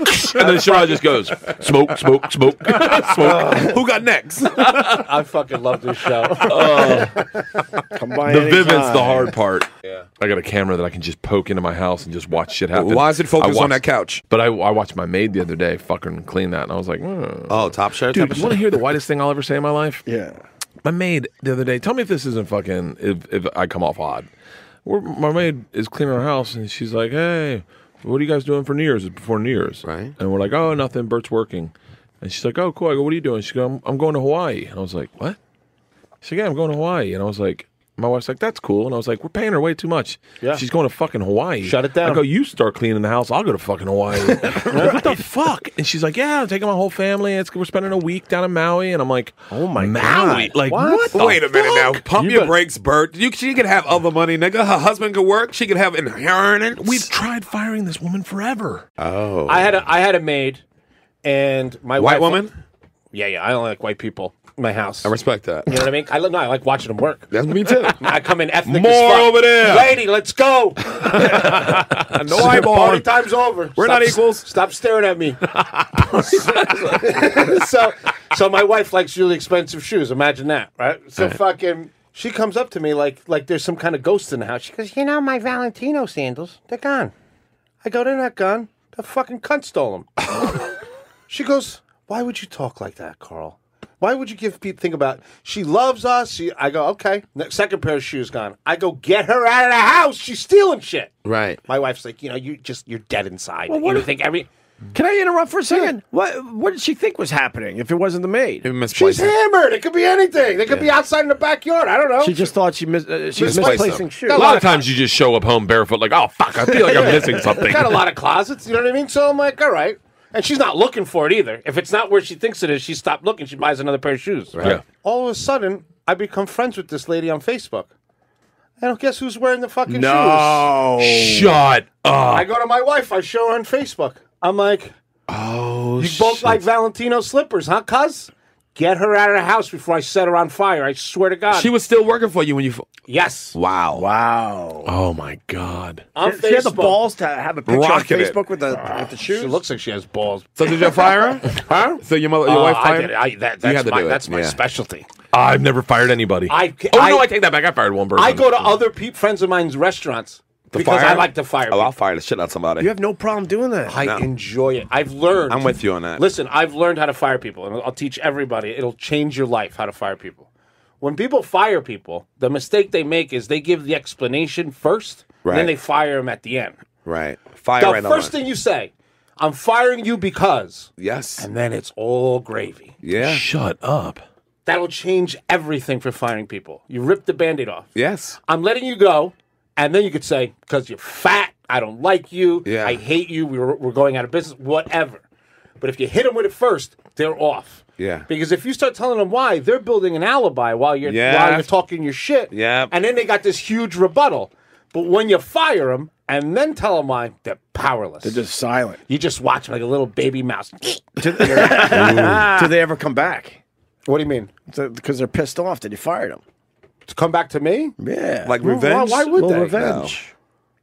[SPEAKER 3] And then Sherrod just goes, smoke, smoke, smoke, smoke. Who got next?
[SPEAKER 5] I fucking love *laughs* this show.
[SPEAKER 1] Come by
[SPEAKER 3] the
[SPEAKER 1] anytime.
[SPEAKER 3] Vivint's the hard part. Yeah. I got a camera that I can just poke into my house and just watch shit happen.
[SPEAKER 2] Why is it focused
[SPEAKER 3] I
[SPEAKER 2] on that couch?
[SPEAKER 3] But I, I watched my maid the other day fucking clean that, and I was like, "Hmm."
[SPEAKER 2] Oh, top shirt.
[SPEAKER 3] dude, you want to hear the whitest thing I'll ever say in my life?
[SPEAKER 1] Yeah.
[SPEAKER 3] My maid the other day. Tell me if this isn't fucking. If, if I come off odd, We're, my maid is cleaning her house and she's like, "Hey, what are you guys doing for New Year's? It's Before New Year's, right?" And we're like, "Oh, nothing. Bert's working." And she's like, "Oh, cool." I go, "What are you doing?" She goes, I'm, "I'm going to Hawaii." And I was like, "What?" She's like, "Yeah, I'm going to Hawaii." And I was like, "My wife's like, that's cool." And I was like, "We're paying her way too much.
[SPEAKER 5] Yeah.
[SPEAKER 3] she's going to fucking Hawaii.
[SPEAKER 5] Shut it down.
[SPEAKER 3] I go, "You start cleaning the house. I'll go to fucking Hawaii."
[SPEAKER 5] *laughs*
[SPEAKER 3] I'm like, what the fuck? And she's like, "Yeah, I'm taking my whole family. It's we're spending a week down in Maui." And I'm like, "Oh my Maui!
[SPEAKER 2] God.
[SPEAKER 3] Like what? the
[SPEAKER 2] Wait a minute now.
[SPEAKER 3] fuck?
[SPEAKER 2] Pump your brakes, Bert. You, she could have other money, nigga. Her husband could work. She could have inheritance.
[SPEAKER 3] We've tried firing this woman forever.
[SPEAKER 2] *laughs* Oh.
[SPEAKER 5] I had a I had a maid, and my
[SPEAKER 2] White
[SPEAKER 5] wife-
[SPEAKER 2] woman?
[SPEAKER 5] Yeah, yeah. I don't like white people. in My house. I
[SPEAKER 2] respect that.
[SPEAKER 5] You know what I mean? I li- no, I like watching them work.
[SPEAKER 2] That's me
[SPEAKER 5] *laughs*
[SPEAKER 2] too.
[SPEAKER 5] I come in ethnic.
[SPEAKER 2] More
[SPEAKER 5] as fuck.
[SPEAKER 2] over there.
[SPEAKER 5] lady. Let's
[SPEAKER 2] *laughs*
[SPEAKER 5] go. *laughs*
[SPEAKER 2] No eyeball.
[SPEAKER 5] Party time's over.
[SPEAKER 2] We're not
[SPEAKER 5] Stop- Stop staring
[SPEAKER 2] *laughs*
[SPEAKER 5] at me. *laughs* so, so my wife likes really expensive shoes. Imagine that, right? So
[SPEAKER 2] Right.
[SPEAKER 5] fucking. She comes up to me like like there's some kind of ghost in the house. She goes, "You know my Valentino sandals? They're gone." I go, "They're not gone. The fucking cunt stole them."
[SPEAKER 2] *laughs*
[SPEAKER 5] she goes, "Why would you talk like that, Carl? Why would you give people think about? She loves us." She, I go, "Okay." Next, second pair of shoes gone. I go, "Get her out of the house. She's stealing shit."
[SPEAKER 2] Right.
[SPEAKER 5] My wife's like, you know, you just you're dead inside. you think every
[SPEAKER 1] Can I interrupt for a second? What What did she think was happening? If it wasn't the maid,
[SPEAKER 5] she's hammered. It could be anything. They could be outside in the backyard. I don't know.
[SPEAKER 1] She just thought she mis- uh, she was
[SPEAKER 3] Misplaced
[SPEAKER 1] misplacing
[SPEAKER 3] them.
[SPEAKER 1] shoes.
[SPEAKER 3] A lot of times you just show up home barefoot, like, "Oh fuck, I feel like
[SPEAKER 5] *laughs*
[SPEAKER 3] I'm missing something."
[SPEAKER 5] got a
[SPEAKER 3] *laughs*
[SPEAKER 5] lot of closets. You know what I mean? So I'm like, all right. And she's not looking for it either. If it's not where she thinks it is, she stopped looking. She buys another pair of shoes.
[SPEAKER 3] Right. Yeah.
[SPEAKER 5] All of a sudden, I become friends with this lady on Facebook. And guess who's wearing the fucking
[SPEAKER 1] No.
[SPEAKER 5] shoes?
[SPEAKER 3] Shut
[SPEAKER 2] Uh, Ah.
[SPEAKER 3] up.
[SPEAKER 5] I go to my wife. I show her on Facebook. I'm like, oh, you both like Valentino slippers, huh, Cuz? Get her out of the house before I set her on fire. I swear to God.
[SPEAKER 2] She was still working for you when you.
[SPEAKER 5] yes.
[SPEAKER 2] Wow.
[SPEAKER 1] Wow.
[SPEAKER 3] Oh my god.
[SPEAKER 5] On
[SPEAKER 1] she had the
[SPEAKER 5] Facebook.
[SPEAKER 1] balls to have a picture
[SPEAKER 2] Rocking
[SPEAKER 1] on
[SPEAKER 2] it.
[SPEAKER 1] Facebook with the with the shoes.
[SPEAKER 5] She looks like she has balls.
[SPEAKER 2] So did you fire her?
[SPEAKER 5] *laughs* Huh?
[SPEAKER 2] So your
[SPEAKER 3] Oh,
[SPEAKER 2] mother, your
[SPEAKER 5] Uh,
[SPEAKER 2] wife
[SPEAKER 5] I
[SPEAKER 2] fired
[SPEAKER 5] did-
[SPEAKER 2] her?
[SPEAKER 5] I- that-
[SPEAKER 2] you
[SPEAKER 5] that's
[SPEAKER 2] had to
[SPEAKER 5] my-
[SPEAKER 2] do it.
[SPEAKER 5] that's my
[SPEAKER 2] yeah.
[SPEAKER 5] specialty.
[SPEAKER 3] I've never fired anybody.
[SPEAKER 5] I-
[SPEAKER 3] oh
[SPEAKER 5] I-
[SPEAKER 3] no, I take that back. I fired one person.
[SPEAKER 5] I go to *laughs* other pe- friends of mine's restaurants
[SPEAKER 2] To
[SPEAKER 5] because
[SPEAKER 2] fire?
[SPEAKER 5] I like to fire.
[SPEAKER 2] Oh, I'll
[SPEAKER 5] people.
[SPEAKER 2] fire the shit out of somebody.
[SPEAKER 1] You have no problem doing that.
[SPEAKER 5] I enjoy it. I've learned.
[SPEAKER 2] I'm with you on that.
[SPEAKER 5] Listen, I've learned how to fire people, and I'll teach everybody. It'll change your life how to fire people. When people fire people, the mistake they make is they give the explanation first, and
[SPEAKER 2] Right.
[SPEAKER 5] then they fire them at the end.
[SPEAKER 2] Right. Fire
[SPEAKER 5] the
[SPEAKER 2] right on.
[SPEAKER 5] first thing you say, I'm firing you because.
[SPEAKER 2] Yes.
[SPEAKER 5] And then it's all gravy.
[SPEAKER 2] Yeah.
[SPEAKER 3] Shut up.
[SPEAKER 5] That'll change everything for firing people. You rip the band aid off.
[SPEAKER 2] Yes.
[SPEAKER 5] I'm letting you go. And then you could say, because you're fat, I don't like you,
[SPEAKER 2] Yeah.
[SPEAKER 5] I hate you, we're, we're going out of business, whatever. But if you hit them with it first, they're off.
[SPEAKER 2] Yeah.
[SPEAKER 5] Because if you start telling them why, they're building an alibi while you're
[SPEAKER 2] Yeah.
[SPEAKER 5] while you're talking your shit.
[SPEAKER 2] Yeah.
[SPEAKER 5] And then they got this huge rebuttal. But when you fire them and then tell them why, they're powerless. They're
[SPEAKER 1] just silent.
[SPEAKER 5] You just watch 'em like a little baby mouse. *laughs*
[SPEAKER 1] Do they ever come back?
[SPEAKER 5] What do you mean?
[SPEAKER 1] Because they're pissed off that you fired them.
[SPEAKER 5] To come back to me?
[SPEAKER 1] Yeah.
[SPEAKER 2] Like
[SPEAKER 5] Well, why-
[SPEAKER 2] revenge?
[SPEAKER 5] why would
[SPEAKER 1] Well,
[SPEAKER 5] they?
[SPEAKER 1] revenge.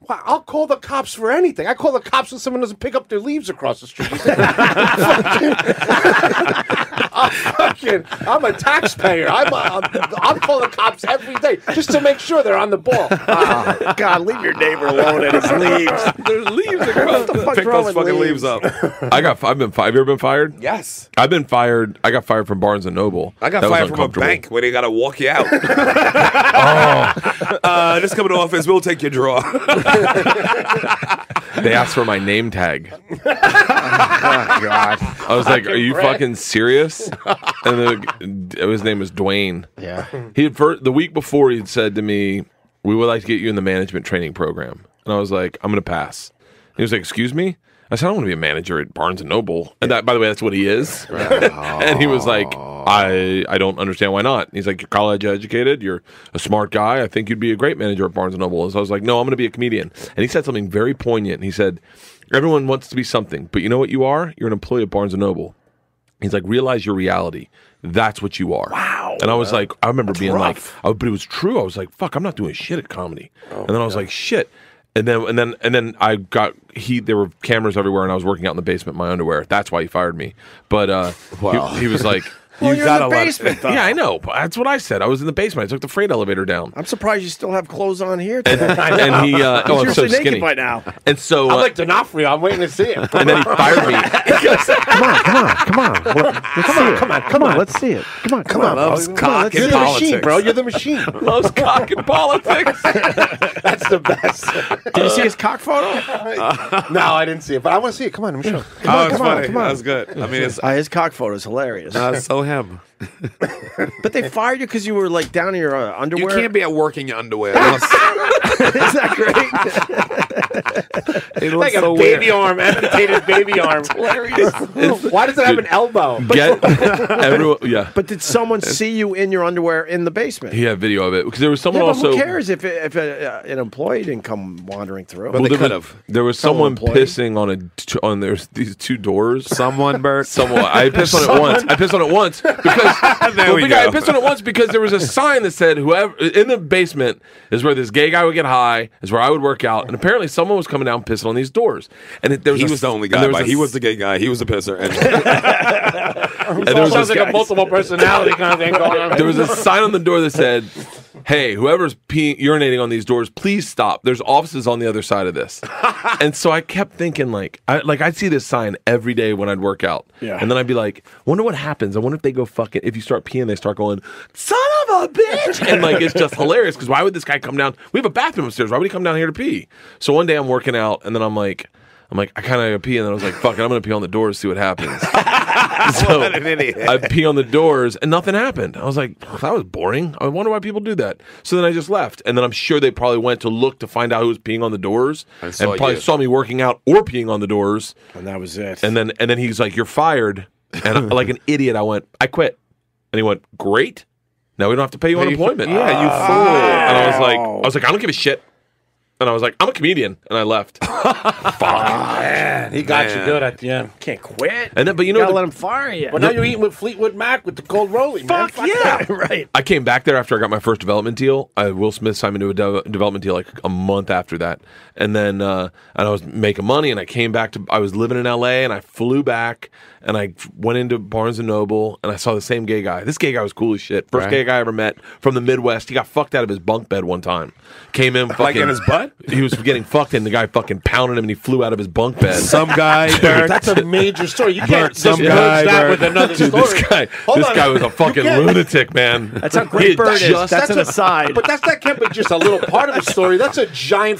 [SPEAKER 5] Wow, I'll call the cops for anything. I call the cops when someone doesn't pick up their leaves across the street. *laughs* I'm, fucking, I'm a taxpayer. I'm, a, I'm, I'm calling the cops every day just to make sure they're on the ball.
[SPEAKER 1] God, leave your neighbor alone and his leaves.
[SPEAKER 2] There's leaves across the Pick those fucking leaves, up.
[SPEAKER 3] *laughs* I got. I've been. I've ever been fired.
[SPEAKER 2] Yes.
[SPEAKER 3] I've been fired. I got fired from Barnes and Noble.
[SPEAKER 2] I got
[SPEAKER 3] That was
[SPEAKER 2] fired from a
[SPEAKER 3] uncomfortable.
[SPEAKER 2] bank where they got to walk *laughs* you out. uh, just come to office. We'll take your draw.
[SPEAKER 3] *laughs* They asked for my name tag.
[SPEAKER 2] Oh, God.
[SPEAKER 3] I was like,
[SPEAKER 2] Fucking
[SPEAKER 3] "Are you
[SPEAKER 2] Brett."
[SPEAKER 3] fucking serious?" And the, uh, his name was Dwayne.
[SPEAKER 2] Yeah.
[SPEAKER 3] He had fir- the week before he had said to me, "We would like to get you in the management training program," and I was like, "I'm gonna pass." He was like, "Excuse me." I said, "I want to be a manager at Barnes and Noble," and that, by the way, that's what he is. *laughs* and he was like, "I I don't understand why not." He's like, "You're college educated. You're a smart guy. I think you'd be a great manager at Barnes and Noble." And so I was like, "No, I'm going to be a comedian." And he said something very poignant. He said, "Everyone wants to be something, but you know what you are? You're an employee at Barnes and Noble." He's like, realize your reality. That's what you are. Wow. And I was like, I remember being like, oh, but it was true. I was like, fuck, I'm not doing shit at comedy. and then I was like, shit. And then and then and then I got he. There were cameras everywhere, and I was working out in the basement in my underwear. That's why he fired me. But uh, he-
[SPEAKER 2] Wow.
[SPEAKER 3] he, was like,
[SPEAKER 2] Well, you're in the
[SPEAKER 3] let-
[SPEAKER 2] basement, though.
[SPEAKER 3] yeah, I know. But that's what I said. I was in the basement. I took the freight elevator down.
[SPEAKER 1] I'm surprised you still have clothes on here.
[SPEAKER 3] And, and he, uh, oh, I'm
[SPEAKER 1] *laughs* you're
[SPEAKER 3] so
[SPEAKER 1] naked
[SPEAKER 3] skinny
[SPEAKER 1] by now.
[SPEAKER 3] And so,
[SPEAKER 5] I'm
[SPEAKER 3] uh,
[SPEAKER 5] like *laughs* D'Onofrio. I'm waiting to see it.
[SPEAKER 3] and then he fired me.
[SPEAKER 5] *laughs*
[SPEAKER 11] come on, come on, come on. Well, Let's see it. come on, come on. Let's see it. Come on, come, on, bro.
[SPEAKER 2] Loves
[SPEAKER 11] Come on,
[SPEAKER 2] cock
[SPEAKER 11] let's see
[SPEAKER 2] and
[SPEAKER 11] it.
[SPEAKER 5] You're the machine,
[SPEAKER 2] Politics.
[SPEAKER 5] bro. You're the machine.
[SPEAKER 3] Loves cock and politics.
[SPEAKER 5] *laughs* That's the best.
[SPEAKER 1] Did you see his cock photo?
[SPEAKER 5] *laughs* no, I didn't see it, but I want to see it. Come on, I'm sure.
[SPEAKER 1] Come on, come on,
[SPEAKER 2] funny.
[SPEAKER 1] come on.
[SPEAKER 2] That was good. I mean,
[SPEAKER 5] *laughs*
[SPEAKER 2] it's-
[SPEAKER 1] Uh, his cock photo is hilarious.
[SPEAKER 2] No, it's so him.
[SPEAKER 1] *laughs* but they fired you because you were like down in your uh,
[SPEAKER 2] You
[SPEAKER 1] underwear.
[SPEAKER 2] can't be at work in your underwear. It looks,
[SPEAKER 1] Is that great?
[SPEAKER 2] it
[SPEAKER 5] Like
[SPEAKER 2] looks
[SPEAKER 5] a
[SPEAKER 2] so weird.
[SPEAKER 5] baby arm, amputated baby arm. Why does *laughs* it have an elbow?
[SPEAKER 3] *laughs* Get everyone. Yeah,
[SPEAKER 1] *laughs* But did someone see you in your underwear in the basement?
[SPEAKER 3] he had video of it because there was
[SPEAKER 1] yeah,
[SPEAKER 3] someone
[SPEAKER 1] but
[SPEAKER 3] also.
[SPEAKER 1] who cares if if uh, an employee didn't come wandering through?
[SPEAKER 3] Well, there was- There was
[SPEAKER 1] Fellow
[SPEAKER 3] someone
[SPEAKER 1] employee.
[SPEAKER 3] pissing on a t- on there's these two doors.
[SPEAKER 2] Someone, Bert.
[SPEAKER 3] Someone. I pissed on it
[SPEAKER 2] Someone.
[SPEAKER 3] once. I pissed on it once
[SPEAKER 2] *laughs*
[SPEAKER 3] because well,
[SPEAKER 2] we
[SPEAKER 3] big guy, I
[SPEAKER 2] go.
[SPEAKER 3] pissed on it once because there was a sign that said whoever in the basement is where this gay guy would get high is where I would work out and apparently someone was coming down pissing on these doors and it, there was
[SPEAKER 2] He
[SPEAKER 3] a-
[SPEAKER 2] was the only
[SPEAKER 3] and there
[SPEAKER 2] guy. But
[SPEAKER 3] a-
[SPEAKER 2] he was the gay guy. He was
[SPEAKER 3] *laughs*
[SPEAKER 2] the pisser. And
[SPEAKER 3] and there was
[SPEAKER 5] sounds
[SPEAKER 3] this
[SPEAKER 5] like
[SPEAKER 3] guy-
[SPEAKER 5] a multiple personality kind of thing going on.
[SPEAKER 3] there was a sign on the door that said, "Hey, whoever's peeing, urinating on these doors, please stop. There's offices on the other side of *laughs* this." and so I kept thinking, like, I like I'd see this sign every day when I'd work out,
[SPEAKER 2] Yeah.
[SPEAKER 3] and then I'd be like, "Wonder what happens? I wonder if they go fucking. If you start peeing, they start going, son of a bitch!" *laughs* And like, it's
[SPEAKER 5] *laughs*
[SPEAKER 3] just hilarious because why would this guy come down? We have a bathroom upstairs. Why would he come down here to pee? So one day I'm working out, and then I'm like. I'm like, I kind of pee, and then I was like, "Fuck it, I'm gonna pee on the door to see what
[SPEAKER 2] *laughs*
[SPEAKER 3] happens." so
[SPEAKER 2] What an idiot.
[SPEAKER 3] I pee on the doors and nothing happened. I was like, that was boring. I wonder why people do that. So then I just left. And then I'm sure they probably went to look to find out who was peeing on the doors and,
[SPEAKER 2] saw
[SPEAKER 3] probably
[SPEAKER 2] you.
[SPEAKER 3] saw me working out or peeing on the doors.
[SPEAKER 1] and that was it.
[SPEAKER 3] And then and then he's like, You're fired.
[SPEAKER 2] *laughs*
[SPEAKER 3] And I- like an idiot, I went, I quit. And he went, Great. Now we don't have to pay you
[SPEAKER 2] Hey, you-
[SPEAKER 3] unemployment.
[SPEAKER 2] yeah, you
[SPEAKER 3] Ah.
[SPEAKER 2] fool.
[SPEAKER 3] And I was like, I was like, I don't give a shit. And I was like, I'm a comedian. And I
[SPEAKER 5] *laughs*
[SPEAKER 3] left.
[SPEAKER 5] Man, he got you
[SPEAKER 3] Man.
[SPEAKER 5] good at the end.
[SPEAKER 1] Can't quit.
[SPEAKER 3] And then but you know
[SPEAKER 1] Gotta
[SPEAKER 3] the-
[SPEAKER 1] let him fire you.
[SPEAKER 5] But now you're eating with Fleetwood Mac with the cold rolling. man. Fuck yeah,
[SPEAKER 1] right.
[SPEAKER 3] I came back there after I got my first development deal. I Will Smith signed me to a de- development deal like a month after that, and then uh, and I was making money. And I came back to I was living in L.A. and I flew back and I went into Barnes and Noble and I saw the same gay guy. This gay guy was cool as shit. First
[SPEAKER 2] Right.
[SPEAKER 3] gay guy I ever met from the Midwest. He got fucked out of his bunk bed one time. Came in fucking
[SPEAKER 2] in his butt?
[SPEAKER 3] What? He was getting fucked, and the guy fucking pounded him, and he flew out of his bunk bed.
[SPEAKER 2] Some guy
[SPEAKER 3] *laughs* Dude,
[SPEAKER 2] burnt-
[SPEAKER 3] that's
[SPEAKER 5] That's a major story. You can't just
[SPEAKER 3] some
[SPEAKER 5] merge
[SPEAKER 3] guy
[SPEAKER 5] that
[SPEAKER 3] burnt-
[SPEAKER 5] with another
[SPEAKER 3] Dude,
[SPEAKER 5] story.
[SPEAKER 3] This guy,
[SPEAKER 5] Hold
[SPEAKER 3] this
[SPEAKER 5] on.
[SPEAKER 3] guy was a
[SPEAKER 5] You
[SPEAKER 3] fucking
[SPEAKER 5] can't-
[SPEAKER 3] lunatic, man.
[SPEAKER 5] That's how great
[SPEAKER 3] He
[SPEAKER 5] Bird is.
[SPEAKER 3] just-
[SPEAKER 5] That's
[SPEAKER 3] *laughs*
[SPEAKER 5] an aside. But that's that can't be just a little part of the story. That's a giant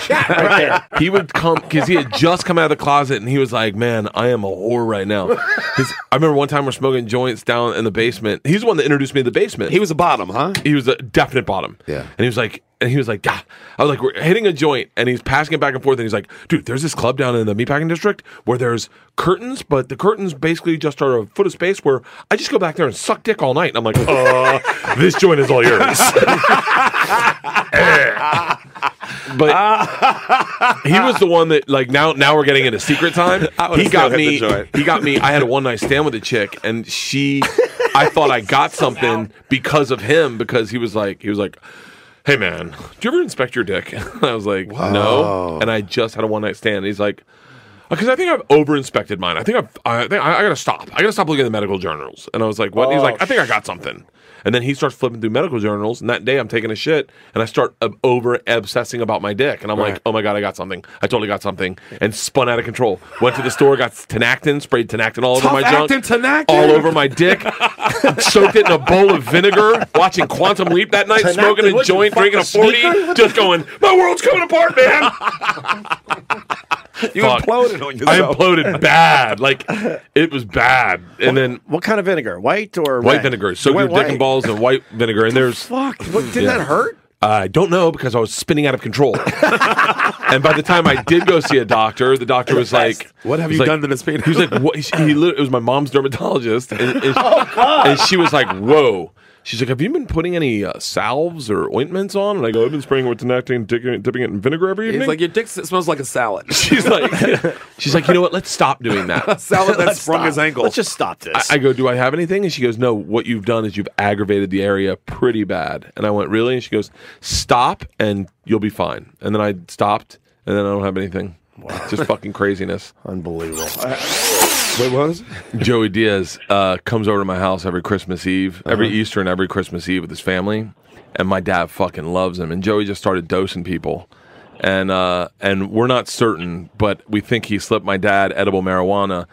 [SPEAKER 3] *laughs*
[SPEAKER 5] chat right, there.
[SPEAKER 3] He would come because he had just come out of the closet and he was like, Man, I am a whore right *laughs* now. 'Cause I remember one time we're smoking joints down in the basement. He's the one that introduced me to the basement. He was a bottom, huh? He was a definite bottom. Yeah. And he was like, and he was like, "Ah." I was like, we're hitting a joint, and he's passing it back and forth, and he's like, dude, there's this club down in the meatpacking district where there's curtains, but the curtains basically just are a foot of space where I just go back there and suck dick all night. And I'm like, uh, this joint is all yours. but
[SPEAKER 2] *laughs*
[SPEAKER 3] he was the one that like now now we're getting into secret time.
[SPEAKER 2] I would've
[SPEAKER 3] He got
[SPEAKER 2] still hit
[SPEAKER 3] me
[SPEAKER 2] the joint.
[SPEAKER 3] he got me I had a one night stand with a chick and she I thought I got something because of him because he was like he was like Hey man, do you ever inspect your dick? *laughs* And I was like, no. And I just had a one night stand. And he's like, because Uh, I think I've over inspected mine. I think I've, I, think I, I gotta stop. I gotta stop looking at the medical journals. And I was like, what? he's
[SPEAKER 2] Oh,
[SPEAKER 3] like, I think I got something. And then he starts flipping through medical journals. And that day I'm taking a shit and I start ob- over obsessing about my dick. And I'm like, oh my God, I got something. I totally got something. And spun out of control. Went to the store, got Tenactin, sprayed Tenactin all over
[SPEAKER 2] Tough
[SPEAKER 3] my junk.
[SPEAKER 2] actin Tenactin.
[SPEAKER 3] All over my
[SPEAKER 2] *laughs*
[SPEAKER 3] dick. soaked it in a bowl of vinegar. Watching Quantum Leap that night,
[SPEAKER 2] Tenactin,
[SPEAKER 3] smoking a
[SPEAKER 2] what, you
[SPEAKER 3] joint, drinking a
[SPEAKER 2] fucking
[SPEAKER 3] 40,
[SPEAKER 2] sneaker?
[SPEAKER 3] just going, my world's coming apart,
[SPEAKER 4] *laughs*
[SPEAKER 3] man. you
[SPEAKER 1] imploded on
[SPEAKER 3] I
[SPEAKER 1] yourself. *laughs*
[SPEAKER 3] imploded bad. Like it was bad. And then
[SPEAKER 1] What kind of vinegar? White or
[SPEAKER 3] white
[SPEAKER 1] red?
[SPEAKER 3] vinegar. So
[SPEAKER 1] You
[SPEAKER 3] your
[SPEAKER 1] went
[SPEAKER 3] dick and
[SPEAKER 1] white.
[SPEAKER 3] balls and white vinegar. And there's
[SPEAKER 1] Fuck. What, did
[SPEAKER 3] Yeah.
[SPEAKER 1] that hurt?
[SPEAKER 3] I don't know because I was spinning out of
[SPEAKER 1] *laughs*
[SPEAKER 3] control. and by the time I did go see a doctor, the doctor was like,
[SPEAKER 2] What have
[SPEAKER 3] was
[SPEAKER 2] you
[SPEAKER 3] like-
[SPEAKER 2] done to this penis?
[SPEAKER 3] He was like, what? He, he lit- it was my mom's dermatologist, and,
[SPEAKER 1] *laughs*
[SPEAKER 3] and,
[SPEAKER 2] Oh, God.
[SPEAKER 3] and she was like, "Whoa." She's like, "Have you been putting any uh, salves or ointments on?" And I go, "I've been spraying with tenactin, dipping it, dipping it in vinegar every
[SPEAKER 2] He's
[SPEAKER 3] evening."
[SPEAKER 2] like, your dick s- smells like a salad. *laughs*
[SPEAKER 3] She's like, she's like, you know what? Let's stop doing
[SPEAKER 1] *laughs*
[SPEAKER 4] *laughs*
[SPEAKER 3] that.
[SPEAKER 2] salad that sprung his ankle.
[SPEAKER 1] Let's just stop this.
[SPEAKER 3] I, I go, do I have anything? And she goes, no. What you've done is you've aggravated the area pretty bad. And I went, really? And she goes, stop, and you'll be fine. And then I stopped, and then I don't have anything. Just fucking craziness.
[SPEAKER 1] Unbelievable.
[SPEAKER 3] Wait, what was Joey Diaz uh, comes over to my house every Christmas Eve, every Easter and every Christmas Eve with his family, and my dad fucking loves him. And Joey just started dosing people, and uh, and we're not certain, but we think he slipped my dad edible marijuana,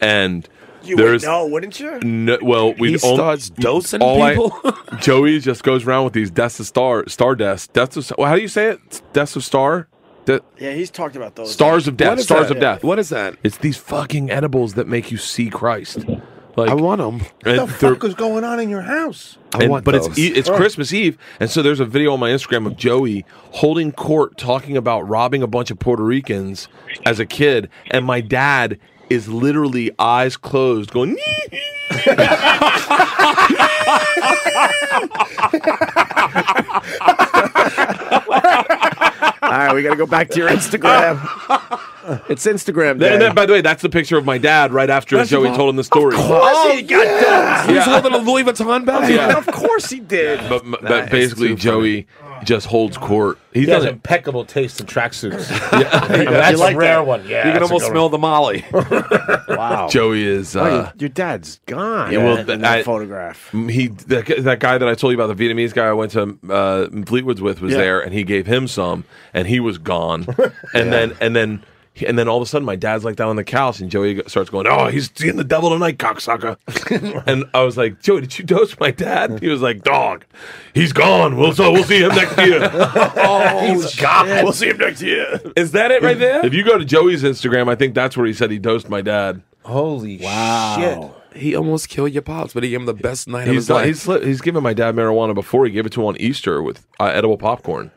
[SPEAKER 3] and.
[SPEAKER 1] You
[SPEAKER 3] there's
[SPEAKER 1] would know, wouldn't you?
[SPEAKER 3] no, well, we
[SPEAKER 1] He starts dosing people?
[SPEAKER 3] *laughs* Joey just goes around with these deaths of star, star deaths, deaths of. Well, how do you say it? Deaths of star. De-
[SPEAKER 1] Yeah, he's talked about those.
[SPEAKER 3] Stars of death.
[SPEAKER 1] What is
[SPEAKER 3] Stars
[SPEAKER 1] that?
[SPEAKER 3] of death.
[SPEAKER 2] What is that?
[SPEAKER 3] It's these fucking edibles that make you see Christ. Like I
[SPEAKER 2] want them.
[SPEAKER 3] And
[SPEAKER 1] What the
[SPEAKER 3] they're-
[SPEAKER 1] fuck is going on in your house?
[SPEAKER 3] and- but it's e- it's Christmas Eve, and so there's a video on my Instagram of Joey holding court talking about robbing a bunch of Puerto Ricans as a kid, and my dad is literally eyes closed going.
[SPEAKER 1] *laughs*
[SPEAKER 6] *laughs*
[SPEAKER 1] *laughs* All right, we got to go back to your Instagram. it's Instagram.
[SPEAKER 3] *laughs*
[SPEAKER 1] Day.
[SPEAKER 3] And *laughs* then, by the way, that's the picture of my dad right after
[SPEAKER 1] That's
[SPEAKER 3] Joey
[SPEAKER 1] the-
[SPEAKER 3] told him the story.
[SPEAKER 1] Oh, he got dosed.
[SPEAKER 2] He's holding a Louis Vuitton bag.
[SPEAKER 3] Yeah.
[SPEAKER 1] Of course
[SPEAKER 2] *laughs*
[SPEAKER 1] he did.
[SPEAKER 3] But, but basically, Joey just holds court. He
[SPEAKER 5] He has
[SPEAKER 3] doesn't.
[SPEAKER 5] impeccable taste in tracksuits. *laughs* yeah. That's a rare one. Yeah,
[SPEAKER 2] you can
[SPEAKER 5] that's a
[SPEAKER 2] almost
[SPEAKER 5] good
[SPEAKER 2] smell the Molly.
[SPEAKER 1] wow.
[SPEAKER 3] Joey *laughs* is.
[SPEAKER 1] Oh,
[SPEAKER 3] Uh,
[SPEAKER 1] your, your dad's gone.
[SPEAKER 3] Yeah, well,
[SPEAKER 1] in that,
[SPEAKER 3] I-
[SPEAKER 1] photograph.
[SPEAKER 3] Mm, He that, gu- that guy that I told you about the Vietnamese guy I went to uh, Fleetwoods with was
[SPEAKER 1] Yeah.
[SPEAKER 3] there, and he gave him some, and he was
[SPEAKER 2] *laughs*
[SPEAKER 3] gone. and then and then and then all of a sudden, my dad's like down on the couch, and Joey go- starts going, "Oh, he's seeing the devil tonight,
[SPEAKER 2] *laughs*
[SPEAKER 3] cocksucker." *laughs* and I was like, "Joey, did you dose my dad?" He was like, "Dog, he's gone. We'll so we'll see him next
[SPEAKER 2] *laughs*
[SPEAKER 3] year." oh God, we'll see him next year.
[SPEAKER 2] Is that it right there?
[SPEAKER 3] If you go to Joey's Instagram, I think that's where he said he dosed my dad.
[SPEAKER 2] Holy shit. He almost killed your pops, but he gave him the best night of
[SPEAKER 3] He's
[SPEAKER 2] his
[SPEAKER 3] done,
[SPEAKER 2] life.
[SPEAKER 3] he's sli- he's given my dad marijuana before he gave it to him on Easter with uh, edible popcorn,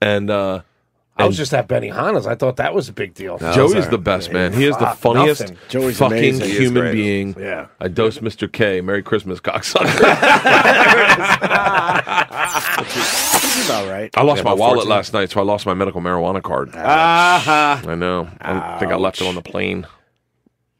[SPEAKER 3] and uh,
[SPEAKER 5] *laughs* I was just at Benihana's. I thought that was a big deal.
[SPEAKER 3] Joey's the best man. He is the
[SPEAKER 5] Fuck,
[SPEAKER 3] funniest
[SPEAKER 5] nothing.
[SPEAKER 3] fucking
[SPEAKER 1] amazing. He is
[SPEAKER 3] human
[SPEAKER 1] great.
[SPEAKER 3] being.
[SPEAKER 5] Yeah.
[SPEAKER 3] I dosed Mr. K. Merry Christmas,
[SPEAKER 5] *laughs*
[SPEAKER 3] cocksucker.
[SPEAKER 1] That's about right.
[SPEAKER 3] Ah. I lost my wallet
[SPEAKER 1] 14.
[SPEAKER 3] last night, so I lost my medical marijuana card.
[SPEAKER 1] Ah,
[SPEAKER 3] I know. I think I left it on the plane.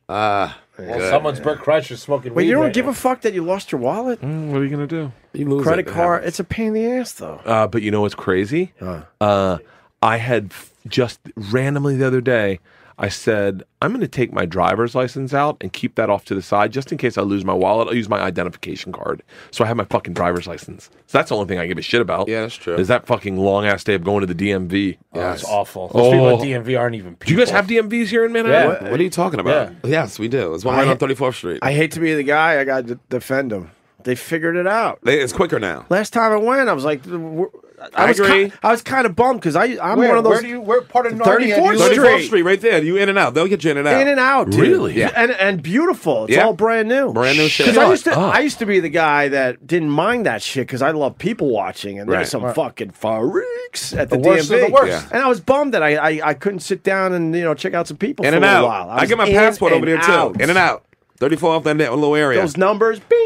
[SPEAKER 2] Ah.
[SPEAKER 5] Well, someone's Bert Kreischer smoking
[SPEAKER 1] Wait,
[SPEAKER 5] weed.
[SPEAKER 1] you don't
[SPEAKER 5] right
[SPEAKER 1] give
[SPEAKER 5] now.
[SPEAKER 1] a fuck that you lost your wallet?
[SPEAKER 3] Mm, what are you gonna do?
[SPEAKER 2] You lose
[SPEAKER 1] Credit
[SPEAKER 2] it.
[SPEAKER 1] card. It's a pain in the ass, though.
[SPEAKER 3] Uh, but you know what's crazy? Uh, I had f- just randomly the other day, I said, I'm going to take my driver's license out and keep that off to the side just in case I lose my wallet. I'll use my identification card. So I have my fucking driver's license. So that's the only thing I give a shit about. Yeah, that's true. Is that fucking long ass day of going to the DMV.
[SPEAKER 5] Yeah, it's awful. Those people at DMV aren't even
[SPEAKER 3] Oh. Do you guys have DMVs here in Manhattan?
[SPEAKER 1] Yeah.
[SPEAKER 3] What-
[SPEAKER 4] What are you talking about? Yes, we
[SPEAKER 5] *laughs*
[SPEAKER 4] do. It's one right
[SPEAKER 1] I-
[SPEAKER 4] on 34th Street.
[SPEAKER 1] I hate to be the guy. I got to defend them. They figured it out.
[SPEAKER 4] They- it's quicker now.
[SPEAKER 1] Last time I went, I was like, the- we're- I,
[SPEAKER 4] I
[SPEAKER 1] was
[SPEAKER 4] agree.
[SPEAKER 1] ki- I was kind of bummed because I I'm
[SPEAKER 4] Where-
[SPEAKER 1] one of those.
[SPEAKER 4] where do you-
[SPEAKER 1] where part
[SPEAKER 4] of
[SPEAKER 1] Narnia? 34th Street.
[SPEAKER 4] 34th Street, right there. You in and out. They'll get you in and out.
[SPEAKER 1] In and out, dude.
[SPEAKER 4] Really?
[SPEAKER 1] Yeah. And and beautiful. It's
[SPEAKER 4] Yeah.
[SPEAKER 1] all brand new.
[SPEAKER 4] Brand new shit.
[SPEAKER 1] Because I used to
[SPEAKER 4] Shut up.
[SPEAKER 1] I used to be the guy that didn't mind that shit because I love people watching and
[SPEAKER 4] Right.
[SPEAKER 1] there's some
[SPEAKER 4] Right.
[SPEAKER 1] fucking freaks at the,
[SPEAKER 4] The worst of
[SPEAKER 1] DMV.
[SPEAKER 4] the worst.
[SPEAKER 1] And I was bummed that I, I I couldn't sit down and you know check out some people
[SPEAKER 4] In
[SPEAKER 1] for
[SPEAKER 4] and
[SPEAKER 1] a
[SPEAKER 4] out.
[SPEAKER 1] while.
[SPEAKER 4] I
[SPEAKER 1] was
[SPEAKER 4] get my
[SPEAKER 1] in
[SPEAKER 4] passport over
[SPEAKER 1] and
[SPEAKER 4] there
[SPEAKER 1] out.
[SPEAKER 4] too. In and out. 34th and that little area.
[SPEAKER 1] Those numbers, bing,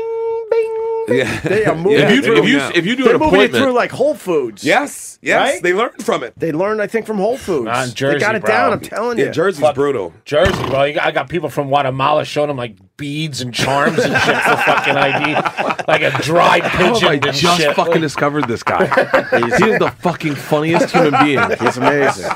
[SPEAKER 5] *laughs*
[SPEAKER 4] yeah.
[SPEAKER 1] they are moving.
[SPEAKER 4] Yeah,
[SPEAKER 1] it
[SPEAKER 4] they're
[SPEAKER 1] through
[SPEAKER 4] moving
[SPEAKER 1] now.
[SPEAKER 4] now.
[SPEAKER 1] they're moving it through like Whole Foods.
[SPEAKER 4] Yes, yes, they learned from it.
[SPEAKER 1] They learned, I think, from Whole Foods.
[SPEAKER 5] Not in Jersey,
[SPEAKER 1] they got it
[SPEAKER 5] bro.
[SPEAKER 1] down. I'm telling you,
[SPEAKER 5] Fuck
[SPEAKER 4] brutal.
[SPEAKER 5] Jersey, bro. You got, I got people from Guatemala showing them like beads and charms and shit for fucking ID, like a
[SPEAKER 3] *laughs*
[SPEAKER 5] dried
[SPEAKER 3] How have
[SPEAKER 5] pigeon.
[SPEAKER 3] I
[SPEAKER 5] and
[SPEAKER 3] just
[SPEAKER 5] shit.
[SPEAKER 3] fucking discovered this
[SPEAKER 5] *laughs*
[SPEAKER 3] guy? he is the fucking funniest human being.
[SPEAKER 1] He's amazing.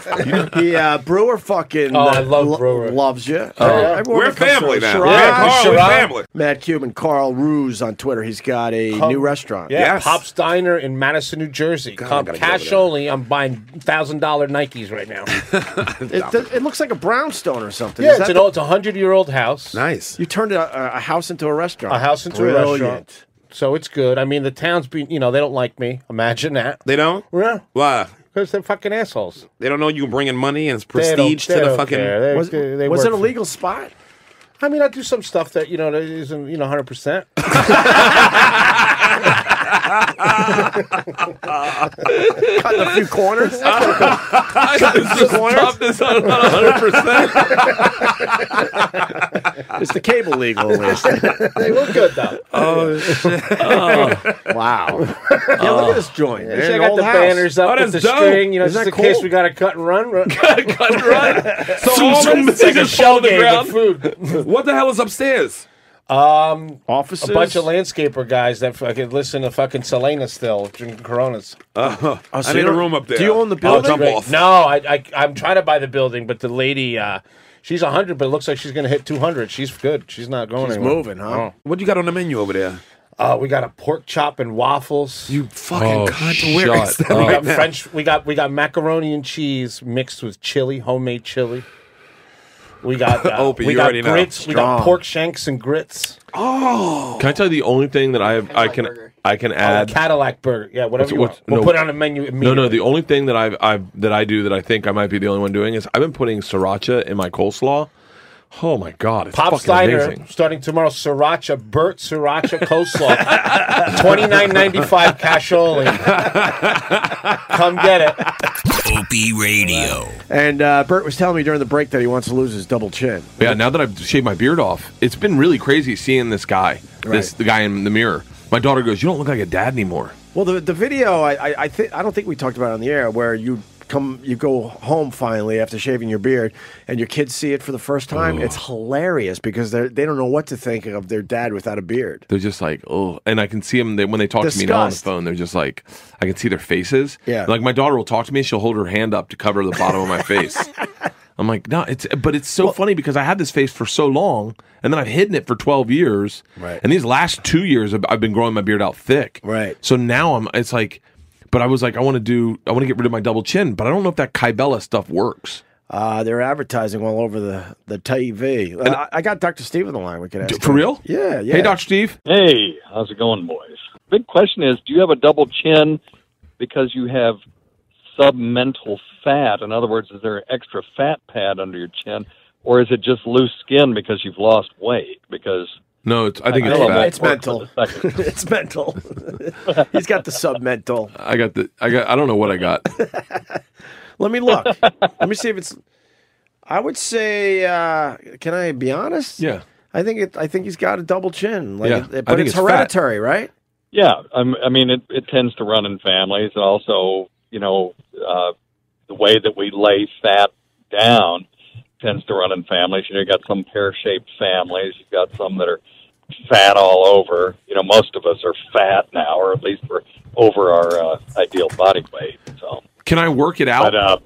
[SPEAKER 1] the uh, Brewer fucking
[SPEAKER 3] Oh, I
[SPEAKER 1] uh,
[SPEAKER 3] love
[SPEAKER 1] lo-
[SPEAKER 3] Brewer.
[SPEAKER 1] loves you.
[SPEAKER 3] Oh.
[SPEAKER 1] Everyone
[SPEAKER 4] We're
[SPEAKER 1] that comes
[SPEAKER 4] family
[SPEAKER 1] through,
[SPEAKER 4] now.
[SPEAKER 1] Shiraz,
[SPEAKER 4] Yeah, Carl, we're
[SPEAKER 1] Shiraz.
[SPEAKER 4] family.
[SPEAKER 1] Matt Cuban, Carl Ruse on Twitter. He's got a
[SPEAKER 5] Come-
[SPEAKER 1] new restaurant.
[SPEAKER 4] *laughs*
[SPEAKER 5] Yeah, Pop's Diner in Madison, New Jersey. Come
[SPEAKER 1] gotta go over
[SPEAKER 5] cash
[SPEAKER 1] there.
[SPEAKER 5] only. I'm buying thousand dollar Nikes right now.
[SPEAKER 1] It, it looks like a brownstone or something.
[SPEAKER 5] yeah,
[SPEAKER 1] Is
[SPEAKER 5] it's
[SPEAKER 1] that
[SPEAKER 5] an
[SPEAKER 1] the-
[SPEAKER 5] old, it's a hundred year old house.
[SPEAKER 4] Nice.
[SPEAKER 1] You turned a, a house into a restaurant.
[SPEAKER 5] A house into a
[SPEAKER 1] Brilliant.
[SPEAKER 5] restaurant. So it's good. I mean, the town's been, you know, they don't like me. Imagine that.
[SPEAKER 4] They don't?
[SPEAKER 5] Yeah.
[SPEAKER 4] Why?
[SPEAKER 5] Because they're fucking assholes.
[SPEAKER 4] They don't know you can bring in money and it's
[SPEAKER 5] They don't-
[SPEAKER 4] prestige
[SPEAKER 5] they
[SPEAKER 4] to the
[SPEAKER 5] don't
[SPEAKER 4] fucking.
[SPEAKER 5] care. They- Was- they- they was work it a for- legal
[SPEAKER 1] spot?
[SPEAKER 5] I mean, I do some stuff that, you know, that isn't, you know, 100%.
[SPEAKER 1] Cutting a few corners.
[SPEAKER 4] Cutting
[SPEAKER 1] a few corners.
[SPEAKER 4] this on 100%.
[SPEAKER 1] It's the cable legal at least.
[SPEAKER 5] *laughs* they were good, though.
[SPEAKER 4] Oh, shit.
[SPEAKER 1] Oh. wow. *laughs* Uh, yeah, look at this joint.
[SPEAKER 5] *laughs* Yeah,
[SPEAKER 1] It's
[SPEAKER 5] see, I
[SPEAKER 1] an
[SPEAKER 5] got
[SPEAKER 1] old
[SPEAKER 5] the
[SPEAKER 1] house.
[SPEAKER 5] banners up with the string, you know,
[SPEAKER 1] Isn't
[SPEAKER 5] just
[SPEAKER 1] that
[SPEAKER 5] in case
[SPEAKER 1] cool?
[SPEAKER 5] we got to cut and run.
[SPEAKER 4] *laughs*
[SPEAKER 5] run.
[SPEAKER 4] cut and run. So
[SPEAKER 5] Zoom,
[SPEAKER 4] all
[SPEAKER 5] zoom,
[SPEAKER 4] this
[SPEAKER 5] take
[SPEAKER 4] is
[SPEAKER 5] a shell
[SPEAKER 4] on the
[SPEAKER 5] game
[SPEAKER 4] ground.
[SPEAKER 5] food.
[SPEAKER 4] *laughs* what the hell is upstairs?
[SPEAKER 5] Um,
[SPEAKER 1] Offices?
[SPEAKER 5] A bunch of landscaper guys that fucking listen to fucking Selena still drinking Coronas.
[SPEAKER 4] Uh,
[SPEAKER 1] Oh, so you don't- Do you own the
[SPEAKER 5] I'll
[SPEAKER 1] building?
[SPEAKER 5] jump off. No, I, I I'm trying to buy the building, but the lady, uh, she's 100, but it looks like she's going to hit 200. She's good. She's not going
[SPEAKER 1] She's
[SPEAKER 5] anywhere.
[SPEAKER 1] moving, huh?
[SPEAKER 4] What you got on the menu over there?
[SPEAKER 5] Uh, we got a pork chop and waffles.
[SPEAKER 4] You fucking
[SPEAKER 3] Oh,
[SPEAKER 4] cunt. Where
[SPEAKER 3] shut
[SPEAKER 4] is that
[SPEAKER 3] up.
[SPEAKER 5] we
[SPEAKER 4] right
[SPEAKER 5] got
[SPEAKER 4] now?
[SPEAKER 5] French. We got we got macaroni and cheese mixed with chili, homemade chili. We got uh,
[SPEAKER 4] *laughs* Opie,
[SPEAKER 5] we
[SPEAKER 4] you
[SPEAKER 5] got
[SPEAKER 4] already know.
[SPEAKER 5] grits. We got
[SPEAKER 4] Strong.
[SPEAKER 5] pork shanks and grits.
[SPEAKER 4] Oh,
[SPEAKER 3] Can I tell you the only thing that I have, I can I can add?
[SPEAKER 5] Cadillac burger. Yeah,
[SPEAKER 3] What's-
[SPEAKER 5] whatever Oh, you
[SPEAKER 3] what's-
[SPEAKER 5] want. We'll
[SPEAKER 3] no.
[SPEAKER 5] put it on the menu
[SPEAKER 3] No,
[SPEAKER 5] immediately.
[SPEAKER 3] no. The only thing that I've, I've that I do that I think I might be the only one doing is I've been putting sriracha in my coleslaw. Oh my god, it's
[SPEAKER 5] Pop
[SPEAKER 3] fucking
[SPEAKER 5] Steiner
[SPEAKER 3] amazing.
[SPEAKER 5] starting tomorrow. Sriracha, Burt Sriracha
[SPEAKER 3] *laughs*
[SPEAKER 5] coleslaw, twenty nine ninety five cash only. Come get it.
[SPEAKER 12] Opie Radio.
[SPEAKER 1] And uh, Bert was telling me during the break that he wants to lose his double chin.
[SPEAKER 3] Yeah, now that I've shaved my beard off, it's been really crazy seeing this guy, this the guy in the mirror. My daughter goes, "You don't look like a dad anymore."
[SPEAKER 1] Well, the the video, I I, I, th- I don't think we talked about it on the air where you come you go home finally after shaving your beard and your kids see it for the first time. It's hilarious because they they don't know what to think of their dad without a beard.
[SPEAKER 3] They're just like, oh, and I can see them they, when they talk to me now on the
[SPEAKER 1] Disgust.
[SPEAKER 3] phone. They're just like, I can see their faces.
[SPEAKER 1] Yeah.
[SPEAKER 3] like my daughter will talk to me. She'll hold her hand up to cover the bottom of my
[SPEAKER 1] *laughs*
[SPEAKER 3] face. I'm like, no, it's but it's so funny because I had this face for so long, and then I've hidden it for 12 years.
[SPEAKER 1] Right.
[SPEAKER 3] And these last two years, I've, I've been growing my beard out thick.
[SPEAKER 1] Right.
[SPEAKER 3] So now I'm. It's like, but I was like, I want to do. I want to get rid of my double chin, but I don't know if that Kybella stuff works.
[SPEAKER 1] Uh, they're advertising all over the the TV. Uh, I, I got Dr. Steve on the line. We could ask
[SPEAKER 3] for
[SPEAKER 1] him.
[SPEAKER 3] real?
[SPEAKER 1] Yeah, yeah.
[SPEAKER 3] Hey, Dr. Steve.
[SPEAKER 23] Hey, how's it going, boys? Big question is do you have a double chin because you have submental fat? In other words, is there an extra fat pad under your chin? Or is it just loose skin because you've lost weight? Because
[SPEAKER 3] No, it's, I think
[SPEAKER 23] I
[SPEAKER 3] it's
[SPEAKER 23] love
[SPEAKER 3] bad.
[SPEAKER 23] that.
[SPEAKER 1] It's mental. *laughs* it's mental. He's got the submental.
[SPEAKER 3] I got the. I got. I don't know what I got.
[SPEAKER 1] Let me look. Let me see if it's. I would say. Uh, can I be honest?
[SPEAKER 3] Yeah.
[SPEAKER 1] I think it. I think he's got a double chin. Like,
[SPEAKER 23] Yeah,
[SPEAKER 1] it-
[SPEAKER 23] I
[SPEAKER 1] but
[SPEAKER 23] think
[SPEAKER 1] it's,
[SPEAKER 23] it's fat.
[SPEAKER 1] hereditary, right?
[SPEAKER 23] Yeah, I'm, I mean, it, it tends to run in families, and also, you know, uh, the way that we lay fat down tends to run in families. You know, you got some pear-shaped families, you've got some that are fat all over. You know, most of us are fat now, or at least we're over our uh, ideal body weight. So,
[SPEAKER 3] Can I work it out?
[SPEAKER 23] but uh,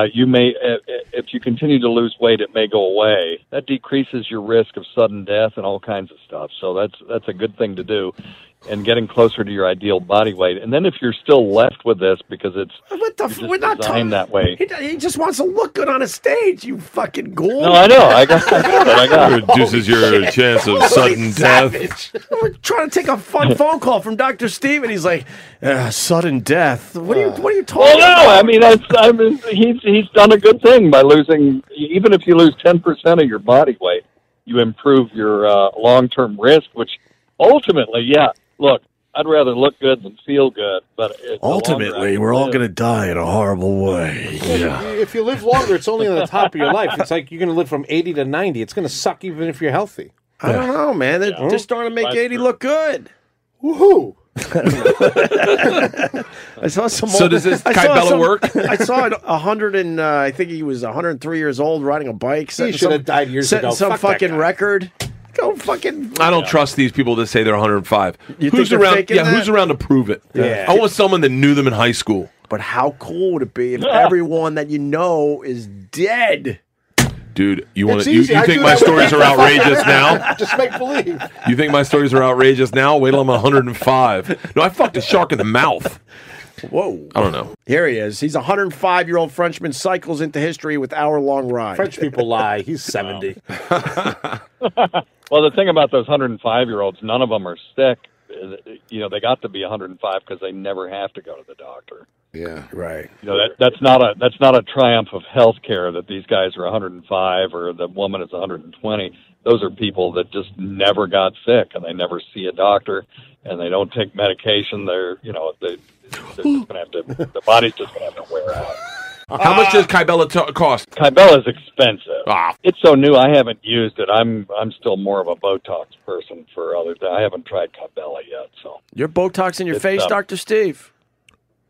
[SPEAKER 23] uh, you may, if, if you continue to lose weight, it may go away. That decreases your risk of sudden death and all kinds of stuff. So that's that's a good thing to do, and getting closer to your ideal body weight. And then if you're still left with this because it's
[SPEAKER 1] what the
[SPEAKER 23] just
[SPEAKER 1] f- we're not
[SPEAKER 23] designed that way.
[SPEAKER 1] He, he just wants to look good on a stage. You fucking ghoul.
[SPEAKER 23] No, I know. I got, I got it. I got it.
[SPEAKER 3] Reduces your chance of
[SPEAKER 1] Holy
[SPEAKER 3] sudden death.
[SPEAKER 1] savage. *laughs* We're trying to take
[SPEAKER 23] *laughs*
[SPEAKER 1] a fun phone call from Doctor Steve, and he's like, "Uh, "Sudden death. What are you? What are you talking?"
[SPEAKER 23] Well, no, I mean that's I mean he's he's done a good thing by losing. Even if you lose ten percent of your body weight, you improve your uh, long term risk. Which ultimately, yeah, look, I'd rather look good than feel good. But it's the long
[SPEAKER 1] Ultimately,
[SPEAKER 23] run.
[SPEAKER 1] we're all gonna die in a horrible way.
[SPEAKER 27] Yeah. If you live longer, it's only on the top of your life. It's like you're going to live from 80 to 90. It's going to suck even if you're healthy.
[SPEAKER 1] I don't know, man. They're
[SPEAKER 27] Yeah.
[SPEAKER 1] just starting to make
[SPEAKER 27] That's
[SPEAKER 1] eighty look good.
[SPEAKER 27] Woohoo!
[SPEAKER 1] *laughs* I saw some.
[SPEAKER 3] So
[SPEAKER 1] old-
[SPEAKER 3] does this
[SPEAKER 1] I saw
[SPEAKER 3] Kybella
[SPEAKER 1] some-
[SPEAKER 3] work?
[SPEAKER 1] I saw an- a hundred and uh, I think he was hundred and three years old riding a bike. setting
[SPEAKER 27] should
[SPEAKER 1] some-
[SPEAKER 27] have died years
[SPEAKER 1] setting
[SPEAKER 27] ago.
[SPEAKER 1] Some
[SPEAKER 27] Fuck that
[SPEAKER 1] fucking record. Go fucking.
[SPEAKER 3] I don't trust these people that say they're 105.
[SPEAKER 1] You think
[SPEAKER 3] who's
[SPEAKER 1] they're
[SPEAKER 3] around?
[SPEAKER 1] faking
[SPEAKER 3] Yeah,
[SPEAKER 1] that?
[SPEAKER 3] who's around to prove it?
[SPEAKER 1] Yeah.
[SPEAKER 3] I want someone that knew them in high school.
[SPEAKER 1] But how cool would it be if everyone that you know is dead?
[SPEAKER 3] Dude, you want
[SPEAKER 1] It's
[SPEAKER 3] you,
[SPEAKER 1] easy.
[SPEAKER 3] you
[SPEAKER 1] I
[SPEAKER 3] think
[SPEAKER 1] do
[SPEAKER 3] my
[SPEAKER 1] that with
[SPEAKER 3] stories *laughs*
[SPEAKER 1] *laughs*
[SPEAKER 3] are outrageous now?
[SPEAKER 27] Just make believe.
[SPEAKER 3] You think my stories are outrageous now? Wait till I'm 105. No, I fucked a shark in the mouth.
[SPEAKER 1] Whoa.
[SPEAKER 3] I don't know.
[SPEAKER 1] Here he is. He's a 105 year old Frenchman cycles into history with hour long ride.
[SPEAKER 27] French people lie. He's 70.
[SPEAKER 23] Well, the thing about those 105 year olds, none of them are sick. You know, they got to be 105 because they never have to go to the doctor.
[SPEAKER 27] Yeah.
[SPEAKER 1] Right.
[SPEAKER 23] You know, that that's not a that's not a triumph of healthcare that these guys are 105 or the woman is 120. Those are people that just never got sick and they never see a doctor and they don't take medication. They're you know they they're just gonna have to the body's just gonna have to wear out.
[SPEAKER 3] How much does Kybella t- cost?
[SPEAKER 23] Uh,
[SPEAKER 3] Ah.
[SPEAKER 23] Kybella's expensive. It's so new. I haven't used it. I'm I'm still more of a Botox person for other. Th- I haven't tried Kybella yet. So
[SPEAKER 1] Your Botox in your
[SPEAKER 23] It's,
[SPEAKER 1] face,
[SPEAKER 23] um,
[SPEAKER 1] Doctor Steve.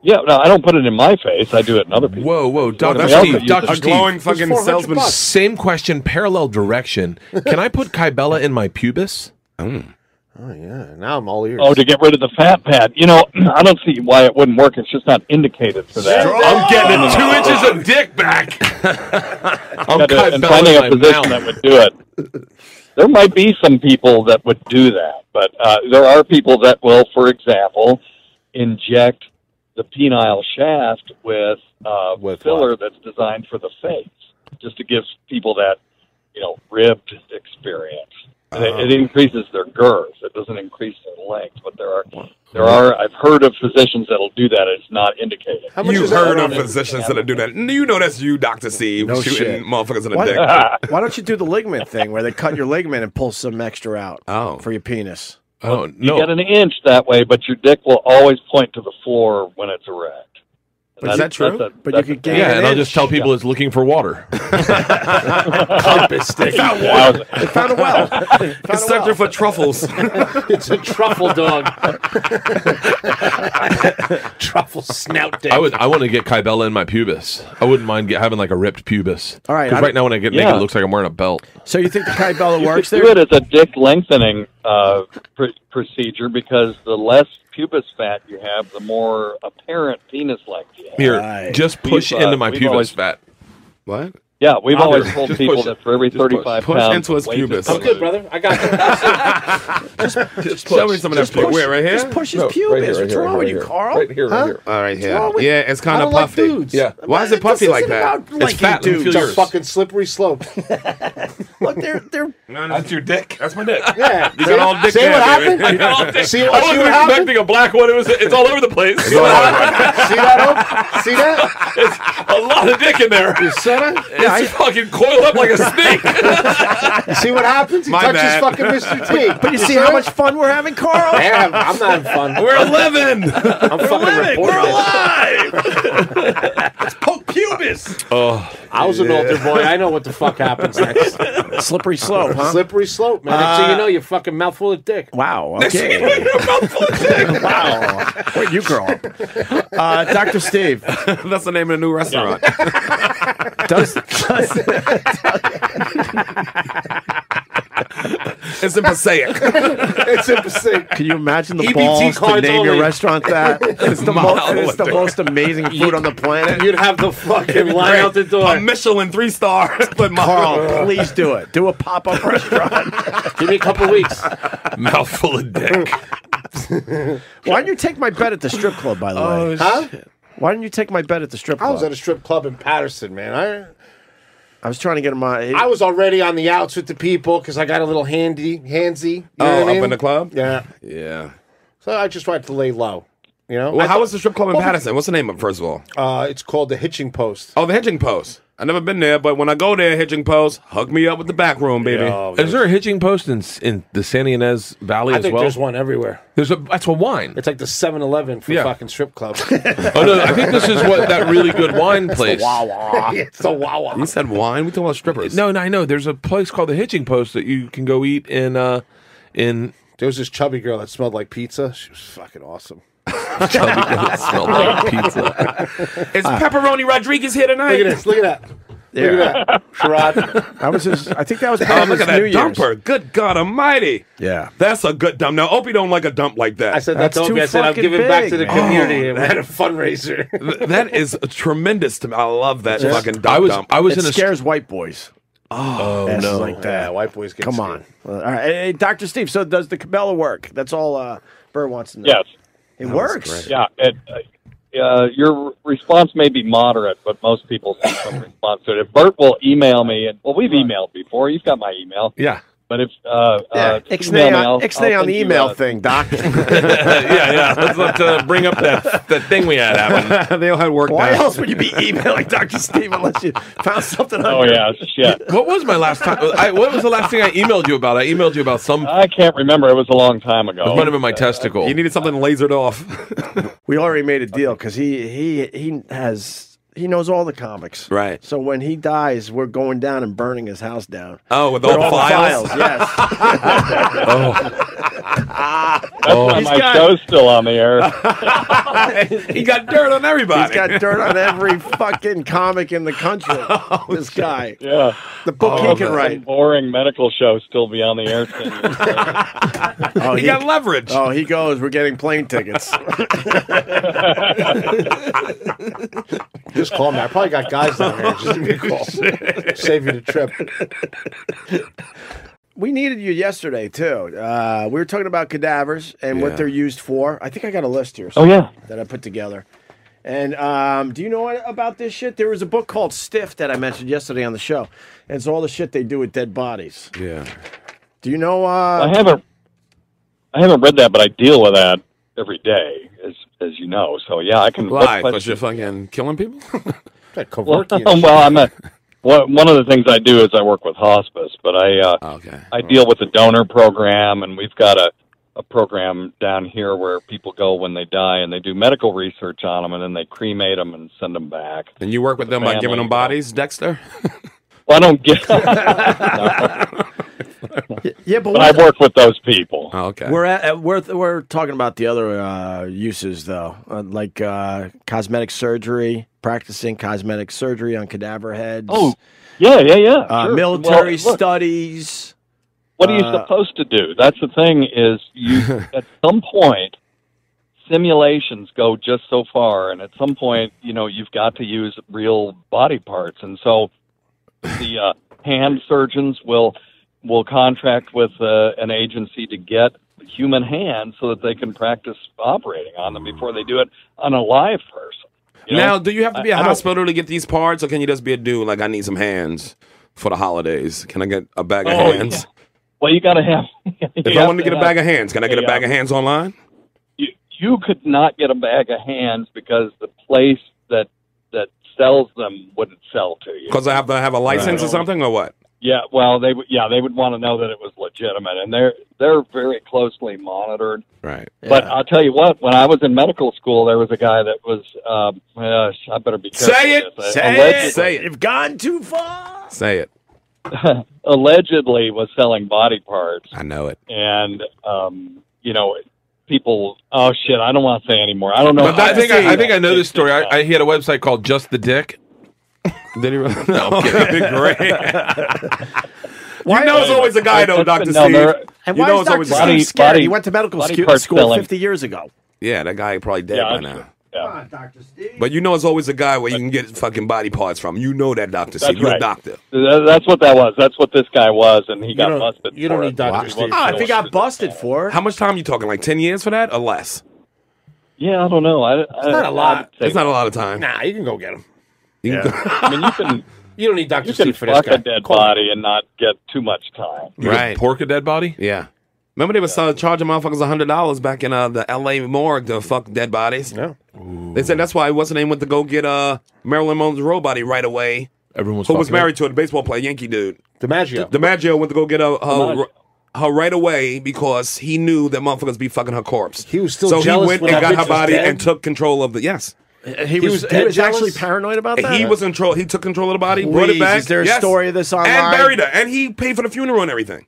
[SPEAKER 23] yeah, no, I don't put it in my *clears throat* face. I do it in other people.
[SPEAKER 3] Whoa, whoa, Doctor
[SPEAKER 23] Somebody else
[SPEAKER 3] Steve,
[SPEAKER 23] that uses
[SPEAKER 3] Doctor
[SPEAKER 23] it.
[SPEAKER 3] Steve, Same question, parallel direction. Can I put Kybella in my pubis?
[SPEAKER 27] Oh, yeah. Now I'm all ears.
[SPEAKER 23] Oh,
[SPEAKER 27] *laughs*
[SPEAKER 23] to get rid of the fat pad. You know, I don't see why it wouldn't work. It's just not indicated for that.
[SPEAKER 3] I'm getting a two inches of dick back. I'm
[SPEAKER 23] Yeah,
[SPEAKER 3] Kybella
[SPEAKER 23] and finding a
[SPEAKER 3] in my
[SPEAKER 23] position
[SPEAKER 3] mouth.
[SPEAKER 23] that would do it. *laughs* There might be some people that would do that, but uh, there are people that will, for example, inject the penile shaft with, uh, filler that's designed for the face, just to give people that you know ribbed experience. And it, it increases their girth. It doesn't increase their length, but there are there are. I've heard of physicians that'll do that. It's not indicated.
[SPEAKER 2] You've heard of physicians that do that. You know that's you, Doctor Steve,
[SPEAKER 1] No
[SPEAKER 2] shooting
[SPEAKER 1] shit.
[SPEAKER 2] motherfuckers in the dick.
[SPEAKER 1] Why,
[SPEAKER 23] *laughs*
[SPEAKER 1] *laughs* why don't you do the ligament thing where they cut your ligament and pull some extra out oh. for your penis?
[SPEAKER 3] Oh,
[SPEAKER 23] You get an inch that way, but your dick will always point to the floor when it's erect.
[SPEAKER 1] But is that true? But you could gain
[SPEAKER 3] Yeah,
[SPEAKER 1] an
[SPEAKER 3] and I'll
[SPEAKER 1] inch.
[SPEAKER 3] just tell people it's looking for
[SPEAKER 1] *laughs*
[SPEAKER 3] water.
[SPEAKER 1] Compass stick.
[SPEAKER 2] Found
[SPEAKER 23] one.
[SPEAKER 1] found a
[SPEAKER 5] *laughs*
[SPEAKER 1] well.
[SPEAKER 2] It's doctor for truffles.
[SPEAKER 5] it's a truffle
[SPEAKER 2] *laughs*
[SPEAKER 5] dog. truffle snout dick.
[SPEAKER 3] I would. I want to get Kybella in my pubis. I wouldn't mind get, having like a ripped pubis.
[SPEAKER 1] All right,
[SPEAKER 3] Because
[SPEAKER 1] I-
[SPEAKER 3] right now when I get
[SPEAKER 23] Yeah.
[SPEAKER 3] naked, it looks like I'm wearing a belt.
[SPEAKER 1] So you think the Kybella works
[SPEAKER 23] Do
[SPEAKER 1] there?
[SPEAKER 23] it as a dick lengthening uh, pr- procedure because the less pubis fat you have, the more apparent penis length you have.
[SPEAKER 3] Here, just push
[SPEAKER 23] We've, uh,
[SPEAKER 3] into my
[SPEAKER 23] we've
[SPEAKER 3] pubis
[SPEAKER 23] always-
[SPEAKER 3] fat.
[SPEAKER 2] What?
[SPEAKER 23] Yeah, we've
[SPEAKER 2] I'll
[SPEAKER 23] always
[SPEAKER 2] do it.
[SPEAKER 23] told
[SPEAKER 2] Just
[SPEAKER 23] people
[SPEAKER 2] push it.
[SPEAKER 23] that for every
[SPEAKER 2] Just push.
[SPEAKER 23] 35
[SPEAKER 2] Push
[SPEAKER 23] pounds,
[SPEAKER 2] into his
[SPEAKER 23] weight is
[SPEAKER 2] pubis.
[SPEAKER 23] the
[SPEAKER 2] I'm good,
[SPEAKER 23] weight.
[SPEAKER 5] brother. I got
[SPEAKER 23] *laughs*
[SPEAKER 5] you.
[SPEAKER 3] Just
[SPEAKER 2] Show me some of that
[SPEAKER 1] Just
[SPEAKER 2] push.
[SPEAKER 1] push-
[SPEAKER 2] Where, right here?
[SPEAKER 1] just push his
[SPEAKER 2] No,
[SPEAKER 1] pubis.
[SPEAKER 2] right here, right
[SPEAKER 1] What's
[SPEAKER 2] here,
[SPEAKER 1] wrong
[SPEAKER 2] right
[SPEAKER 1] with
[SPEAKER 2] here.
[SPEAKER 1] you, Carl?
[SPEAKER 2] Right here, right
[SPEAKER 1] Huh?
[SPEAKER 2] here.
[SPEAKER 1] All right,
[SPEAKER 2] yeah.
[SPEAKER 1] What's wrong with-
[SPEAKER 2] Yeah, it's kinda
[SPEAKER 1] I don't like
[SPEAKER 2] puffy.
[SPEAKER 1] dudes.
[SPEAKER 2] Yeah. Why does it
[SPEAKER 1] This
[SPEAKER 2] puffy like
[SPEAKER 1] isn't
[SPEAKER 2] that?
[SPEAKER 1] about
[SPEAKER 2] It's
[SPEAKER 1] liking
[SPEAKER 2] fat,
[SPEAKER 1] dudes.
[SPEAKER 2] it's
[SPEAKER 1] *laughs*
[SPEAKER 2] yours.
[SPEAKER 27] It's a fucking slippery slope.
[SPEAKER 1] Look, they're they're
[SPEAKER 2] That's your dick. That's my dick.
[SPEAKER 27] Yeah.
[SPEAKER 2] You got all dick
[SPEAKER 27] See what
[SPEAKER 2] there,
[SPEAKER 27] happened?
[SPEAKER 2] baby.
[SPEAKER 27] See what, see what happened?
[SPEAKER 3] a black one. It was. It's all over the place.
[SPEAKER 27] See that? Oak? See that?
[SPEAKER 3] a lot of dick in there.
[SPEAKER 27] You said it?
[SPEAKER 3] It's
[SPEAKER 1] *laughs*
[SPEAKER 3] fucking coiled up like a snake.
[SPEAKER 27] You see what happens? He
[SPEAKER 3] *laughs* My
[SPEAKER 27] touches
[SPEAKER 3] bad.
[SPEAKER 27] fucking Mr.
[SPEAKER 2] *laughs*
[SPEAKER 27] T.
[SPEAKER 1] *laughs* But you see how much fun we're having,
[SPEAKER 27] *laughs* *laughs*
[SPEAKER 1] Carl?
[SPEAKER 27] Damn, I'm not having fun.
[SPEAKER 3] We're eleven.
[SPEAKER 27] I'm *laughs*
[SPEAKER 3] *laughs*
[SPEAKER 27] fucking reporting this.
[SPEAKER 1] pubis.
[SPEAKER 3] Oh,
[SPEAKER 27] I was an altar boy. I know what the fuck happens
[SPEAKER 2] *laughs*
[SPEAKER 27] next.
[SPEAKER 1] Slippery slope, huh?
[SPEAKER 27] Slippery slope, man. Next thing you know, you're fucking mouthful of dick.
[SPEAKER 2] Oh,
[SPEAKER 1] Wow.
[SPEAKER 2] *laughs*
[SPEAKER 1] Okay.
[SPEAKER 27] *laughs*
[SPEAKER 1] wow. Where'd you grow up? Uh, Dr. Steve.
[SPEAKER 2] *laughs* That's the name of the new
[SPEAKER 1] *laughs*
[SPEAKER 2] restaurant.
[SPEAKER 1] Does, does,
[SPEAKER 2] it's in Passaic. E
[SPEAKER 1] it's in Passaic.
[SPEAKER 2] Can you imagine
[SPEAKER 1] the balls to
[SPEAKER 2] card
[SPEAKER 1] name your restaurant
[SPEAKER 2] *laughs*
[SPEAKER 1] that? It's the, mo-
[SPEAKER 2] Mile
[SPEAKER 1] it's
[SPEAKER 3] *laughs*
[SPEAKER 2] *laughs*
[SPEAKER 1] the
[SPEAKER 2] Olympic.
[SPEAKER 1] most amazing food on the planet.
[SPEAKER 5] You'd have the fucking line out the door.
[SPEAKER 2] A Michelin three *laughs* stars, but
[SPEAKER 1] Carl, please do it. Do a pop up *laughs* restaurant.
[SPEAKER 5] Give me a couple weeks.
[SPEAKER 2] *laughs* Mouthful of dick.
[SPEAKER 1] Why didn't you take my bet at the strip club? By the
[SPEAKER 3] Oh,
[SPEAKER 1] way,
[SPEAKER 27] Huh?
[SPEAKER 1] Why didn't you take my bet at the strip club?
[SPEAKER 27] I was at a strip club in Patterson, man. I
[SPEAKER 1] I was trying to get my.
[SPEAKER 27] I was already on the outs with the people because I got a little handy, handsy. You know what
[SPEAKER 2] Oh,
[SPEAKER 27] I
[SPEAKER 2] up
[SPEAKER 27] mean?
[SPEAKER 2] in the club?
[SPEAKER 27] Yeah.
[SPEAKER 2] Yeah.
[SPEAKER 27] So I just tried to lay low. You know. Oh,
[SPEAKER 2] Well,
[SPEAKER 27] I
[SPEAKER 2] how
[SPEAKER 27] thought-
[SPEAKER 2] was the strip club in
[SPEAKER 27] Well,
[SPEAKER 2] Patterson? What's the name of it, first of all?
[SPEAKER 27] Uh, it's called the Hitching Post.
[SPEAKER 2] Oh, the Hitching Post. I've never been there, but when I go there, Hitching Post, hook me up with the back room, baby.
[SPEAKER 3] Is there a hitching post in in the San Ynez Valley
[SPEAKER 27] I
[SPEAKER 3] as
[SPEAKER 27] think
[SPEAKER 3] well?
[SPEAKER 27] there's one everywhere.
[SPEAKER 3] There's a that's a wine.
[SPEAKER 27] It's like the 7-Eleven for
[SPEAKER 3] Yeah.
[SPEAKER 27] fucking strip clubs.
[SPEAKER 3] *laughs* Oh no, I think this is what that really good wine place.
[SPEAKER 27] Wawa. *laughs* it's a Wawa.
[SPEAKER 2] You said wine. We talking about strippers.
[SPEAKER 3] No, no, I know. There's a place called the Hitching Post that you can go eat in. Uh, in
[SPEAKER 27] there was this chubby girl that smelled like pizza. She
[SPEAKER 3] *laughs*
[SPEAKER 27] was fucking awesome.
[SPEAKER 3] chubby girl that *laughs* smelled
[SPEAKER 2] *laughs*
[SPEAKER 3] like pizza.
[SPEAKER 2] Is Pepperoni Rodriguez here tonight?
[SPEAKER 27] Look at this. Look at that. Look at that. Sherrod.
[SPEAKER 1] I was. Just, I think that was.
[SPEAKER 2] Oh, look
[SPEAKER 1] Patterson's
[SPEAKER 2] at *laughs* that
[SPEAKER 1] New Year's.
[SPEAKER 2] dumper. Good God Almighty.
[SPEAKER 1] Yeah.
[SPEAKER 2] That's a good dump. Now, Opie don't like a dump like that. Oh,
[SPEAKER 27] I said that to Opie. I said I'm giving back to the community. we had a fundraiser.
[SPEAKER 2] *laughs* Th- that is a tremendous to me. I love that
[SPEAKER 1] Yes.
[SPEAKER 2] fucking dump.
[SPEAKER 3] I was- *laughs*
[SPEAKER 2] dump.
[SPEAKER 3] I was
[SPEAKER 1] it
[SPEAKER 3] in a-
[SPEAKER 1] scares white boys.
[SPEAKER 2] Oh,
[SPEAKER 1] Asses
[SPEAKER 2] no.
[SPEAKER 1] like that.
[SPEAKER 27] Yeah, white boys get
[SPEAKER 1] Come
[SPEAKER 27] scared.
[SPEAKER 1] on. Well, uh, all right, hey, hey, Doctor Steve. So does the Cabela work? That's all uh, Burr wants to know.
[SPEAKER 23] Yes.
[SPEAKER 1] it works.
[SPEAKER 23] Yeah, it, uh, uh, your response may be moderate, but most people see some response to it. If Bert will email me, and well, we've emailed before. You've got my email.
[SPEAKER 2] Yeah.
[SPEAKER 23] But if uh, uh,
[SPEAKER 1] Ixnay
[SPEAKER 23] email me,
[SPEAKER 1] on,
[SPEAKER 23] I'll-
[SPEAKER 1] Ixnay
[SPEAKER 23] I'll
[SPEAKER 1] on
[SPEAKER 23] send
[SPEAKER 1] the
[SPEAKER 23] you,
[SPEAKER 1] email
[SPEAKER 23] uh, *laughs*
[SPEAKER 1] thing, Doc.
[SPEAKER 2] yeah, yeah. Let's, let's uh, bring up that, that thing we had happen. *laughs* they all had work.
[SPEAKER 1] Why
[SPEAKER 2] there.
[SPEAKER 1] else would you be
[SPEAKER 2] *laughs*
[SPEAKER 1] emailing Doctor Steve unless you found something?
[SPEAKER 23] Oh
[SPEAKER 1] on
[SPEAKER 23] yeah, shit.
[SPEAKER 3] What was my last time? I, what was the last thing I emailed you about? I emailed you about some.
[SPEAKER 23] I can't remember. It was a long time ago.
[SPEAKER 3] It might have been my testicle.
[SPEAKER 2] You needed something lasered off.
[SPEAKER 1] We already made a deal because he he he has he knows all the comics.
[SPEAKER 2] Right.
[SPEAKER 1] So when he dies, we're going down and burning his house down.
[SPEAKER 2] Oh, with all the files? *laughs*
[SPEAKER 1] yes.
[SPEAKER 2] Oh.
[SPEAKER 1] *laughs*
[SPEAKER 23] That's why
[SPEAKER 1] He's
[SPEAKER 23] Oh, my
[SPEAKER 1] got-
[SPEAKER 23] show's still on the air.
[SPEAKER 2] *laughs* Uh, he got dirt on everybody.
[SPEAKER 1] He's got dirt on every fucking comic in
[SPEAKER 2] *laughs*
[SPEAKER 1] the country.
[SPEAKER 2] Oh,
[SPEAKER 1] this guy.
[SPEAKER 23] Yeah.
[SPEAKER 1] The book he can
[SPEAKER 23] Some
[SPEAKER 1] write.
[SPEAKER 23] Boring medical show still be on the air. ten years later.
[SPEAKER 1] *laughs* Oh,
[SPEAKER 2] he, got leverage.
[SPEAKER 1] Oh, he goes. We're getting
[SPEAKER 2] *laughs*
[SPEAKER 1] plane tickets.
[SPEAKER 27] *laughs* Just call me. I probably got guys down here. Just give me a
[SPEAKER 2] *laughs*
[SPEAKER 27] call. Save you the trip.
[SPEAKER 1] we needed you yesterday too. Uh, we were talking about cadavers and
[SPEAKER 2] Yeah.
[SPEAKER 1] what they're used for. I think I got a list here.
[SPEAKER 23] Oh, yeah.
[SPEAKER 1] that I put together. And um, do you know what about this shit? There was a book called Stiff that I mentioned yesterday on the show. And it's all the shit they do with dead bodies.
[SPEAKER 2] Yeah.
[SPEAKER 1] Do you know? Uh,
[SPEAKER 23] I haven't. I haven't read that, but I deal with that every day, as as you know. So yeah, I can.
[SPEAKER 2] Why?
[SPEAKER 23] but-
[SPEAKER 2] Because you're fucking killing people?
[SPEAKER 27] *laughs* That
[SPEAKER 23] well,
[SPEAKER 27] Kevorkian shit.
[SPEAKER 23] *laughs* well, I'm a. One one of the things I do is I work with hospice, but I uh,
[SPEAKER 2] Okay.
[SPEAKER 23] I deal with the donor program, and we've got a, a program down here where people go when they die, and they do medical research on them, and then they cremate them and send them back.
[SPEAKER 2] And you work with them by
[SPEAKER 23] Family.
[SPEAKER 2] giving them bodies, Dexter?
[SPEAKER 23] Well, I don't get,
[SPEAKER 1] yeah, but
[SPEAKER 23] but I
[SPEAKER 1] what,
[SPEAKER 23] work with those people.
[SPEAKER 2] Oh, okay.
[SPEAKER 1] we're at, at- we're we're talking about the other uh, uses though, uh, like uh, cosmetic surgery, practicing cosmetic surgery on cadaver heads.
[SPEAKER 23] Oh, yeah, yeah, yeah.
[SPEAKER 1] uh,
[SPEAKER 23] sure.
[SPEAKER 1] military
[SPEAKER 23] Well, look,
[SPEAKER 1] studies.
[SPEAKER 23] What are you
[SPEAKER 1] uh,
[SPEAKER 23] supposed to do? That's the thing. Is you
[SPEAKER 2] *laughs*
[SPEAKER 23] at some point simulations go just so far, and at some point, you know, you've got to use real body parts, and so the uh, hand surgeons will will contract with uh, an agency to get human hands so that they can practice operating on them before they do it on a live person. you know?
[SPEAKER 2] Now, do you have to be a
[SPEAKER 23] I- I don't-
[SPEAKER 2] hospital to get these parts, or can you just be a dude like I need some hands for the holidays? Can I get a bag of
[SPEAKER 23] Oh,
[SPEAKER 2] hands?
[SPEAKER 23] Well, you got to have. *laughs*
[SPEAKER 2] If I wanted to get a bag of hands, can I get a bag of
[SPEAKER 23] uh,
[SPEAKER 2] hands online?
[SPEAKER 23] you you could not get a bag of hands because the place that that sells them wouldn't sell to you.
[SPEAKER 2] Because I have to have a license or something, or
[SPEAKER 1] *laughs*
[SPEAKER 2] what?
[SPEAKER 23] Yeah, well, they would. Yeah, they would want to know that it was legitimate, and they're they're very closely monitored.
[SPEAKER 2] Right.
[SPEAKER 23] But I'll tell you what, when I was in medical school, there was a guy that was. Um, uh, sh- I better be careful.
[SPEAKER 2] Say it!
[SPEAKER 23] with this.
[SPEAKER 2] Say it!
[SPEAKER 23] Allegedly,
[SPEAKER 2] Say it!
[SPEAKER 1] You've gone too far.
[SPEAKER 2] Say it.
[SPEAKER 23] *laughs* allegedly was selling body parts,
[SPEAKER 2] I know it.
[SPEAKER 23] and um, you know, people. Oh shit! I don't want to say anymore. I don't know.
[SPEAKER 3] But
[SPEAKER 23] how
[SPEAKER 3] I
[SPEAKER 23] to
[SPEAKER 3] think
[SPEAKER 23] say
[SPEAKER 3] I, I think
[SPEAKER 23] that.
[SPEAKER 3] I know this story. I, I, he had a website called Just the Dick. *laughs*
[SPEAKER 2] *laughs* Did he? really-
[SPEAKER 3] No, I'm kidding.
[SPEAKER 2] Great. you know it's always a guy, though, Doctor Steve.
[SPEAKER 1] And
[SPEAKER 2] you
[SPEAKER 1] why
[SPEAKER 2] know
[SPEAKER 1] is
[SPEAKER 2] it's
[SPEAKER 1] Dr.
[SPEAKER 2] always a
[SPEAKER 1] Steve
[SPEAKER 2] guy.
[SPEAKER 1] scared? he went to medical scu- school 50 years ago.
[SPEAKER 2] Yeah, that guy probably dead
[SPEAKER 1] Yeah,
[SPEAKER 2] by
[SPEAKER 1] I'm
[SPEAKER 2] now.
[SPEAKER 1] sure.
[SPEAKER 2] But you know, it's always a guy where you can get fucking body parts from. You know that, Doctor Steve.
[SPEAKER 23] That's
[SPEAKER 2] You're a
[SPEAKER 23] right.
[SPEAKER 2] doctor.
[SPEAKER 23] Th- That's what that was. That's what this guy was, and he got
[SPEAKER 2] don't-
[SPEAKER 23] busted.
[SPEAKER 2] you don't
[SPEAKER 23] for
[SPEAKER 2] need
[SPEAKER 23] it.
[SPEAKER 2] Dr.
[SPEAKER 23] He
[SPEAKER 2] Steve.
[SPEAKER 23] wasn't
[SPEAKER 2] Ah, I think
[SPEAKER 23] doing
[SPEAKER 2] I-
[SPEAKER 1] Got busted for.
[SPEAKER 2] How much time you talking? Like ten years for that or less?
[SPEAKER 23] Yeah, I don't know. I, it's
[SPEAKER 2] not a lot. It's not a lot of time.
[SPEAKER 27] Nah, you can go get him.
[SPEAKER 2] Yeah.
[SPEAKER 23] I mean, you can
[SPEAKER 27] you don't need Doctor
[SPEAKER 23] you can
[SPEAKER 27] Steve for this
[SPEAKER 23] fuck
[SPEAKER 27] guy.
[SPEAKER 23] a dead
[SPEAKER 27] Call him.
[SPEAKER 23] body and not get too much time.
[SPEAKER 2] You right.
[SPEAKER 1] *laughs*
[SPEAKER 2] Pork a dead body? Yeah. Remember they was uh, charging motherfuckers hundred dollars back in uh, the L.A. morgue to fuck dead bodies. Yeah. They said that's why what's her name went to go get uh, Marilyn Monroe body right away.
[SPEAKER 3] Everyone was
[SPEAKER 2] who was
[SPEAKER 3] fucking her?
[SPEAKER 2] married to a baseball player, Yankee dude.
[SPEAKER 27] DiMaggio.
[SPEAKER 2] DiMaggio went to go get uh, her, her,
[SPEAKER 27] DiMaggio.
[SPEAKER 2] her right away because he knew that motherfuckers be fucking her corpse. He was
[SPEAKER 1] still
[SPEAKER 2] so he
[SPEAKER 1] jealous
[SPEAKER 2] went
[SPEAKER 1] when
[SPEAKER 2] and got
[SPEAKER 1] that bitch
[SPEAKER 2] her
[SPEAKER 1] was
[SPEAKER 2] body
[SPEAKER 1] dead?
[SPEAKER 2] and took control of the yes.
[SPEAKER 1] He was, he was actually paranoid about that.
[SPEAKER 2] He was in control. He took control of the body, brought
[SPEAKER 1] Please,
[SPEAKER 2] it back.
[SPEAKER 1] is there a
[SPEAKER 2] yes,
[SPEAKER 1] story of this online?
[SPEAKER 2] And buried her, and he paid for the funeral and everything.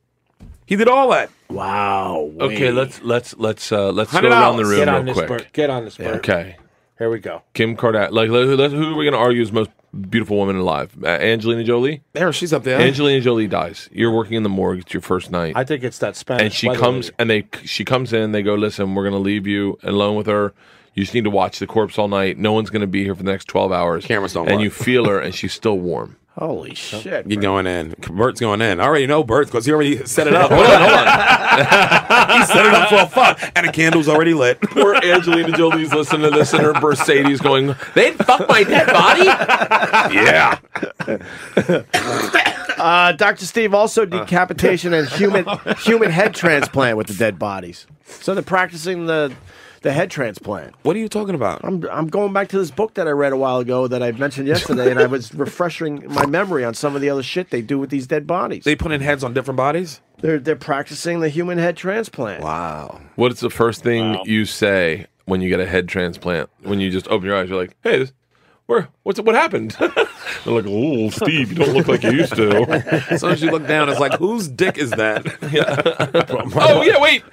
[SPEAKER 2] He did all that.
[SPEAKER 1] Wow.
[SPEAKER 3] Okay, let's let's let's uh, let's go
[SPEAKER 2] $100.
[SPEAKER 3] around the room
[SPEAKER 2] Get
[SPEAKER 3] real
[SPEAKER 2] on this,
[SPEAKER 3] quick.
[SPEAKER 2] Bert.
[SPEAKER 27] Get on this, Bert.
[SPEAKER 3] Okay,
[SPEAKER 27] Here we go.
[SPEAKER 3] Kim Kardashian. Like, let- let- who are we going to argue is most beautiful woman alive? Uh, Angelina Jolie.
[SPEAKER 2] There, she's up there.
[SPEAKER 3] Angelina Jolie dies. You're working in the morgue. It's your first night.
[SPEAKER 27] I think it's that Spanish.
[SPEAKER 3] and she
[SPEAKER 27] weather
[SPEAKER 3] comes
[SPEAKER 27] lady.
[SPEAKER 3] and they she comes in they go listen we're going to leave you alone with her you just need to watch the corpse all night no one's going to be here for the next 12 hours
[SPEAKER 2] Cameras don't
[SPEAKER 3] and
[SPEAKER 2] work.
[SPEAKER 3] you feel her and she's still warm
[SPEAKER 1] Holy shit.
[SPEAKER 2] You're going in. Bert's going in. I already know Bert because he already set it up. hold
[SPEAKER 3] on,
[SPEAKER 2] *laughs* hold on. he set it up for a fuck, and the candle's already lit.
[SPEAKER 3] *laughs* poor angelina jolie's listening to this and her *laughs* mercedes going they'd fuck my dead body
[SPEAKER 2] yeah
[SPEAKER 1] Uh, Dr. Steve also decapitation
[SPEAKER 2] *laughs*
[SPEAKER 13] *laughs*
[SPEAKER 1] and human human head transplant with the dead bodies. So they're practicing the the head transplant.
[SPEAKER 2] What are you talking about?
[SPEAKER 1] I'm I'm going back to this book that I read a while ago that I mentioned yesterday, and
[SPEAKER 2] *laughs*
[SPEAKER 1] I was refreshing my memory on some of the other shit they do with these dead bodies.
[SPEAKER 2] They put in heads on different bodies.
[SPEAKER 1] They're they're practicing the human head transplant.
[SPEAKER 2] Wow.
[SPEAKER 3] what's the first thing you say when you get a head transplant when you just open your eyes you're like hey this *laughs* where what's what happened? They're like, oh, Steve, you don't look like you used to.
[SPEAKER 2] *laughs* As soon as you look down, it's like, whose dick is that? *laughs*
[SPEAKER 3] *laughs* oh yeah, wait,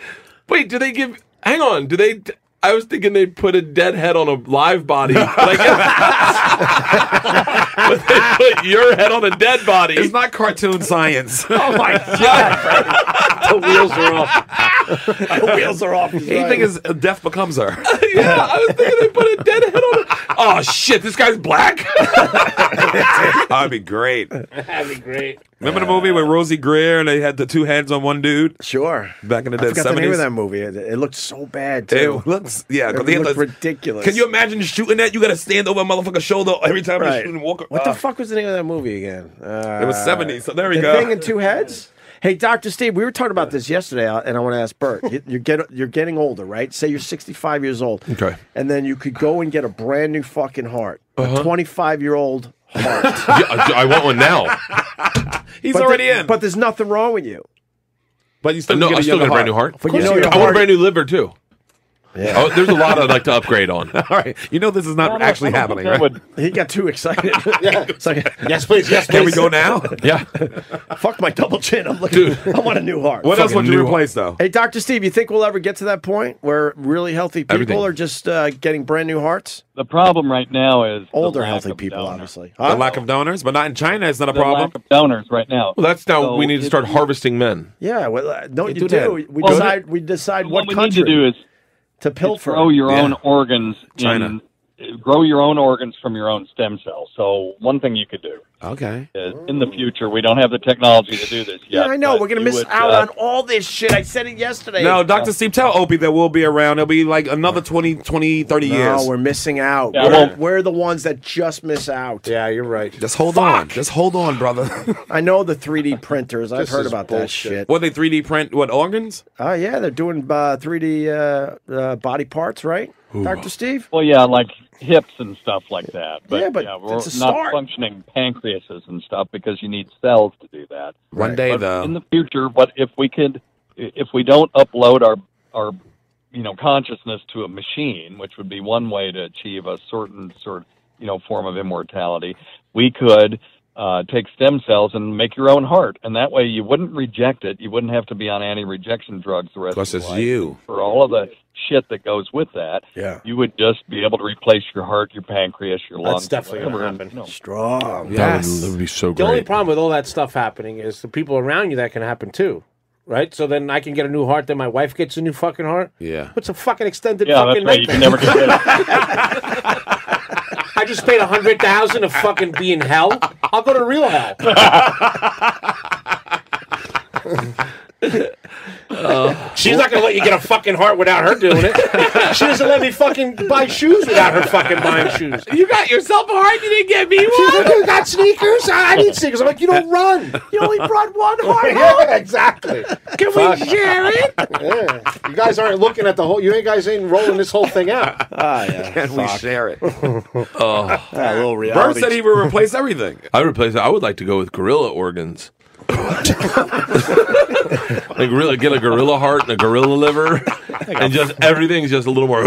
[SPEAKER 3] wait. Do they give? Hang on. Do they? I was thinking they put a dead head on a live body, like, *laughs* but they put your head on a dead body. It's
[SPEAKER 2] not cartoon science.
[SPEAKER 3] oh
[SPEAKER 2] *laughs*
[SPEAKER 3] my *laughs* god,
[SPEAKER 27] the wheels are off.
[SPEAKER 1] the wheels are off.
[SPEAKER 2] Anything is uh, death becomes her.
[SPEAKER 3] yeah, I was thinking they put a dead head on. A, oh shit, this guy's black.
[SPEAKER 2] *laughs* That'd be great.
[SPEAKER 5] That'd be great.
[SPEAKER 2] Remember the movie with Rosie Greer and they had the two heads on one dude?
[SPEAKER 1] Sure.
[SPEAKER 2] Back in the
[SPEAKER 1] I
[SPEAKER 2] dead
[SPEAKER 1] forgot the name of that
[SPEAKER 2] seventies.
[SPEAKER 1] movie. It, it looked so bad too.
[SPEAKER 2] It looks yeah, 'cause
[SPEAKER 1] It
[SPEAKER 2] they had
[SPEAKER 1] looked
[SPEAKER 2] the-
[SPEAKER 1] ridiculous.
[SPEAKER 2] Can you imagine shooting that? You got to stand over a motherfucker's shoulder every time you
[SPEAKER 1] Right.
[SPEAKER 2] shoot and walk.
[SPEAKER 1] What the
[SPEAKER 2] uh,
[SPEAKER 1] fuck was the name of that movie again? Uh,
[SPEAKER 2] It was 70, so there we
[SPEAKER 1] the
[SPEAKER 2] go.
[SPEAKER 1] Thing in two heads. Hey, Doctor Steve, we were talking about this yesterday, uh, and I want to ask
[SPEAKER 2] *laughs*
[SPEAKER 1] Bert. you- You're get you're getting older, right? Say you're 65 years old,
[SPEAKER 3] Okay.
[SPEAKER 1] and then you could go and get a brand new fucking heart,
[SPEAKER 2] Uh-huh.
[SPEAKER 1] a 25 year old.
[SPEAKER 3] Yeah, I, I want one now.
[SPEAKER 2] He's
[SPEAKER 1] But
[SPEAKER 2] already
[SPEAKER 1] the-
[SPEAKER 2] in.
[SPEAKER 1] But there's nothing wrong with you.
[SPEAKER 2] But you
[SPEAKER 3] Uh,
[SPEAKER 2] still
[SPEAKER 3] no,
[SPEAKER 2] get
[SPEAKER 3] I
[SPEAKER 2] a
[SPEAKER 3] still
[SPEAKER 2] younger
[SPEAKER 3] got a brand new heart.
[SPEAKER 2] But you
[SPEAKER 1] know
[SPEAKER 3] I
[SPEAKER 1] your
[SPEAKER 3] want a
[SPEAKER 1] heart-
[SPEAKER 3] brand new liver too. Oh, there's a lot I'd like to upgrade on.
[SPEAKER 2] *laughs* All right, you know this is not actually happening, right?
[SPEAKER 1] *laughs* He got too
[SPEAKER 2] *laughs*
[SPEAKER 1] excited. yeah. It's like,
[SPEAKER 27] Yes, please. Yes,
[SPEAKER 2] Can we
[SPEAKER 27] please. *laughs*
[SPEAKER 2] go now? *laughs*
[SPEAKER 3] Yeah.
[SPEAKER 1] *laughs* fuck my double chin. I'm looking. *laughs* I want a new heart.
[SPEAKER 2] What else
[SPEAKER 3] Fucking
[SPEAKER 2] would you
[SPEAKER 3] new-
[SPEAKER 2] replace though?
[SPEAKER 1] Hey, Doctor Steve, you think we'll ever get to that point where really healthy people
[SPEAKER 3] Everything.
[SPEAKER 1] are just uh, getting brand new hearts?
[SPEAKER 23] The problem right now is the
[SPEAKER 1] Older
[SPEAKER 23] lack
[SPEAKER 1] healthy
[SPEAKER 23] of
[SPEAKER 1] people,
[SPEAKER 23] donors.
[SPEAKER 1] obviously.
[SPEAKER 2] The
[SPEAKER 1] Huh?
[SPEAKER 2] lack of donors, but not in China. It's not a
[SPEAKER 23] The
[SPEAKER 2] problem.
[SPEAKER 23] lack of donors right now.
[SPEAKER 3] Well, that's now
[SPEAKER 23] So
[SPEAKER 3] we need to
[SPEAKER 23] it-
[SPEAKER 3] start harvesting men.
[SPEAKER 1] Yeah, well, uh, don't
[SPEAKER 2] You
[SPEAKER 1] you,
[SPEAKER 2] do
[SPEAKER 1] do?
[SPEAKER 2] that.
[SPEAKER 1] We
[SPEAKER 23] Well,
[SPEAKER 1] decide. We decide
[SPEAKER 23] What
[SPEAKER 1] what
[SPEAKER 23] we need
[SPEAKER 1] country
[SPEAKER 23] to do is
[SPEAKER 1] to pilfer.
[SPEAKER 23] grow your
[SPEAKER 2] Yeah.
[SPEAKER 23] own organs.
[SPEAKER 2] China.
[SPEAKER 23] In, grow your own organs from your own stem cells. So one thing you could do
[SPEAKER 2] Okay.
[SPEAKER 23] is in the future we don't have the technology to do this
[SPEAKER 1] Oh. yeah,
[SPEAKER 23] yet.
[SPEAKER 1] I know.
[SPEAKER 23] but
[SPEAKER 1] We're gonna
[SPEAKER 23] you
[SPEAKER 1] miss
[SPEAKER 23] would,
[SPEAKER 1] out
[SPEAKER 23] uh,
[SPEAKER 1] on all this shit. I said it yesterday.
[SPEAKER 2] No, Dr. Steve, tell Opie that we'll be around. It'll be like another 20, 20 30
[SPEAKER 1] no,
[SPEAKER 2] years.
[SPEAKER 1] we're missing out.
[SPEAKER 23] Yeah,
[SPEAKER 1] Oh, we're,
[SPEAKER 23] well-
[SPEAKER 1] we're the ones that just miss out.
[SPEAKER 27] Yeah, you're right.
[SPEAKER 2] Just hold on. Just hold on, brother.
[SPEAKER 1] *laughs* I know the 3D printers. I've
[SPEAKER 27] This
[SPEAKER 1] heard
[SPEAKER 27] is
[SPEAKER 1] about that
[SPEAKER 27] bullshit.
[SPEAKER 1] shit.
[SPEAKER 2] what, they 3D print what, organs?
[SPEAKER 1] Oh yeah, they're doing uh, 3D uh, uh, body parts, right, Doctor Steve?
[SPEAKER 23] Well, yeah, like hips and stuff like that. But
[SPEAKER 1] Yeah, but
[SPEAKER 23] we're
[SPEAKER 1] it's a
[SPEAKER 23] not
[SPEAKER 1] start.
[SPEAKER 23] functioning pancreases and stuff because you need cells to do that.
[SPEAKER 2] One day,
[SPEAKER 23] But
[SPEAKER 2] though.
[SPEAKER 23] in the future, but if we could, if we don't upload our our you know consciousness to a machine, which would be one way to achieve a certain sort you know form of immortality, we could uh, take stem cells and make your own heart, and that way you wouldn't reject it. You wouldn't have to be on anti-rejection drugs the rest
[SPEAKER 2] Plus,
[SPEAKER 23] of
[SPEAKER 2] it's
[SPEAKER 23] your life
[SPEAKER 2] you.
[SPEAKER 23] for all of the shit that goes with that.
[SPEAKER 2] Yeah.
[SPEAKER 23] you would just be able to replace your heart, your pancreas, your lungs.
[SPEAKER 5] That's definitely going to
[SPEAKER 23] whatever.
[SPEAKER 5] happen. Strong.
[SPEAKER 3] That would- that would be so
[SPEAKER 5] The only
[SPEAKER 3] great.
[SPEAKER 5] problem with all that stuff happening is the people around you that can happen too, right? So then I can get a new heart, then my wife gets a new fucking heart.
[SPEAKER 2] Yeah.
[SPEAKER 5] What's a fucking extended
[SPEAKER 23] Yeah, that's
[SPEAKER 5] fucking
[SPEAKER 23] right. You can never
[SPEAKER 5] nightmare? *laughs*
[SPEAKER 23] get that.
[SPEAKER 5] I just paid a hundred thousand to fucking be in hell. I'll go to real hell.
[SPEAKER 23] *laughs*
[SPEAKER 5] *laughs* She's not gonna let you get a fucking heart without her doing it. She doesn't let me fucking buy shoes without her fucking buying shoes.
[SPEAKER 2] You got yourself a heart. You didn't get me one.
[SPEAKER 5] *laughs* She's like, you got sneakers? I, I need sneakers. I'm like, you don't run. You only brought one heart. yeah, exactly. Can
[SPEAKER 28] Fuck.
[SPEAKER 5] we share it? Yeah. You guys aren't looking at the whole. You ain't guys ain't rolling this whole thing out.
[SPEAKER 1] *laughs* Ah, yeah.
[SPEAKER 2] Can we
[SPEAKER 1] Fuck.
[SPEAKER 2] share it?
[SPEAKER 3] Oh.
[SPEAKER 1] Ah, a little
[SPEAKER 2] Bird
[SPEAKER 1] reality.
[SPEAKER 2] said he would replace
[SPEAKER 3] *laughs*
[SPEAKER 2] everything.
[SPEAKER 3] I would replace. I would like to go with gorilla organs. *laughs* like really get a gorilla heart and a gorilla liver, and just everything's just a little more.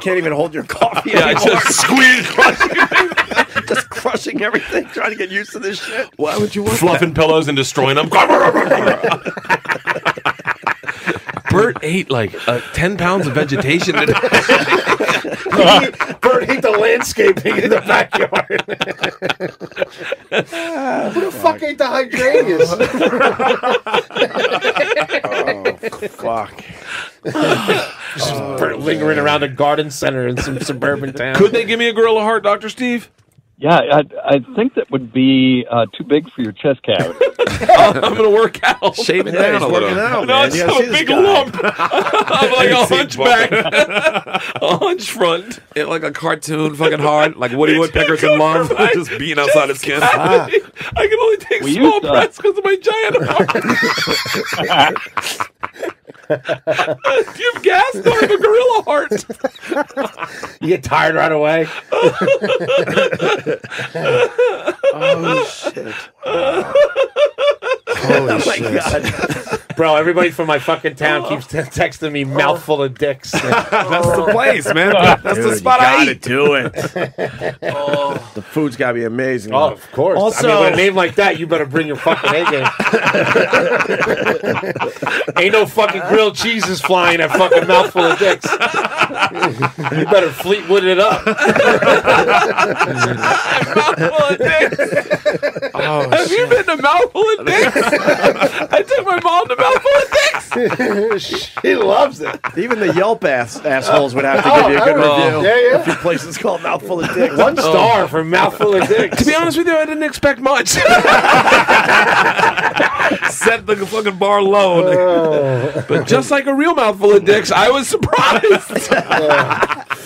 [SPEAKER 1] Can't even hold your coffee.
[SPEAKER 3] yeah, it's just squeeze,
[SPEAKER 1] *laughs* just crushing everything, trying to get used to this shit.
[SPEAKER 2] Why would you want
[SPEAKER 3] fluffing pillows and destroying
[SPEAKER 2] *laughs*
[SPEAKER 3] them. Bert ate like uh, ten pounds of vegetation. today.
[SPEAKER 5] Bert ate the landscaping in the backyard. Who the fuck ate the hydrangeas?
[SPEAKER 14] *laughs*
[SPEAKER 1] Oh, Fuck. Oh,
[SPEAKER 5] Just Bert lingering around a garden center in some suburban town. *laughs*
[SPEAKER 3] Could they give me a gorilla heart, Doctor Steve?
[SPEAKER 23] Yeah, I, I think that would be uh, too big for your chest
[SPEAKER 3] *laughs*
[SPEAKER 23] cavity.
[SPEAKER 3] Oh, I'm gonna work out.
[SPEAKER 2] Shave it
[SPEAKER 23] Yeah,
[SPEAKER 2] down
[SPEAKER 23] he's
[SPEAKER 2] a little.
[SPEAKER 23] working out,
[SPEAKER 2] *laughs* no,
[SPEAKER 23] man.
[SPEAKER 2] it's
[SPEAKER 23] You
[SPEAKER 2] just
[SPEAKER 23] gotta
[SPEAKER 2] a
[SPEAKER 23] see this
[SPEAKER 2] big
[SPEAKER 23] guy.
[SPEAKER 2] lump. I'm *laughs* like
[SPEAKER 23] *laughs*
[SPEAKER 2] a hunchback, a hunch front, it, like a cartoon fucking hard, like Woody Woodpecker's
[SPEAKER 3] *laughs*
[SPEAKER 2] in *laughs* love, just beating outside his skin. Ah.
[SPEAKER 3] I can only take
[SPEAKER 2] We
[SPEAKER 3] small
[SPEAKER 2] used to-
[SPEAKER 3] breaths because of my giant
[SPEAKER 2] *laughs*
[SPEAKER 3] heart. Do you have gas? No, I have a gorilla heart.
[SPEAKER 5] You get tired right away.
[SPEAKER 1] *laughs* oh shit!
[SPEAKER 5] *laughs*
[SPEAKER 1] *laughs* Holy shit! *laughs*
[SPEAKER 5] Bro, everybody from my fucking
[SPEAKER 1] Oh.
[SPEAKER 5] town keeps t- texting me mouthful
[SPEAKER 1] *laughs*
[SPEAKER 5] of dicks. That's
[SPEAKER 2] the place, man.
[SPEAKER 1] Dude, you gotta do *laughs* it. The food's gotta be amazing.
[SPEAKER 5] Oh, of course. I mean,
[SPEAKER 1] Also-
[SPEAKER 5] with a *laughs* name like that, you better bring your fucking A
[SPEAKER 1] *laughs*
[SPEAKER 5] game. Ain't no fucking grilled cheeses flying at fucking mouthful of dicks. you better Fleetwood it up.
[SPEAKER 3] Oh, Have you been to Mouthful of *laughs* Dicks? I took my mom to Mouthful of Dicks.
[SPEAKER 1] He loves it. Even the Yelp ass- assholes would have to give you a good review.
[SPEAKER 5] Yeah, yeah.
[SPEAKER 1] If your place is called Mouthful of Dicks. Oh.
[SPEAKER 5] One star for mouthful of dicks.
[SPEAKER 3] Oh. To be honest with you, I didn't expect *laughs* much.
[SPEAKER 2] Set the fucking bar low.
[SPEAKER 3] Oh. but just like a real mouthful of dicks, I was surprised.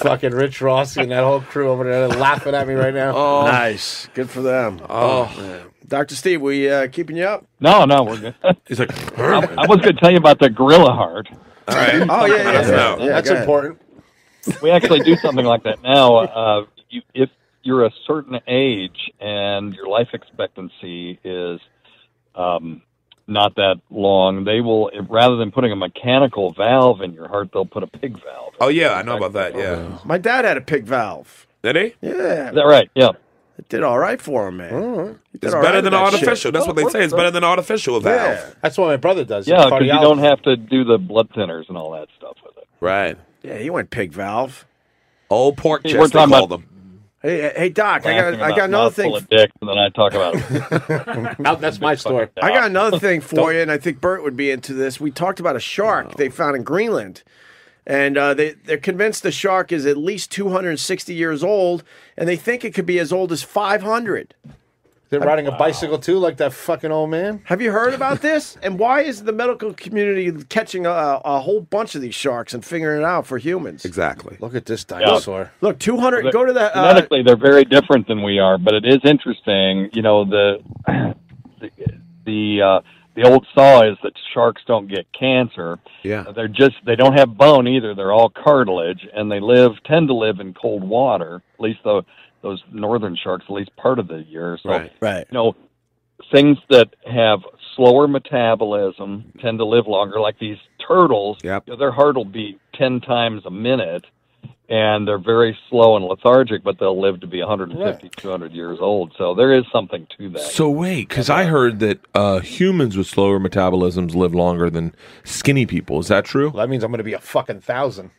[SPEAKER 5] fucking Rich Rossi and that whole crew over there laughing at me right now.
[SPEAKER 3] Oh.
[SPEAKER 1] Nice. Good for them.
[SPEAKER 3] Oh.
[SPEAKER 1] man. Dr. Steve, we uh, keeping you up?
[SPEAKER 23] No, no, we're
[SPEAKER 2] *laughs*
[SPEAKER 23] good.
[SPEAKER 3] He's like,
[SPEAKER 23] I, I was going to tell you about the gorilla heart.
[SPEAKER 2] All right.
[SPEAKER 1] Oh, yeah, yeah. yeah. yeah
[SPEAKER 5] That's
[SPEAKER 1] go ahead.
[SPEAKER 5] important.
[SPEAKER 23] we actually do something like that now. Uh, you, if you're a certain age and your life expectancy is um, not that long, they will rather than putting a mechanical valve in your heart, they'll put a pig valve.
[SPEAKER 2] Oh yeah, I know about that. Yeah,
[SPEAKER 1] My dad had a pig valve.
[SPEAKER 2] did he?
[SPEAKER 1] Yeah.
[SPEAKER 23] Is that right? Yeah.
[SPEAKER 1] It did all right for him, man. He did
[SPEAKER 2] It's
[SPEAKER 1] all
[SPEAKER 2] better
[SPEAKER 1] right
[SPEAKER 2] than
[SPEAKER 1] with that shit.
[SPEAKER 2] artificial. That's what
[SPEAKER 23] Oh,
[SPEAKER 2] they say. It's better than artificial valve.
[SPEAKER 1] Yeah.
[SPEAKER 5] That's what my brother does. He's
[SPEAKER 23] Yeah,
[SPEAKER 5] a
[SPEAKER 23] because you
[SPEAKER 5] cardiologist.
[SPEAKER 23] don't have to do the blood thinners and all that stuff with it.
[SPEAKER 2] Right.
[SPEAKER 1] Yeah, he went pig valve.
[SPEAKER 2] Old pork
[SPEAKER 23] Hey, we're
[SPEAKER 2] chest. They
[SPEAKER 23] talking
[SPEAKER 2] call
[SPEAKER 23] about-
[SPEAKER 2] them.
[SPEAKER 1] Hey, hey, Doc, I got,
[SPEAKER 23] Laughing
[SPEAKER 1] I
[SPEAKER 23] about
[SPEAKER 1] got another
[SPEAKER 23] mouthful
[SPEAKER 1] thing. Uh,
[SPEAKER 23] Of dick, and then I talk
[SPEAKER 1] *laughs*
[SPEAKER 23] about it.
[SPEAKER 5] *laughs* Now, that's my story.
[SPEAKER 1] I got another thing for you, and I think Bert would be into this. We talked about a shark they found in Greenland, and uh, they they're convinced the shark is at least 260 years old, and they think it could be as old as 500.
[SPEAKER 5] They're riding a bicycle too, like that fucking old man.
[SPEAKER 1] Have you heard about this? And why is the medical community catching a, a whole bunch of these sharks and figuring it out for humans?
[SPEAKER 2] Exactly.
[SPEAKER 5] Look at this dinosaur.
[SPEAKER 1] Look, 200. Go to that. Uh,
[SPEAKER 23] Genetically, they're very different than we are, but it is interesting. You know the *clears throat* the the, uh, the old saw is that sharks don't get cancer.
[SPEAKER 2] Yeah.
[SPEAKER 23] They're just they don't have bone either. They're all cartilage, and they live tend to live in cold water. At least the those northern sharks, at least part of the year. So
[SPEAKER 2] Right.
[SPEAKER 1] Right.
[SPEAKER 23] you know things that have slower metabolism tend to live longer. Like these turtles,
[SPEAKER 2] Yep.
[SPEAKER 23] you know, their heart will beat ten times a minute and they're very slow and lethargic, but they'll live to be 150, 200 years old. So there is something to that.
[SPEAKER 3] So wait, because I heard that uh, humans with slower metabolisms live longer than skinny people. Is that true?
[SPEAKER 5] That means I'm going to be a
[SPEAKER 2] *laughs*
[SPEAKER 5] fucking thousand.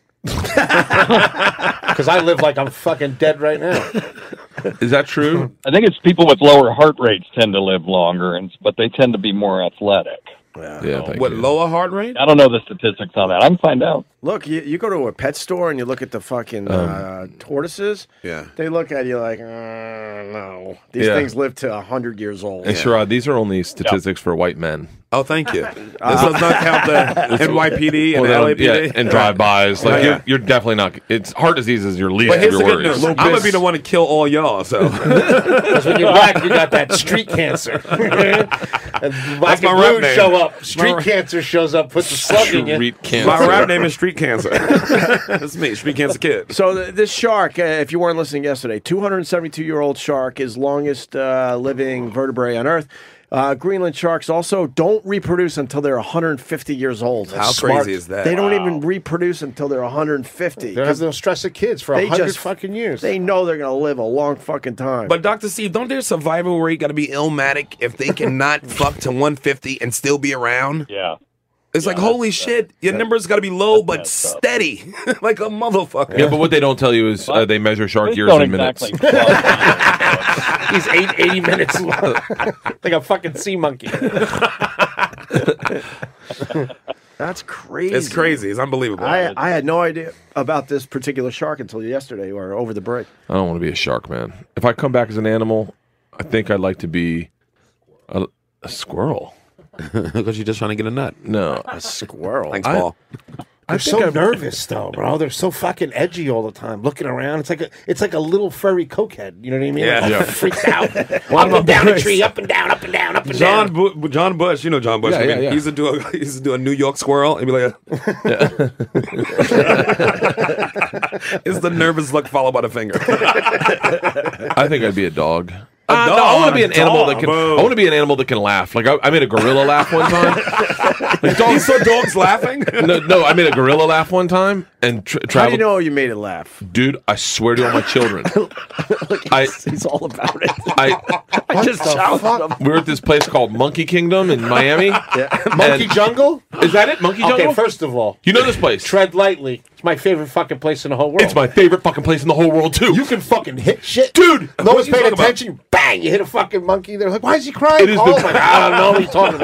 [SPEAKER 5] Because I live like I'm fucking dead right now.
[SPEAKER 3] Is that true?
[SPEAKER 23] *laughs* I think it's people with lower heart rates tend to live longer, and but they tend to be more athletic.
[SPEAKER 3] Yeah,
[SPEAKER 2] What lower heart rate?
[SPEAKER 23] I don't know the statistics on that. I can find out.
[SPEAKER 1] Look, you, you go to a pet store and you look at the fucking
[SPEAKER 2] Um,
[SPEAKER 1] uh, tortoises.
[SPEAKER 2] Yeah.
[SPEAKER 1] They look at you like, uh, no, these
[SPEAKER 3] Yeah.
[SPEAKER 1] things live to 100 years old.
[SPEAKER 3] And Sherrod, these are only statistics for white men.
[SPEAKER 2] Oh, thank
[SPEAKER 5] *laughs*
[SPEAKER 2] you. This does not
[SPEAKER 3] *laughs*
[SPEAKER 2] count the NYPD and
[SPEAKER 3] Well, that'll-
[SPEAKER 2] LAPD.
[SPEAKER 3] yeah, and drive-bys. Like
[SPEAKER 2] Yeah.
[SPEAKER 3] you're, you're definitely not. It's heart disease is your least
[SPEAKER 2] But
[SPEAKER 3] of
[SPEAKER 2] here's
[SPEAKER 3] your
[SPEAKER 2] the good
[SPEAKER 3] worries.
[SPEAKER 2] news. I'm gonna be the one to kill all y'all. *laughs* So
[SPEAKER 5] Because when you're black, you got that
[SPEAKER 2] *laughs*
[SPEAKER 5] street cancer. Black
[SPEAKER 2] my
[SPEAKER 5] and
[SPEAKER 2] rap
[SPEAKER 5] blue
[SPEAKER 2] name.
[SPEAKER 5] show up.
[SPEAKER 2] My-
[SPEAKER 5] Street cancer shows up, puts a slug in you.
[SPEAKER 2] My rap
[SPEAKER 5] *laughs*
[SPEAKER 2] name is Street *laughs* Cancer. That's me, Street Cancer Kid.
[SPEAKER 1] So th- this shark, uh, if you weren't listening yesterday, 272-year-old shark is longest uh, living vertebrae on Earth. Uh, Greenland sharks also don't reproduce until they're 150 years old.
[SPEAKER 2] How Smart. crazy is that?
[SPEAKER 1] They don't
[SPEAKER 2] Wow.
[SPEAKER 1] even reproduce until they're 150.
[SPEAKER 2] They have no
[SPEAKER 1] stress of kids
[SPEAKER 2] for 100 fucking
[SPEAKER 1] years. They know they're going to live a long fucking time.
[SPEAKER 2] But Doctor Steve, don't their survival rate got to be illmatic if they cannot fuck to 150 and still be around?
[SPEAKER 23] Yeah.
[SPEAKER 2] It's like holy shit, your numbers got to be low but steady, *laughs* like a motherfucker.
[SPEAKER 3] Yeah, but what they don't tell you is uh, they measure shark
[SPEAKER 2] They
[SPEAKER 3] years
[SPEAKER 2] don't
[SPEAKER 3] in minutes. *laughs*
[SPEAKER 2] exactly
[SPEAKER 5] He's eight, 80 minutes long. like a fucking
[SPEAKER 2] *laughs*
[SPEAKER 5] sea monkey.
[SPEAKER 1] That's crazy.
[SPEAKER 2] It's crazy. It's unbelievable.
[SPEAKER 1] I, I had no idea about this particular shark until yesterday or over the break.
[SPEAKER 3] I don't want to be a shark, man. If I come back as an animal, I think I'd like to be a, a squirrel.
[SPEAKER 2] *laughs* Because you're just trying to get a nut.
[SPEAKER 3] No,
[SPEAKER 1] a squirrel.
[SPEAKER 2] Thanks, *laughs*
[SPEAKER 5] I-
[SPEAKER 2] Paul.
[SPEAKER 5] They're
[SPEAKER 2] think
[SPEAKER 5] so
[SPEAKER 2] I'm-
[SPEAKER 5] nervous though, bro. They're so fucking edgy all the time, looking around. It's like a, it's like a little furry cokehead. You know what I mean?
[SPEAKER 2] Yeah.
[SPEAKER 5] Like,
[SPEAKER 2] Yeah.
[SPEAKER 5] *laughs*
[SPEAKER 3] *laughs*
[SPEAKER 5] freaked out.
[SPEAKER 2] One
[SPEAKER 5] up
[SPEAKER 2] of
[SPEAKER 5] and down
[SPEAKER 2] those.
[SPEAKER 5] a tree, up and down, up and down, up and
[SPEAKER 2] John
[SPEAKER 5] down.
[SPEAKER 2] Bu- John Bush, you know John Bush.
[SPEAKER 5] Yeah,
[SPEAKER 2] I mean,
[SPEAKER 5] yeah, yeah.
[SPEAKER 2] He used to do a *laughs* he used to do a New York squirrel and be like,
[SPEAKER 3] *laughs*
[SPEAKER 2] *laughs* "It's the nervous look followed by the
[SPEAKER 3] *laughs*
[SPEAKER 2] finger."
[SPEAKER 3] I think I'd be a dog.
[SPEAKER 2] A
[SPEAKER 3] Uh, no, I
[SPEAKER 2] dog,
[SPEAKER 3] want to be an
[SPEAKER 2] dog,
[SPEAKER 3] animal that can.
[SPEAKER 2] boo.
[SPEAKER 3] I want to be an animal that can laugh. Like I, I made a gorilla laugh one
[SPEAKER 2] *laughs*
[SPEAKER 3] time. Like,
[SPEAKER 2] You saw dogs laughing.
[SPEAKER 3] no, no, I made a gorilla laugh one time and tra-
[SPEAKER 1] How do you
[SPEAKER 3] traveled.
[SPEAKER 1] know you made it laugh?
[SPEAKER 3] Dude, I swear to all my
[SPEAKER 1] *laughs*
[SPEAKER 3] children. I,
[SPEAKER 1] he's all about it.
[SPEAKER 3] I,
[SPEAKER 1] I just challenged him.
[SPEAKER 3] we were at this place called Monkey Kingdom in
[SPEAKER 5] *laughs*
[SPEAKER 3] Miami.
[SPEAKER 5] Monkey
[SPEAKER 3] And-
[SPEAKER 5] jungle?
[SPEAKER 3] Is that it? Monkey jungle?
[SPEAKER 5] Okay, first of all,
[SPEAKER 3] you know this place.
[SPEAKER 5] tread lightly. It's my favorite fucking place in the whole world.
[SPEAKER 3] It's my favorite fucking place in the whole world too.
[SPEAKER 5] You can fucking hit shit,
[SPEAKER 3] dude.
[SPEAKER 5] No
[SPEAKER 3] what
[SPEAKER 5] one's
[SPEAKER 3] you
[SPEAKER 5] paying
[SPEAKER 3] talking about?
[SPEAKER 5] attention. Bang! You hit a fucking monkey. They're like, "Why is he crying?"
[SPEAKER 3] It is
[SPEAKER 5] oh
[SPEAKER 3] the-
[SPEAKER 5] my god! I don't know what he's talking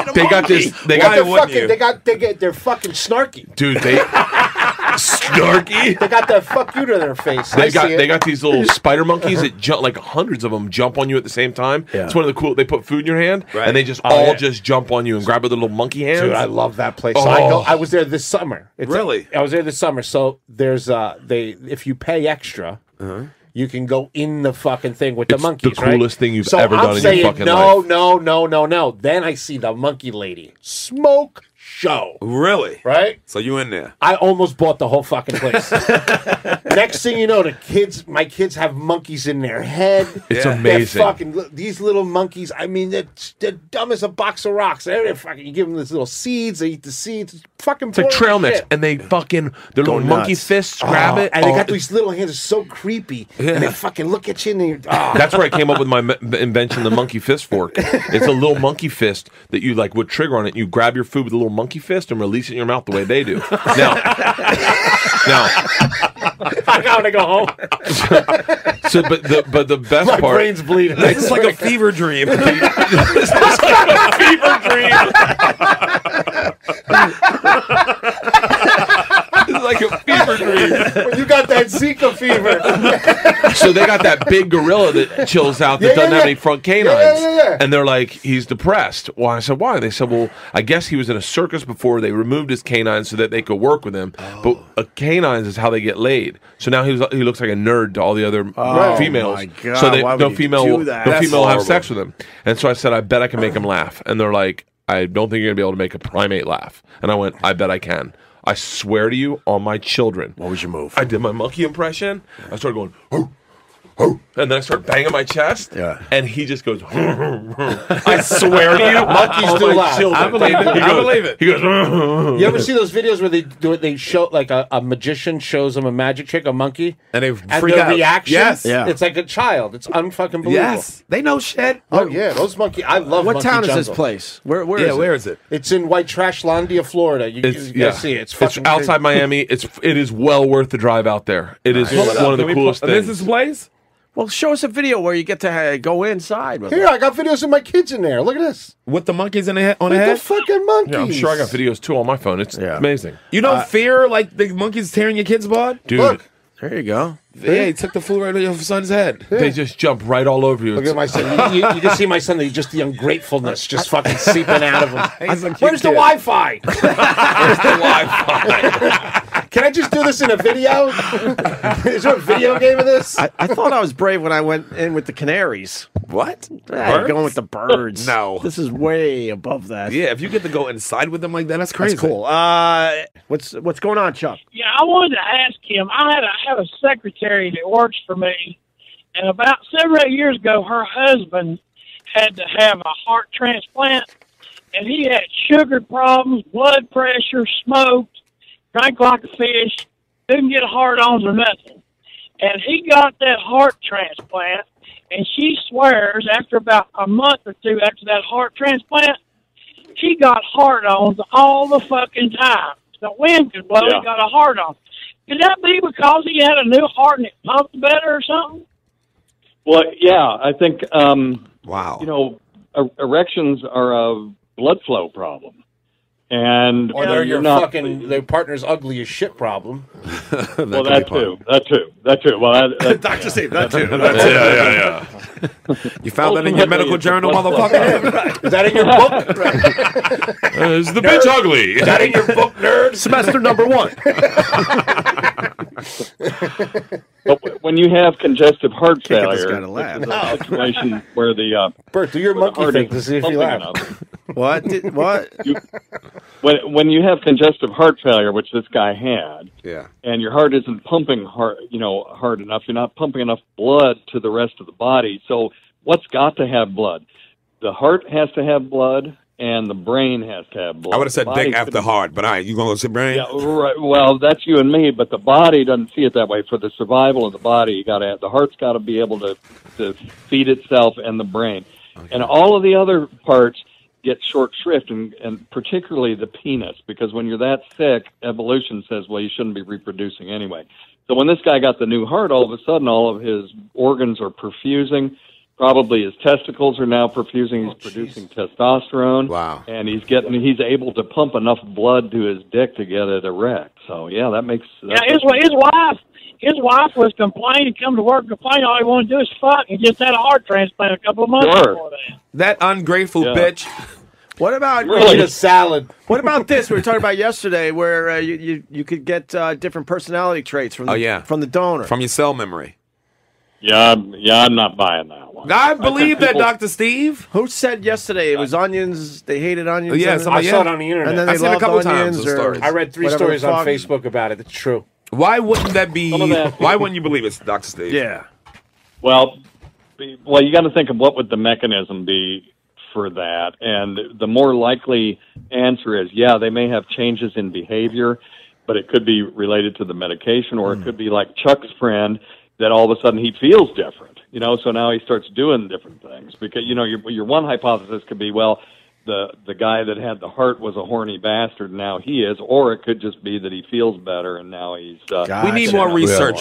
[SPEAKER 3] *laughs*
[SPEAKER 5] about.
[SPEAKER 3] They got this. They got
[SPEAKER 5] They're fucking, They got. They get. They're fucking snarky.
[SPEAKER 3] Dude,
[SPEAKER 5] *laughs*
[SPEAKER 3] they snarky.
[SPEAKER 5] They got that fuck you to their face.
[SPEAKER 3] They
[SPEAKER 5] I
[SPEAKER 3] got
[SPEAKER 5] see it.
[SPEAKER 3] they got these
[SPEAKER 5] *laughs*
[SPEAKER 3] little spider monkeys that jump like hundreds of them jump on you at the same time. It's one of the cool. They put food in your hand and they just
[SPEAKER 5] Oh,
[SPEAKER 3] all
[SPEAKER 5] yeah.
[SPEAKER 3] just jump on you and grab with their little monkey hands. Oh,
[SPEAKER 5] Dude, I love that place. So I, go, I was there this summer.
[SPEAKER 2] Really?
[SPEAKER 5] I was there this summer. So there's uh they if you pay extra, you can go in the fucking thing with
[SPEAKER 3] Uh-huh. It's
[SPEAKER 5] the monkeys.
[SPEAKER 3] the
[SPEAKER 5] right?
[SPEAKER 3] coolest thing you've
[SPEAKER 5] So
[SPEAKER 3] ever
[SPEAKER 5] I'm
[SPEAKER 3] done in your
[SPEAKER 5] saying,
[SPEAKER 3] fucking
[SPEAKER 5] no, No, no, no, no, Then I see the monkey lady smoke show.
[SPEAKER 2] Really?
[SPEAKER 5] Right?
[SPEAKER 2] So you in there?
[SPEAKER 5] I almost bought the whole fucking place. Next thing you know, the kids, my kids have monkeys in their head.
[SPEAKER 3] It's
[SPEAKER 5] They're
[SPEAKER 3] amazing.
[SPEAKER 5] Fucking li- these little monkeys. I mean, they're, they're dumb as a box of rocks. They're fucking. You give them these little seeds. They eat the seeds. It's fucking.
[SPEAKER 3] It's like
[SPEAKER 5] boring
[SPEAKER 3] trail mix,
[SPEAKER 5] shit.
[SPEAKER 3] and they fucking their little monkey fists grab
[SPEAKER 5] Oh,
[SPEAKER 3] it.
[SPEAKER 5] and they got
[SPEAKER 3] Oh,
[SPEAKER 5] *laughs* these little hands. It's so creepy. And they
[SPEAKER 3] Yeah.
[SPEAKER 5] fucking look at you and
[SPEAKER 3] *laughs*
[SPEAKER 5] you're. Oh.
[SPEAKER 3] That's where I
[SPEAKER 5] *laughs*
[SPEAKER 3] came up with my m- invention, the monkey fist fork. It's a little monkey fist that you like would trigger on it. You grab your food with a little monkey fist and release it in your mouth the way they do.
[SPEAKER 5] *laughs*
[SPEAKER 3] Now, now,
[SPEAKER 5] *laughs* I gotta go
[SPEAKER 2] Oh.
[SPEAKER 5] home.
[SPEAKER 3] so but the but the best
[SPEAKER 5] My
[SPEAKER 3] part,
[SPEAKER 5] brain's bleeding.
[SPEAKER 2] This is like a fever
[SPEAKER 5] *laughs*
[SPEAKER 2] dream.
[SPEAKER 5] fever dream.
[SPEAKER 3] it's like a fever dream.
[SPEAKER 5] When you got that Zika fever.
[SPEAKER 3] so they got that big gorilla that chills out that
[SPEAKER 5] Yeah, yeah,
[SPEAKER 3] doesn't have
[SPEAKER 5] yeah.
[SPEAKER 3] any front
[SPEAKER 5] Yeah, yeah,
[SPEAKER 3] canines,
[SPEAKER 5] yeah, yeah.
[SPEAKER 3] and they're like, he's depressed. Well, I said, why? They said, well, I guess he was in a circus before. They removed his canines so that they could work with him,
[SPEAKER 1] Oh.
[SPEAKER 3] but a canines is how they get laid. So now he was, he looks like a nerd to all the other
[SPEAKER 1] Oh,
[SPEAKER 3] females.
[SPEAKER 1] my God,
[SPEAKER 3] so they,
[SPEAKER 1] why would
[SPEAKER 3] no
[SPEAKER 1] you
[SPEAKER 3] female,
[SPEAKER 1] do
[SPEAKER 3] will-
[SPEAKER 1] that?
[SPEAKER 3] no
[SPEAKER 1] That's
[SPEAKER 3] female will have
[SPEAKER 1] horrible.
[SPEAKER 3] sex with him. And so I said, I bet I can make him laugh. And they're like, I don't think you're gonna be able to make a primate laugh. And I went, I bet I can. I swear to you, on my children. What was your move? I did my monkey impression. I started going. and then I start banging my chest. Yeah. And he just goes, *laughs* I
[SPEAKER 27] swear to
[SPEAKER 3] *laughs*
[SPEAKER 27] you, monkeys do laugh. I believe it.
[SPEAKER 3] He
[SPEAKER 27] I
[SPEAKER 3] goes,
[SPEAKER 27] believe it.
[SPEAKER 3] He goes, *laughs*
[SPEAKER 5] You ever see those videos where they do it? They show like a, a magician shows them a magic trick, a monkey,
[SPEAKER 2] and they
[SPEAKER 27] freak
[SPEAKER 5] their
[SPEAKER 27] out.
[SPEAKER 5] reaction.
[SPEAKER 27] Yes. Yeah.
[SPEAKER 5] it's like a child. It's unfucking believable.
[SPEAKER 27] Yes.
[SPEAKER 2] they know shit.
[SPEAKER 5] Oh yeah, those monkey. I love.
[SPEAKER 27] What
[SPEAKER 5] monkey
[SPEAKER 27] town is this
[SPEAKER 5] jungle.
[SPEAKER 27] place? Where- where Yeah, is it? where is it?
[SPEAKER 5] It's in White Trashlandia, Florida. You,
[SPEAKER 3] It's,
[SPEAKER 5] you
[SPEAKER 3] yeah.
[SPEAKER 5] gotta see it. It's fucking crazy.
[SPEAKER 3] outside Miami. It's it is well worth the drive out there. It is
[SPEAKER 5] Nice. Pull it up.
[SPEAKER 3] one of
[SPEAKER 5] Can
[SPEAKER 3] the
[SPEAKER 5] we
[SPEAKER 3] coolest
[SPEAKER 5] pull-
[SPEAKER 3] things.
[SPEAKER 5] this
[SPEAKER 2] place?
[SPEAKER 1] Well, show us a video where you get to uh, go inside. With
[SPEAKER 5] Here,
[SPEAKER 1] them.
[SPEAKER 5] I got *laughs* videos of my kids in there. Look at this.
[SPEAKER 2] With the monkeys in the head on
[SPEAKER 5] With
[SPEAKER 2] the head.
[SPEAKER 5] the fucking monkeys.
[SPEAKER 3] yeah, I'm sure I got videos too on my phone. It's amazing.
[SPEAKER 2] You don't
[SPEAKER 3] Uh,
[SPEAKER 2] fear like the monkeys tearing your kid's bod,
[SPEAKER 3] Dude. Look.
[SPEAKER 2] There you go. Yeah, he took the food right out of your son's head.
[SPEAKER 3] They just jump right all over you.
[SPEAKER 5] Look at my son. You, you, you can see my son. He's just the ungratefulness just fucking seeping
[SPEAKER 27] *laughs*
[SPEAKER 5] out of
[SPEAKER 2] *laughs*
[SPEAKER 5] him.
[SPEAKER 2] He's a cute
[SPEAKER 5] Where's the
[SPEAKER 2] kid.
[SPEAKER 5] Wi-Fi? Can I just do this in a video? *laughs* Is there a video game of this?
[SPEAKER 1] I, I thought I was brave when I went in with the canaries.
[SPEAKER 2] What?
[SPEAKER 1] going with the
[SPEAKER 2] *laughs*
[SPEAKER 1] birds.
[SPEAKER 2] no.
[SPEAKER 1] This is way above that.
[SPEAKER 2] Yeah, if you get to go inside with them like that, that's crazy.
[SPEAKER 1] That's cool. Uh, what's what's going on, Chuck?
[SPEAKER 26] Yeah, I wanted to ask him. I had a, I have a secretary that works for me, and about seven or eight years ago, her husband had to have a heart transplant, and he had sugar problems, blood pressure, smoked, drank like a fish, couldn't get hard ons or nothing. And he got that heart transplant, and she swears after about a month or two after that heart transplant, she got hard ons all the fucking time. The wind could blow,
[SPEAKER 6] Yeah.
[SPEAKER 26] he got a hard on. Could that be because he had a new heart and it pumped better or something?
[SPEAKER 23] Well, yeah, I think. Um,
[SPEAKER 2] wow.
[SPEAKER 23] You know, er- erections are a blood flow problem, and
[SPEAKER 5] Or
[SPEAKER 23] when
[SPEAKER 5] they're your
[SPEAKER 23] you're not-
[SPEAKER 5] fucking their partner's ugly as
[SPEAKER 3] *laughs*
[SPEAKER 5] shit problem.
[SPEAKER 23] well, that too. That too. That too. Well,
[SPEAKER 5] *laughs*
[SPEAKER 23] that, that,
[SPEAKER 5] Doctor
[SPEAKER 2] *laughs*
[SPEAKER 5] Steve,
[SPEAKER 23] that too.
[SPEAKER 2] yeah, yeah, yeah. You found that in your medical journal,
[SPEAKER 5] *laughs*
[SPEAKER 2] motherfucker.
[SPEAKER 5] Is that in your book?
[SPEAKER 23] *laughs*
[SPEAKER 2] Is the bitch ugly? Is that in your book, nerd?
[SPEAKER 1] Semester number one.
[SPEAKER 23] but w- when you have congestive heart
[SPEAKER 1] Can't get this guy
[SPEAKER 23] failure,
[SPEAKER 1] to laugh.
[SPEAKER 23] it's a situation where the uh,
[SPEAKER 5] Bert, do your
[SPEAKER 23] monkey
[SPEAKER 1] thing to see if he laughs. What? Did, what?
[SPEAKER 23] when when you have congestive heart failure, which this guy had,
[SPEAKER 2] yeah,
[SPEAKER 23] and your heart isn't pumping hard, you know, hard enough, you're not pumping enough blood to the rest of the body. So what's got to have blood? The heart has to have blood, and the brain has to have blood.
[SPEAKER 2] I would have said
[SPEAKER 23] The
[SPEAKER 2] dick
[SPEAKER 23] body
[SPEAKER 2] after
[SPEAKER 23] couldn't-
[SPEAKER 2] hard, but all right, you gonna go sit brain?
[SPEAKER 23] Yeah, right. Well, that's you and me, but the body doesn't see it that way. For the survival of the body, you got to have the heart's got to be able to to feed itself and the brain,
[SPEAKER 2] Oh,
[SPEAKER 23] and all of the other parts get short shrift, and and particularly the penis, because when you're that sick, evolution says, well, you shouldn't be reproducing anyway. So when this guy got the new heart, all of a sudden, all of his organs are perfusing. Probably his testicles are now perfusing. He's producing testosterone.
[SPEAKER 2] Wow!
[SPEAKER 23] And he's getting he's able to pump enough blood to his dick to get it erect. So yeah, that makes
[SPEAKER 26] Yeah, his wa- his wife his wife was complaining, come to work, complain. All he wanted to do is fuck, and just had a heart transplant a couple of months
[SPEAKER 2] Sure.
[SPEAKER 26] before
[SPEAKER 2] That
[SPEAKER 26] that.
[SPEAKER 2] ungrateful bitch.
[SPEAKER 1] What about
[SPEAKER 2] Really? Eat a salad?
[SPEAKER 1] What about this? We were talking about yesterday, where uh, you, you you could get uh, different personality traits from the,
[SPEAKER 2] Oh, yeah.
[SPEAKER 1] from the donor.
[SPEAKER 2] From your cell memory.
[SPEAKER 23] yeah, I'm, yeah, I'm not buying that one.
[SPEAKER 2] I believe that, Doctor Steve. Oh,
[SPEAKER 1] Who said yesterday it was onions? They hated onions.
[SPEAKER 2] Yeah,
[SPEAKER 1] and-
[SPEAKER 2] somebody- I saw it on the internet.
[SPEAKER 1] And then they
[SPEAKER 2] I've seen it a
[SPEAKER 1] loved
[SPEAKER 2] couple times,
[SPEAKER 1] onions
[SPEAKER 2] those
[SPEAKER 1] or
[SPEAKER 2] stories.
[SPEAKER 5] I read three
[SPEAKER 1] whatever
[SPEAKER 5] stories
[SPEAKER 1] the
[SPEAKER 5] on
[SPEAKER 1] fuck.
[SPEAKER 5] Facebook about it. It's true.
[SPEAKER 2] Why wouldn't that be?
[SPEAKER 23] Some of that-
[SPEAKER 2] Why wouldn't you believe it's Doctor Steve?
[SPEAKER 1] Yeah.
[SPEAKER 23] Well, be- well, you got to think of what would the mechanism be for that, and the more likely answer is yeah, they may have changes in behavior, but it could be related to the medication, or it could be like Chuck's friend that all of a sudden he feels different, you know. So now he starts doing different things because you know your your one hypothesis could be well. The, the guy that had the heart was a horny bastard. Now he is, or it could just be that he feels better and now he's. Uh, you know,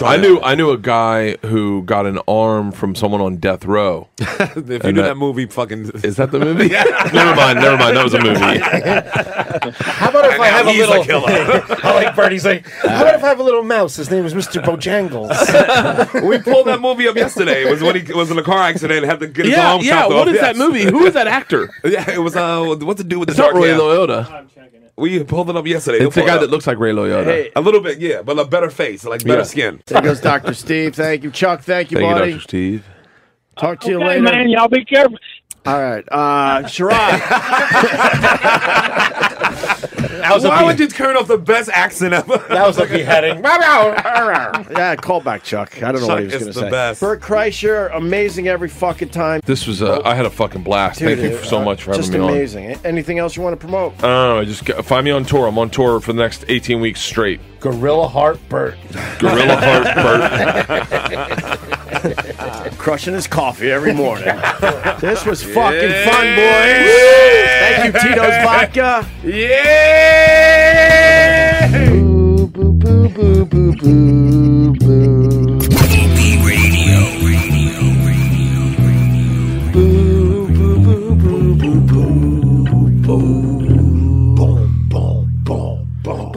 [SPEAKER 3] I knew I knew a guy who got an arm from someone on death row. if you
[SPEAKER 2] If you do that, movie, fucking
[SPEAKER 3] is that the
[SPEAKER 2] *laughs*
[SPEAKER 3] movie? never mind, never mind. That was a movie.
[SPEAKER 5] How about if I have a
[SPEAKER 2] he's the
[SPEAKER 5] little?
[SPEAKER 2] killer.
[SPEAKER 5] *laughs* I like Bertie's like. How about if I have a little mouse? His name is Mister Bojangles.
[SPEAKER 3] *laughs*
[SPEAKER 2] we pulled that movie up yesterday. It was when he was in a car accident and had to get his
[SPEAKER 3] Yeah,
[SPEAKER 2] arm
[SPEAKER 3] yeah,
[SPEAKER 2] chopped off.
[SPEAKER 3] what is that movie? Who is that actor?
[SPEAKER 2] *laughs* yeah, it was uh, what's it do with
[SPEAKER 3] It's
[SPEAKER 2] the
[SPEAKER 3] not
[SPEAKER 2] dark
[SPEAKER 3] Ray
[SPEAKER 2] hair?
[SPEAKER 3] Liotta.
[SPEAKER 2] We pulled it up yesterday.
[SPEAKER 3] It's the guy that
[SPEAKER 2] looks
[SPEAKER 3] looks like Ray Liotta.
[SPEAKER 2] a little bit, yeah, but a better face, like better
[SPEAKER 3] Yeah.
[SPEAKER 2] skin.
[SPEAKER 1] There goes Doctor Steve. Thank you, Chuck. Thank you,
[SPEAKER 3] Thank you,
[SPEAKER 1] buddy.
[SPEAKER 3] Doctor Steve.
[SPEAKER 1] Talk to you
[SPEAKER 26] Okay,
[SPEAKER 1] later,
[SPEAKER 2] *laughs*
[SPEAKER 26] man, y'all be careful.
[SPEAKER 1] All right, uh, Sherrod.
[SPEAKER 2] Why would you turn off the best accent ever? That
[SPEAKER 1] was
[SPEAKER 3] *laughs*
[SPEAKER 1] a beheading. yeah, call back Chuck. I don't know
[SPEAKER 3] Chuck
[SPEAKER 1] what he was
[SPEAKER 3] is
[SPEAKER 1] going to
[SPEAKER 3] the
[SPEAKER 1] say.
[SPEAKER 3] best.
[SPEAKER 1] Bert Kreischer, amazing every fucking time.
[SPEAKER 3] This was a. I had a fucking blast.
[SPEAKER 1] Dude,
[SPEAKER 3] Thank you so
[SPEAKER 1] uh,
[SPEAKER 3] much for having
[SPEAKER 1] just
[SPEAKER 3] me on.
[SPEAKER 1] amazing. A- Anything else you want to promote?
[SPEAKER 3] I don't know. I just got- find me on tour. I'm on tour for the next 18 weeks straight.
[SPEAKER 5] Gorilla Heart Bert.
[SPEAKER 1] *laughs*
[SPEAKER 3] Gorilla Heart Bert.
[SPEAKER 1] Crushing his coffee every morning. *laughs* this was fucking
[SPEAKER 4] Yeah.
[SPEAKER 1] fun, boys. Thank you, *laughs* Tito's Vodka.
[SPEAKER 4] Yeah.
[SPEAKER 12] OP Radio.
[SPEAKER 4] *laughs* Boo boo boo boo boo boo.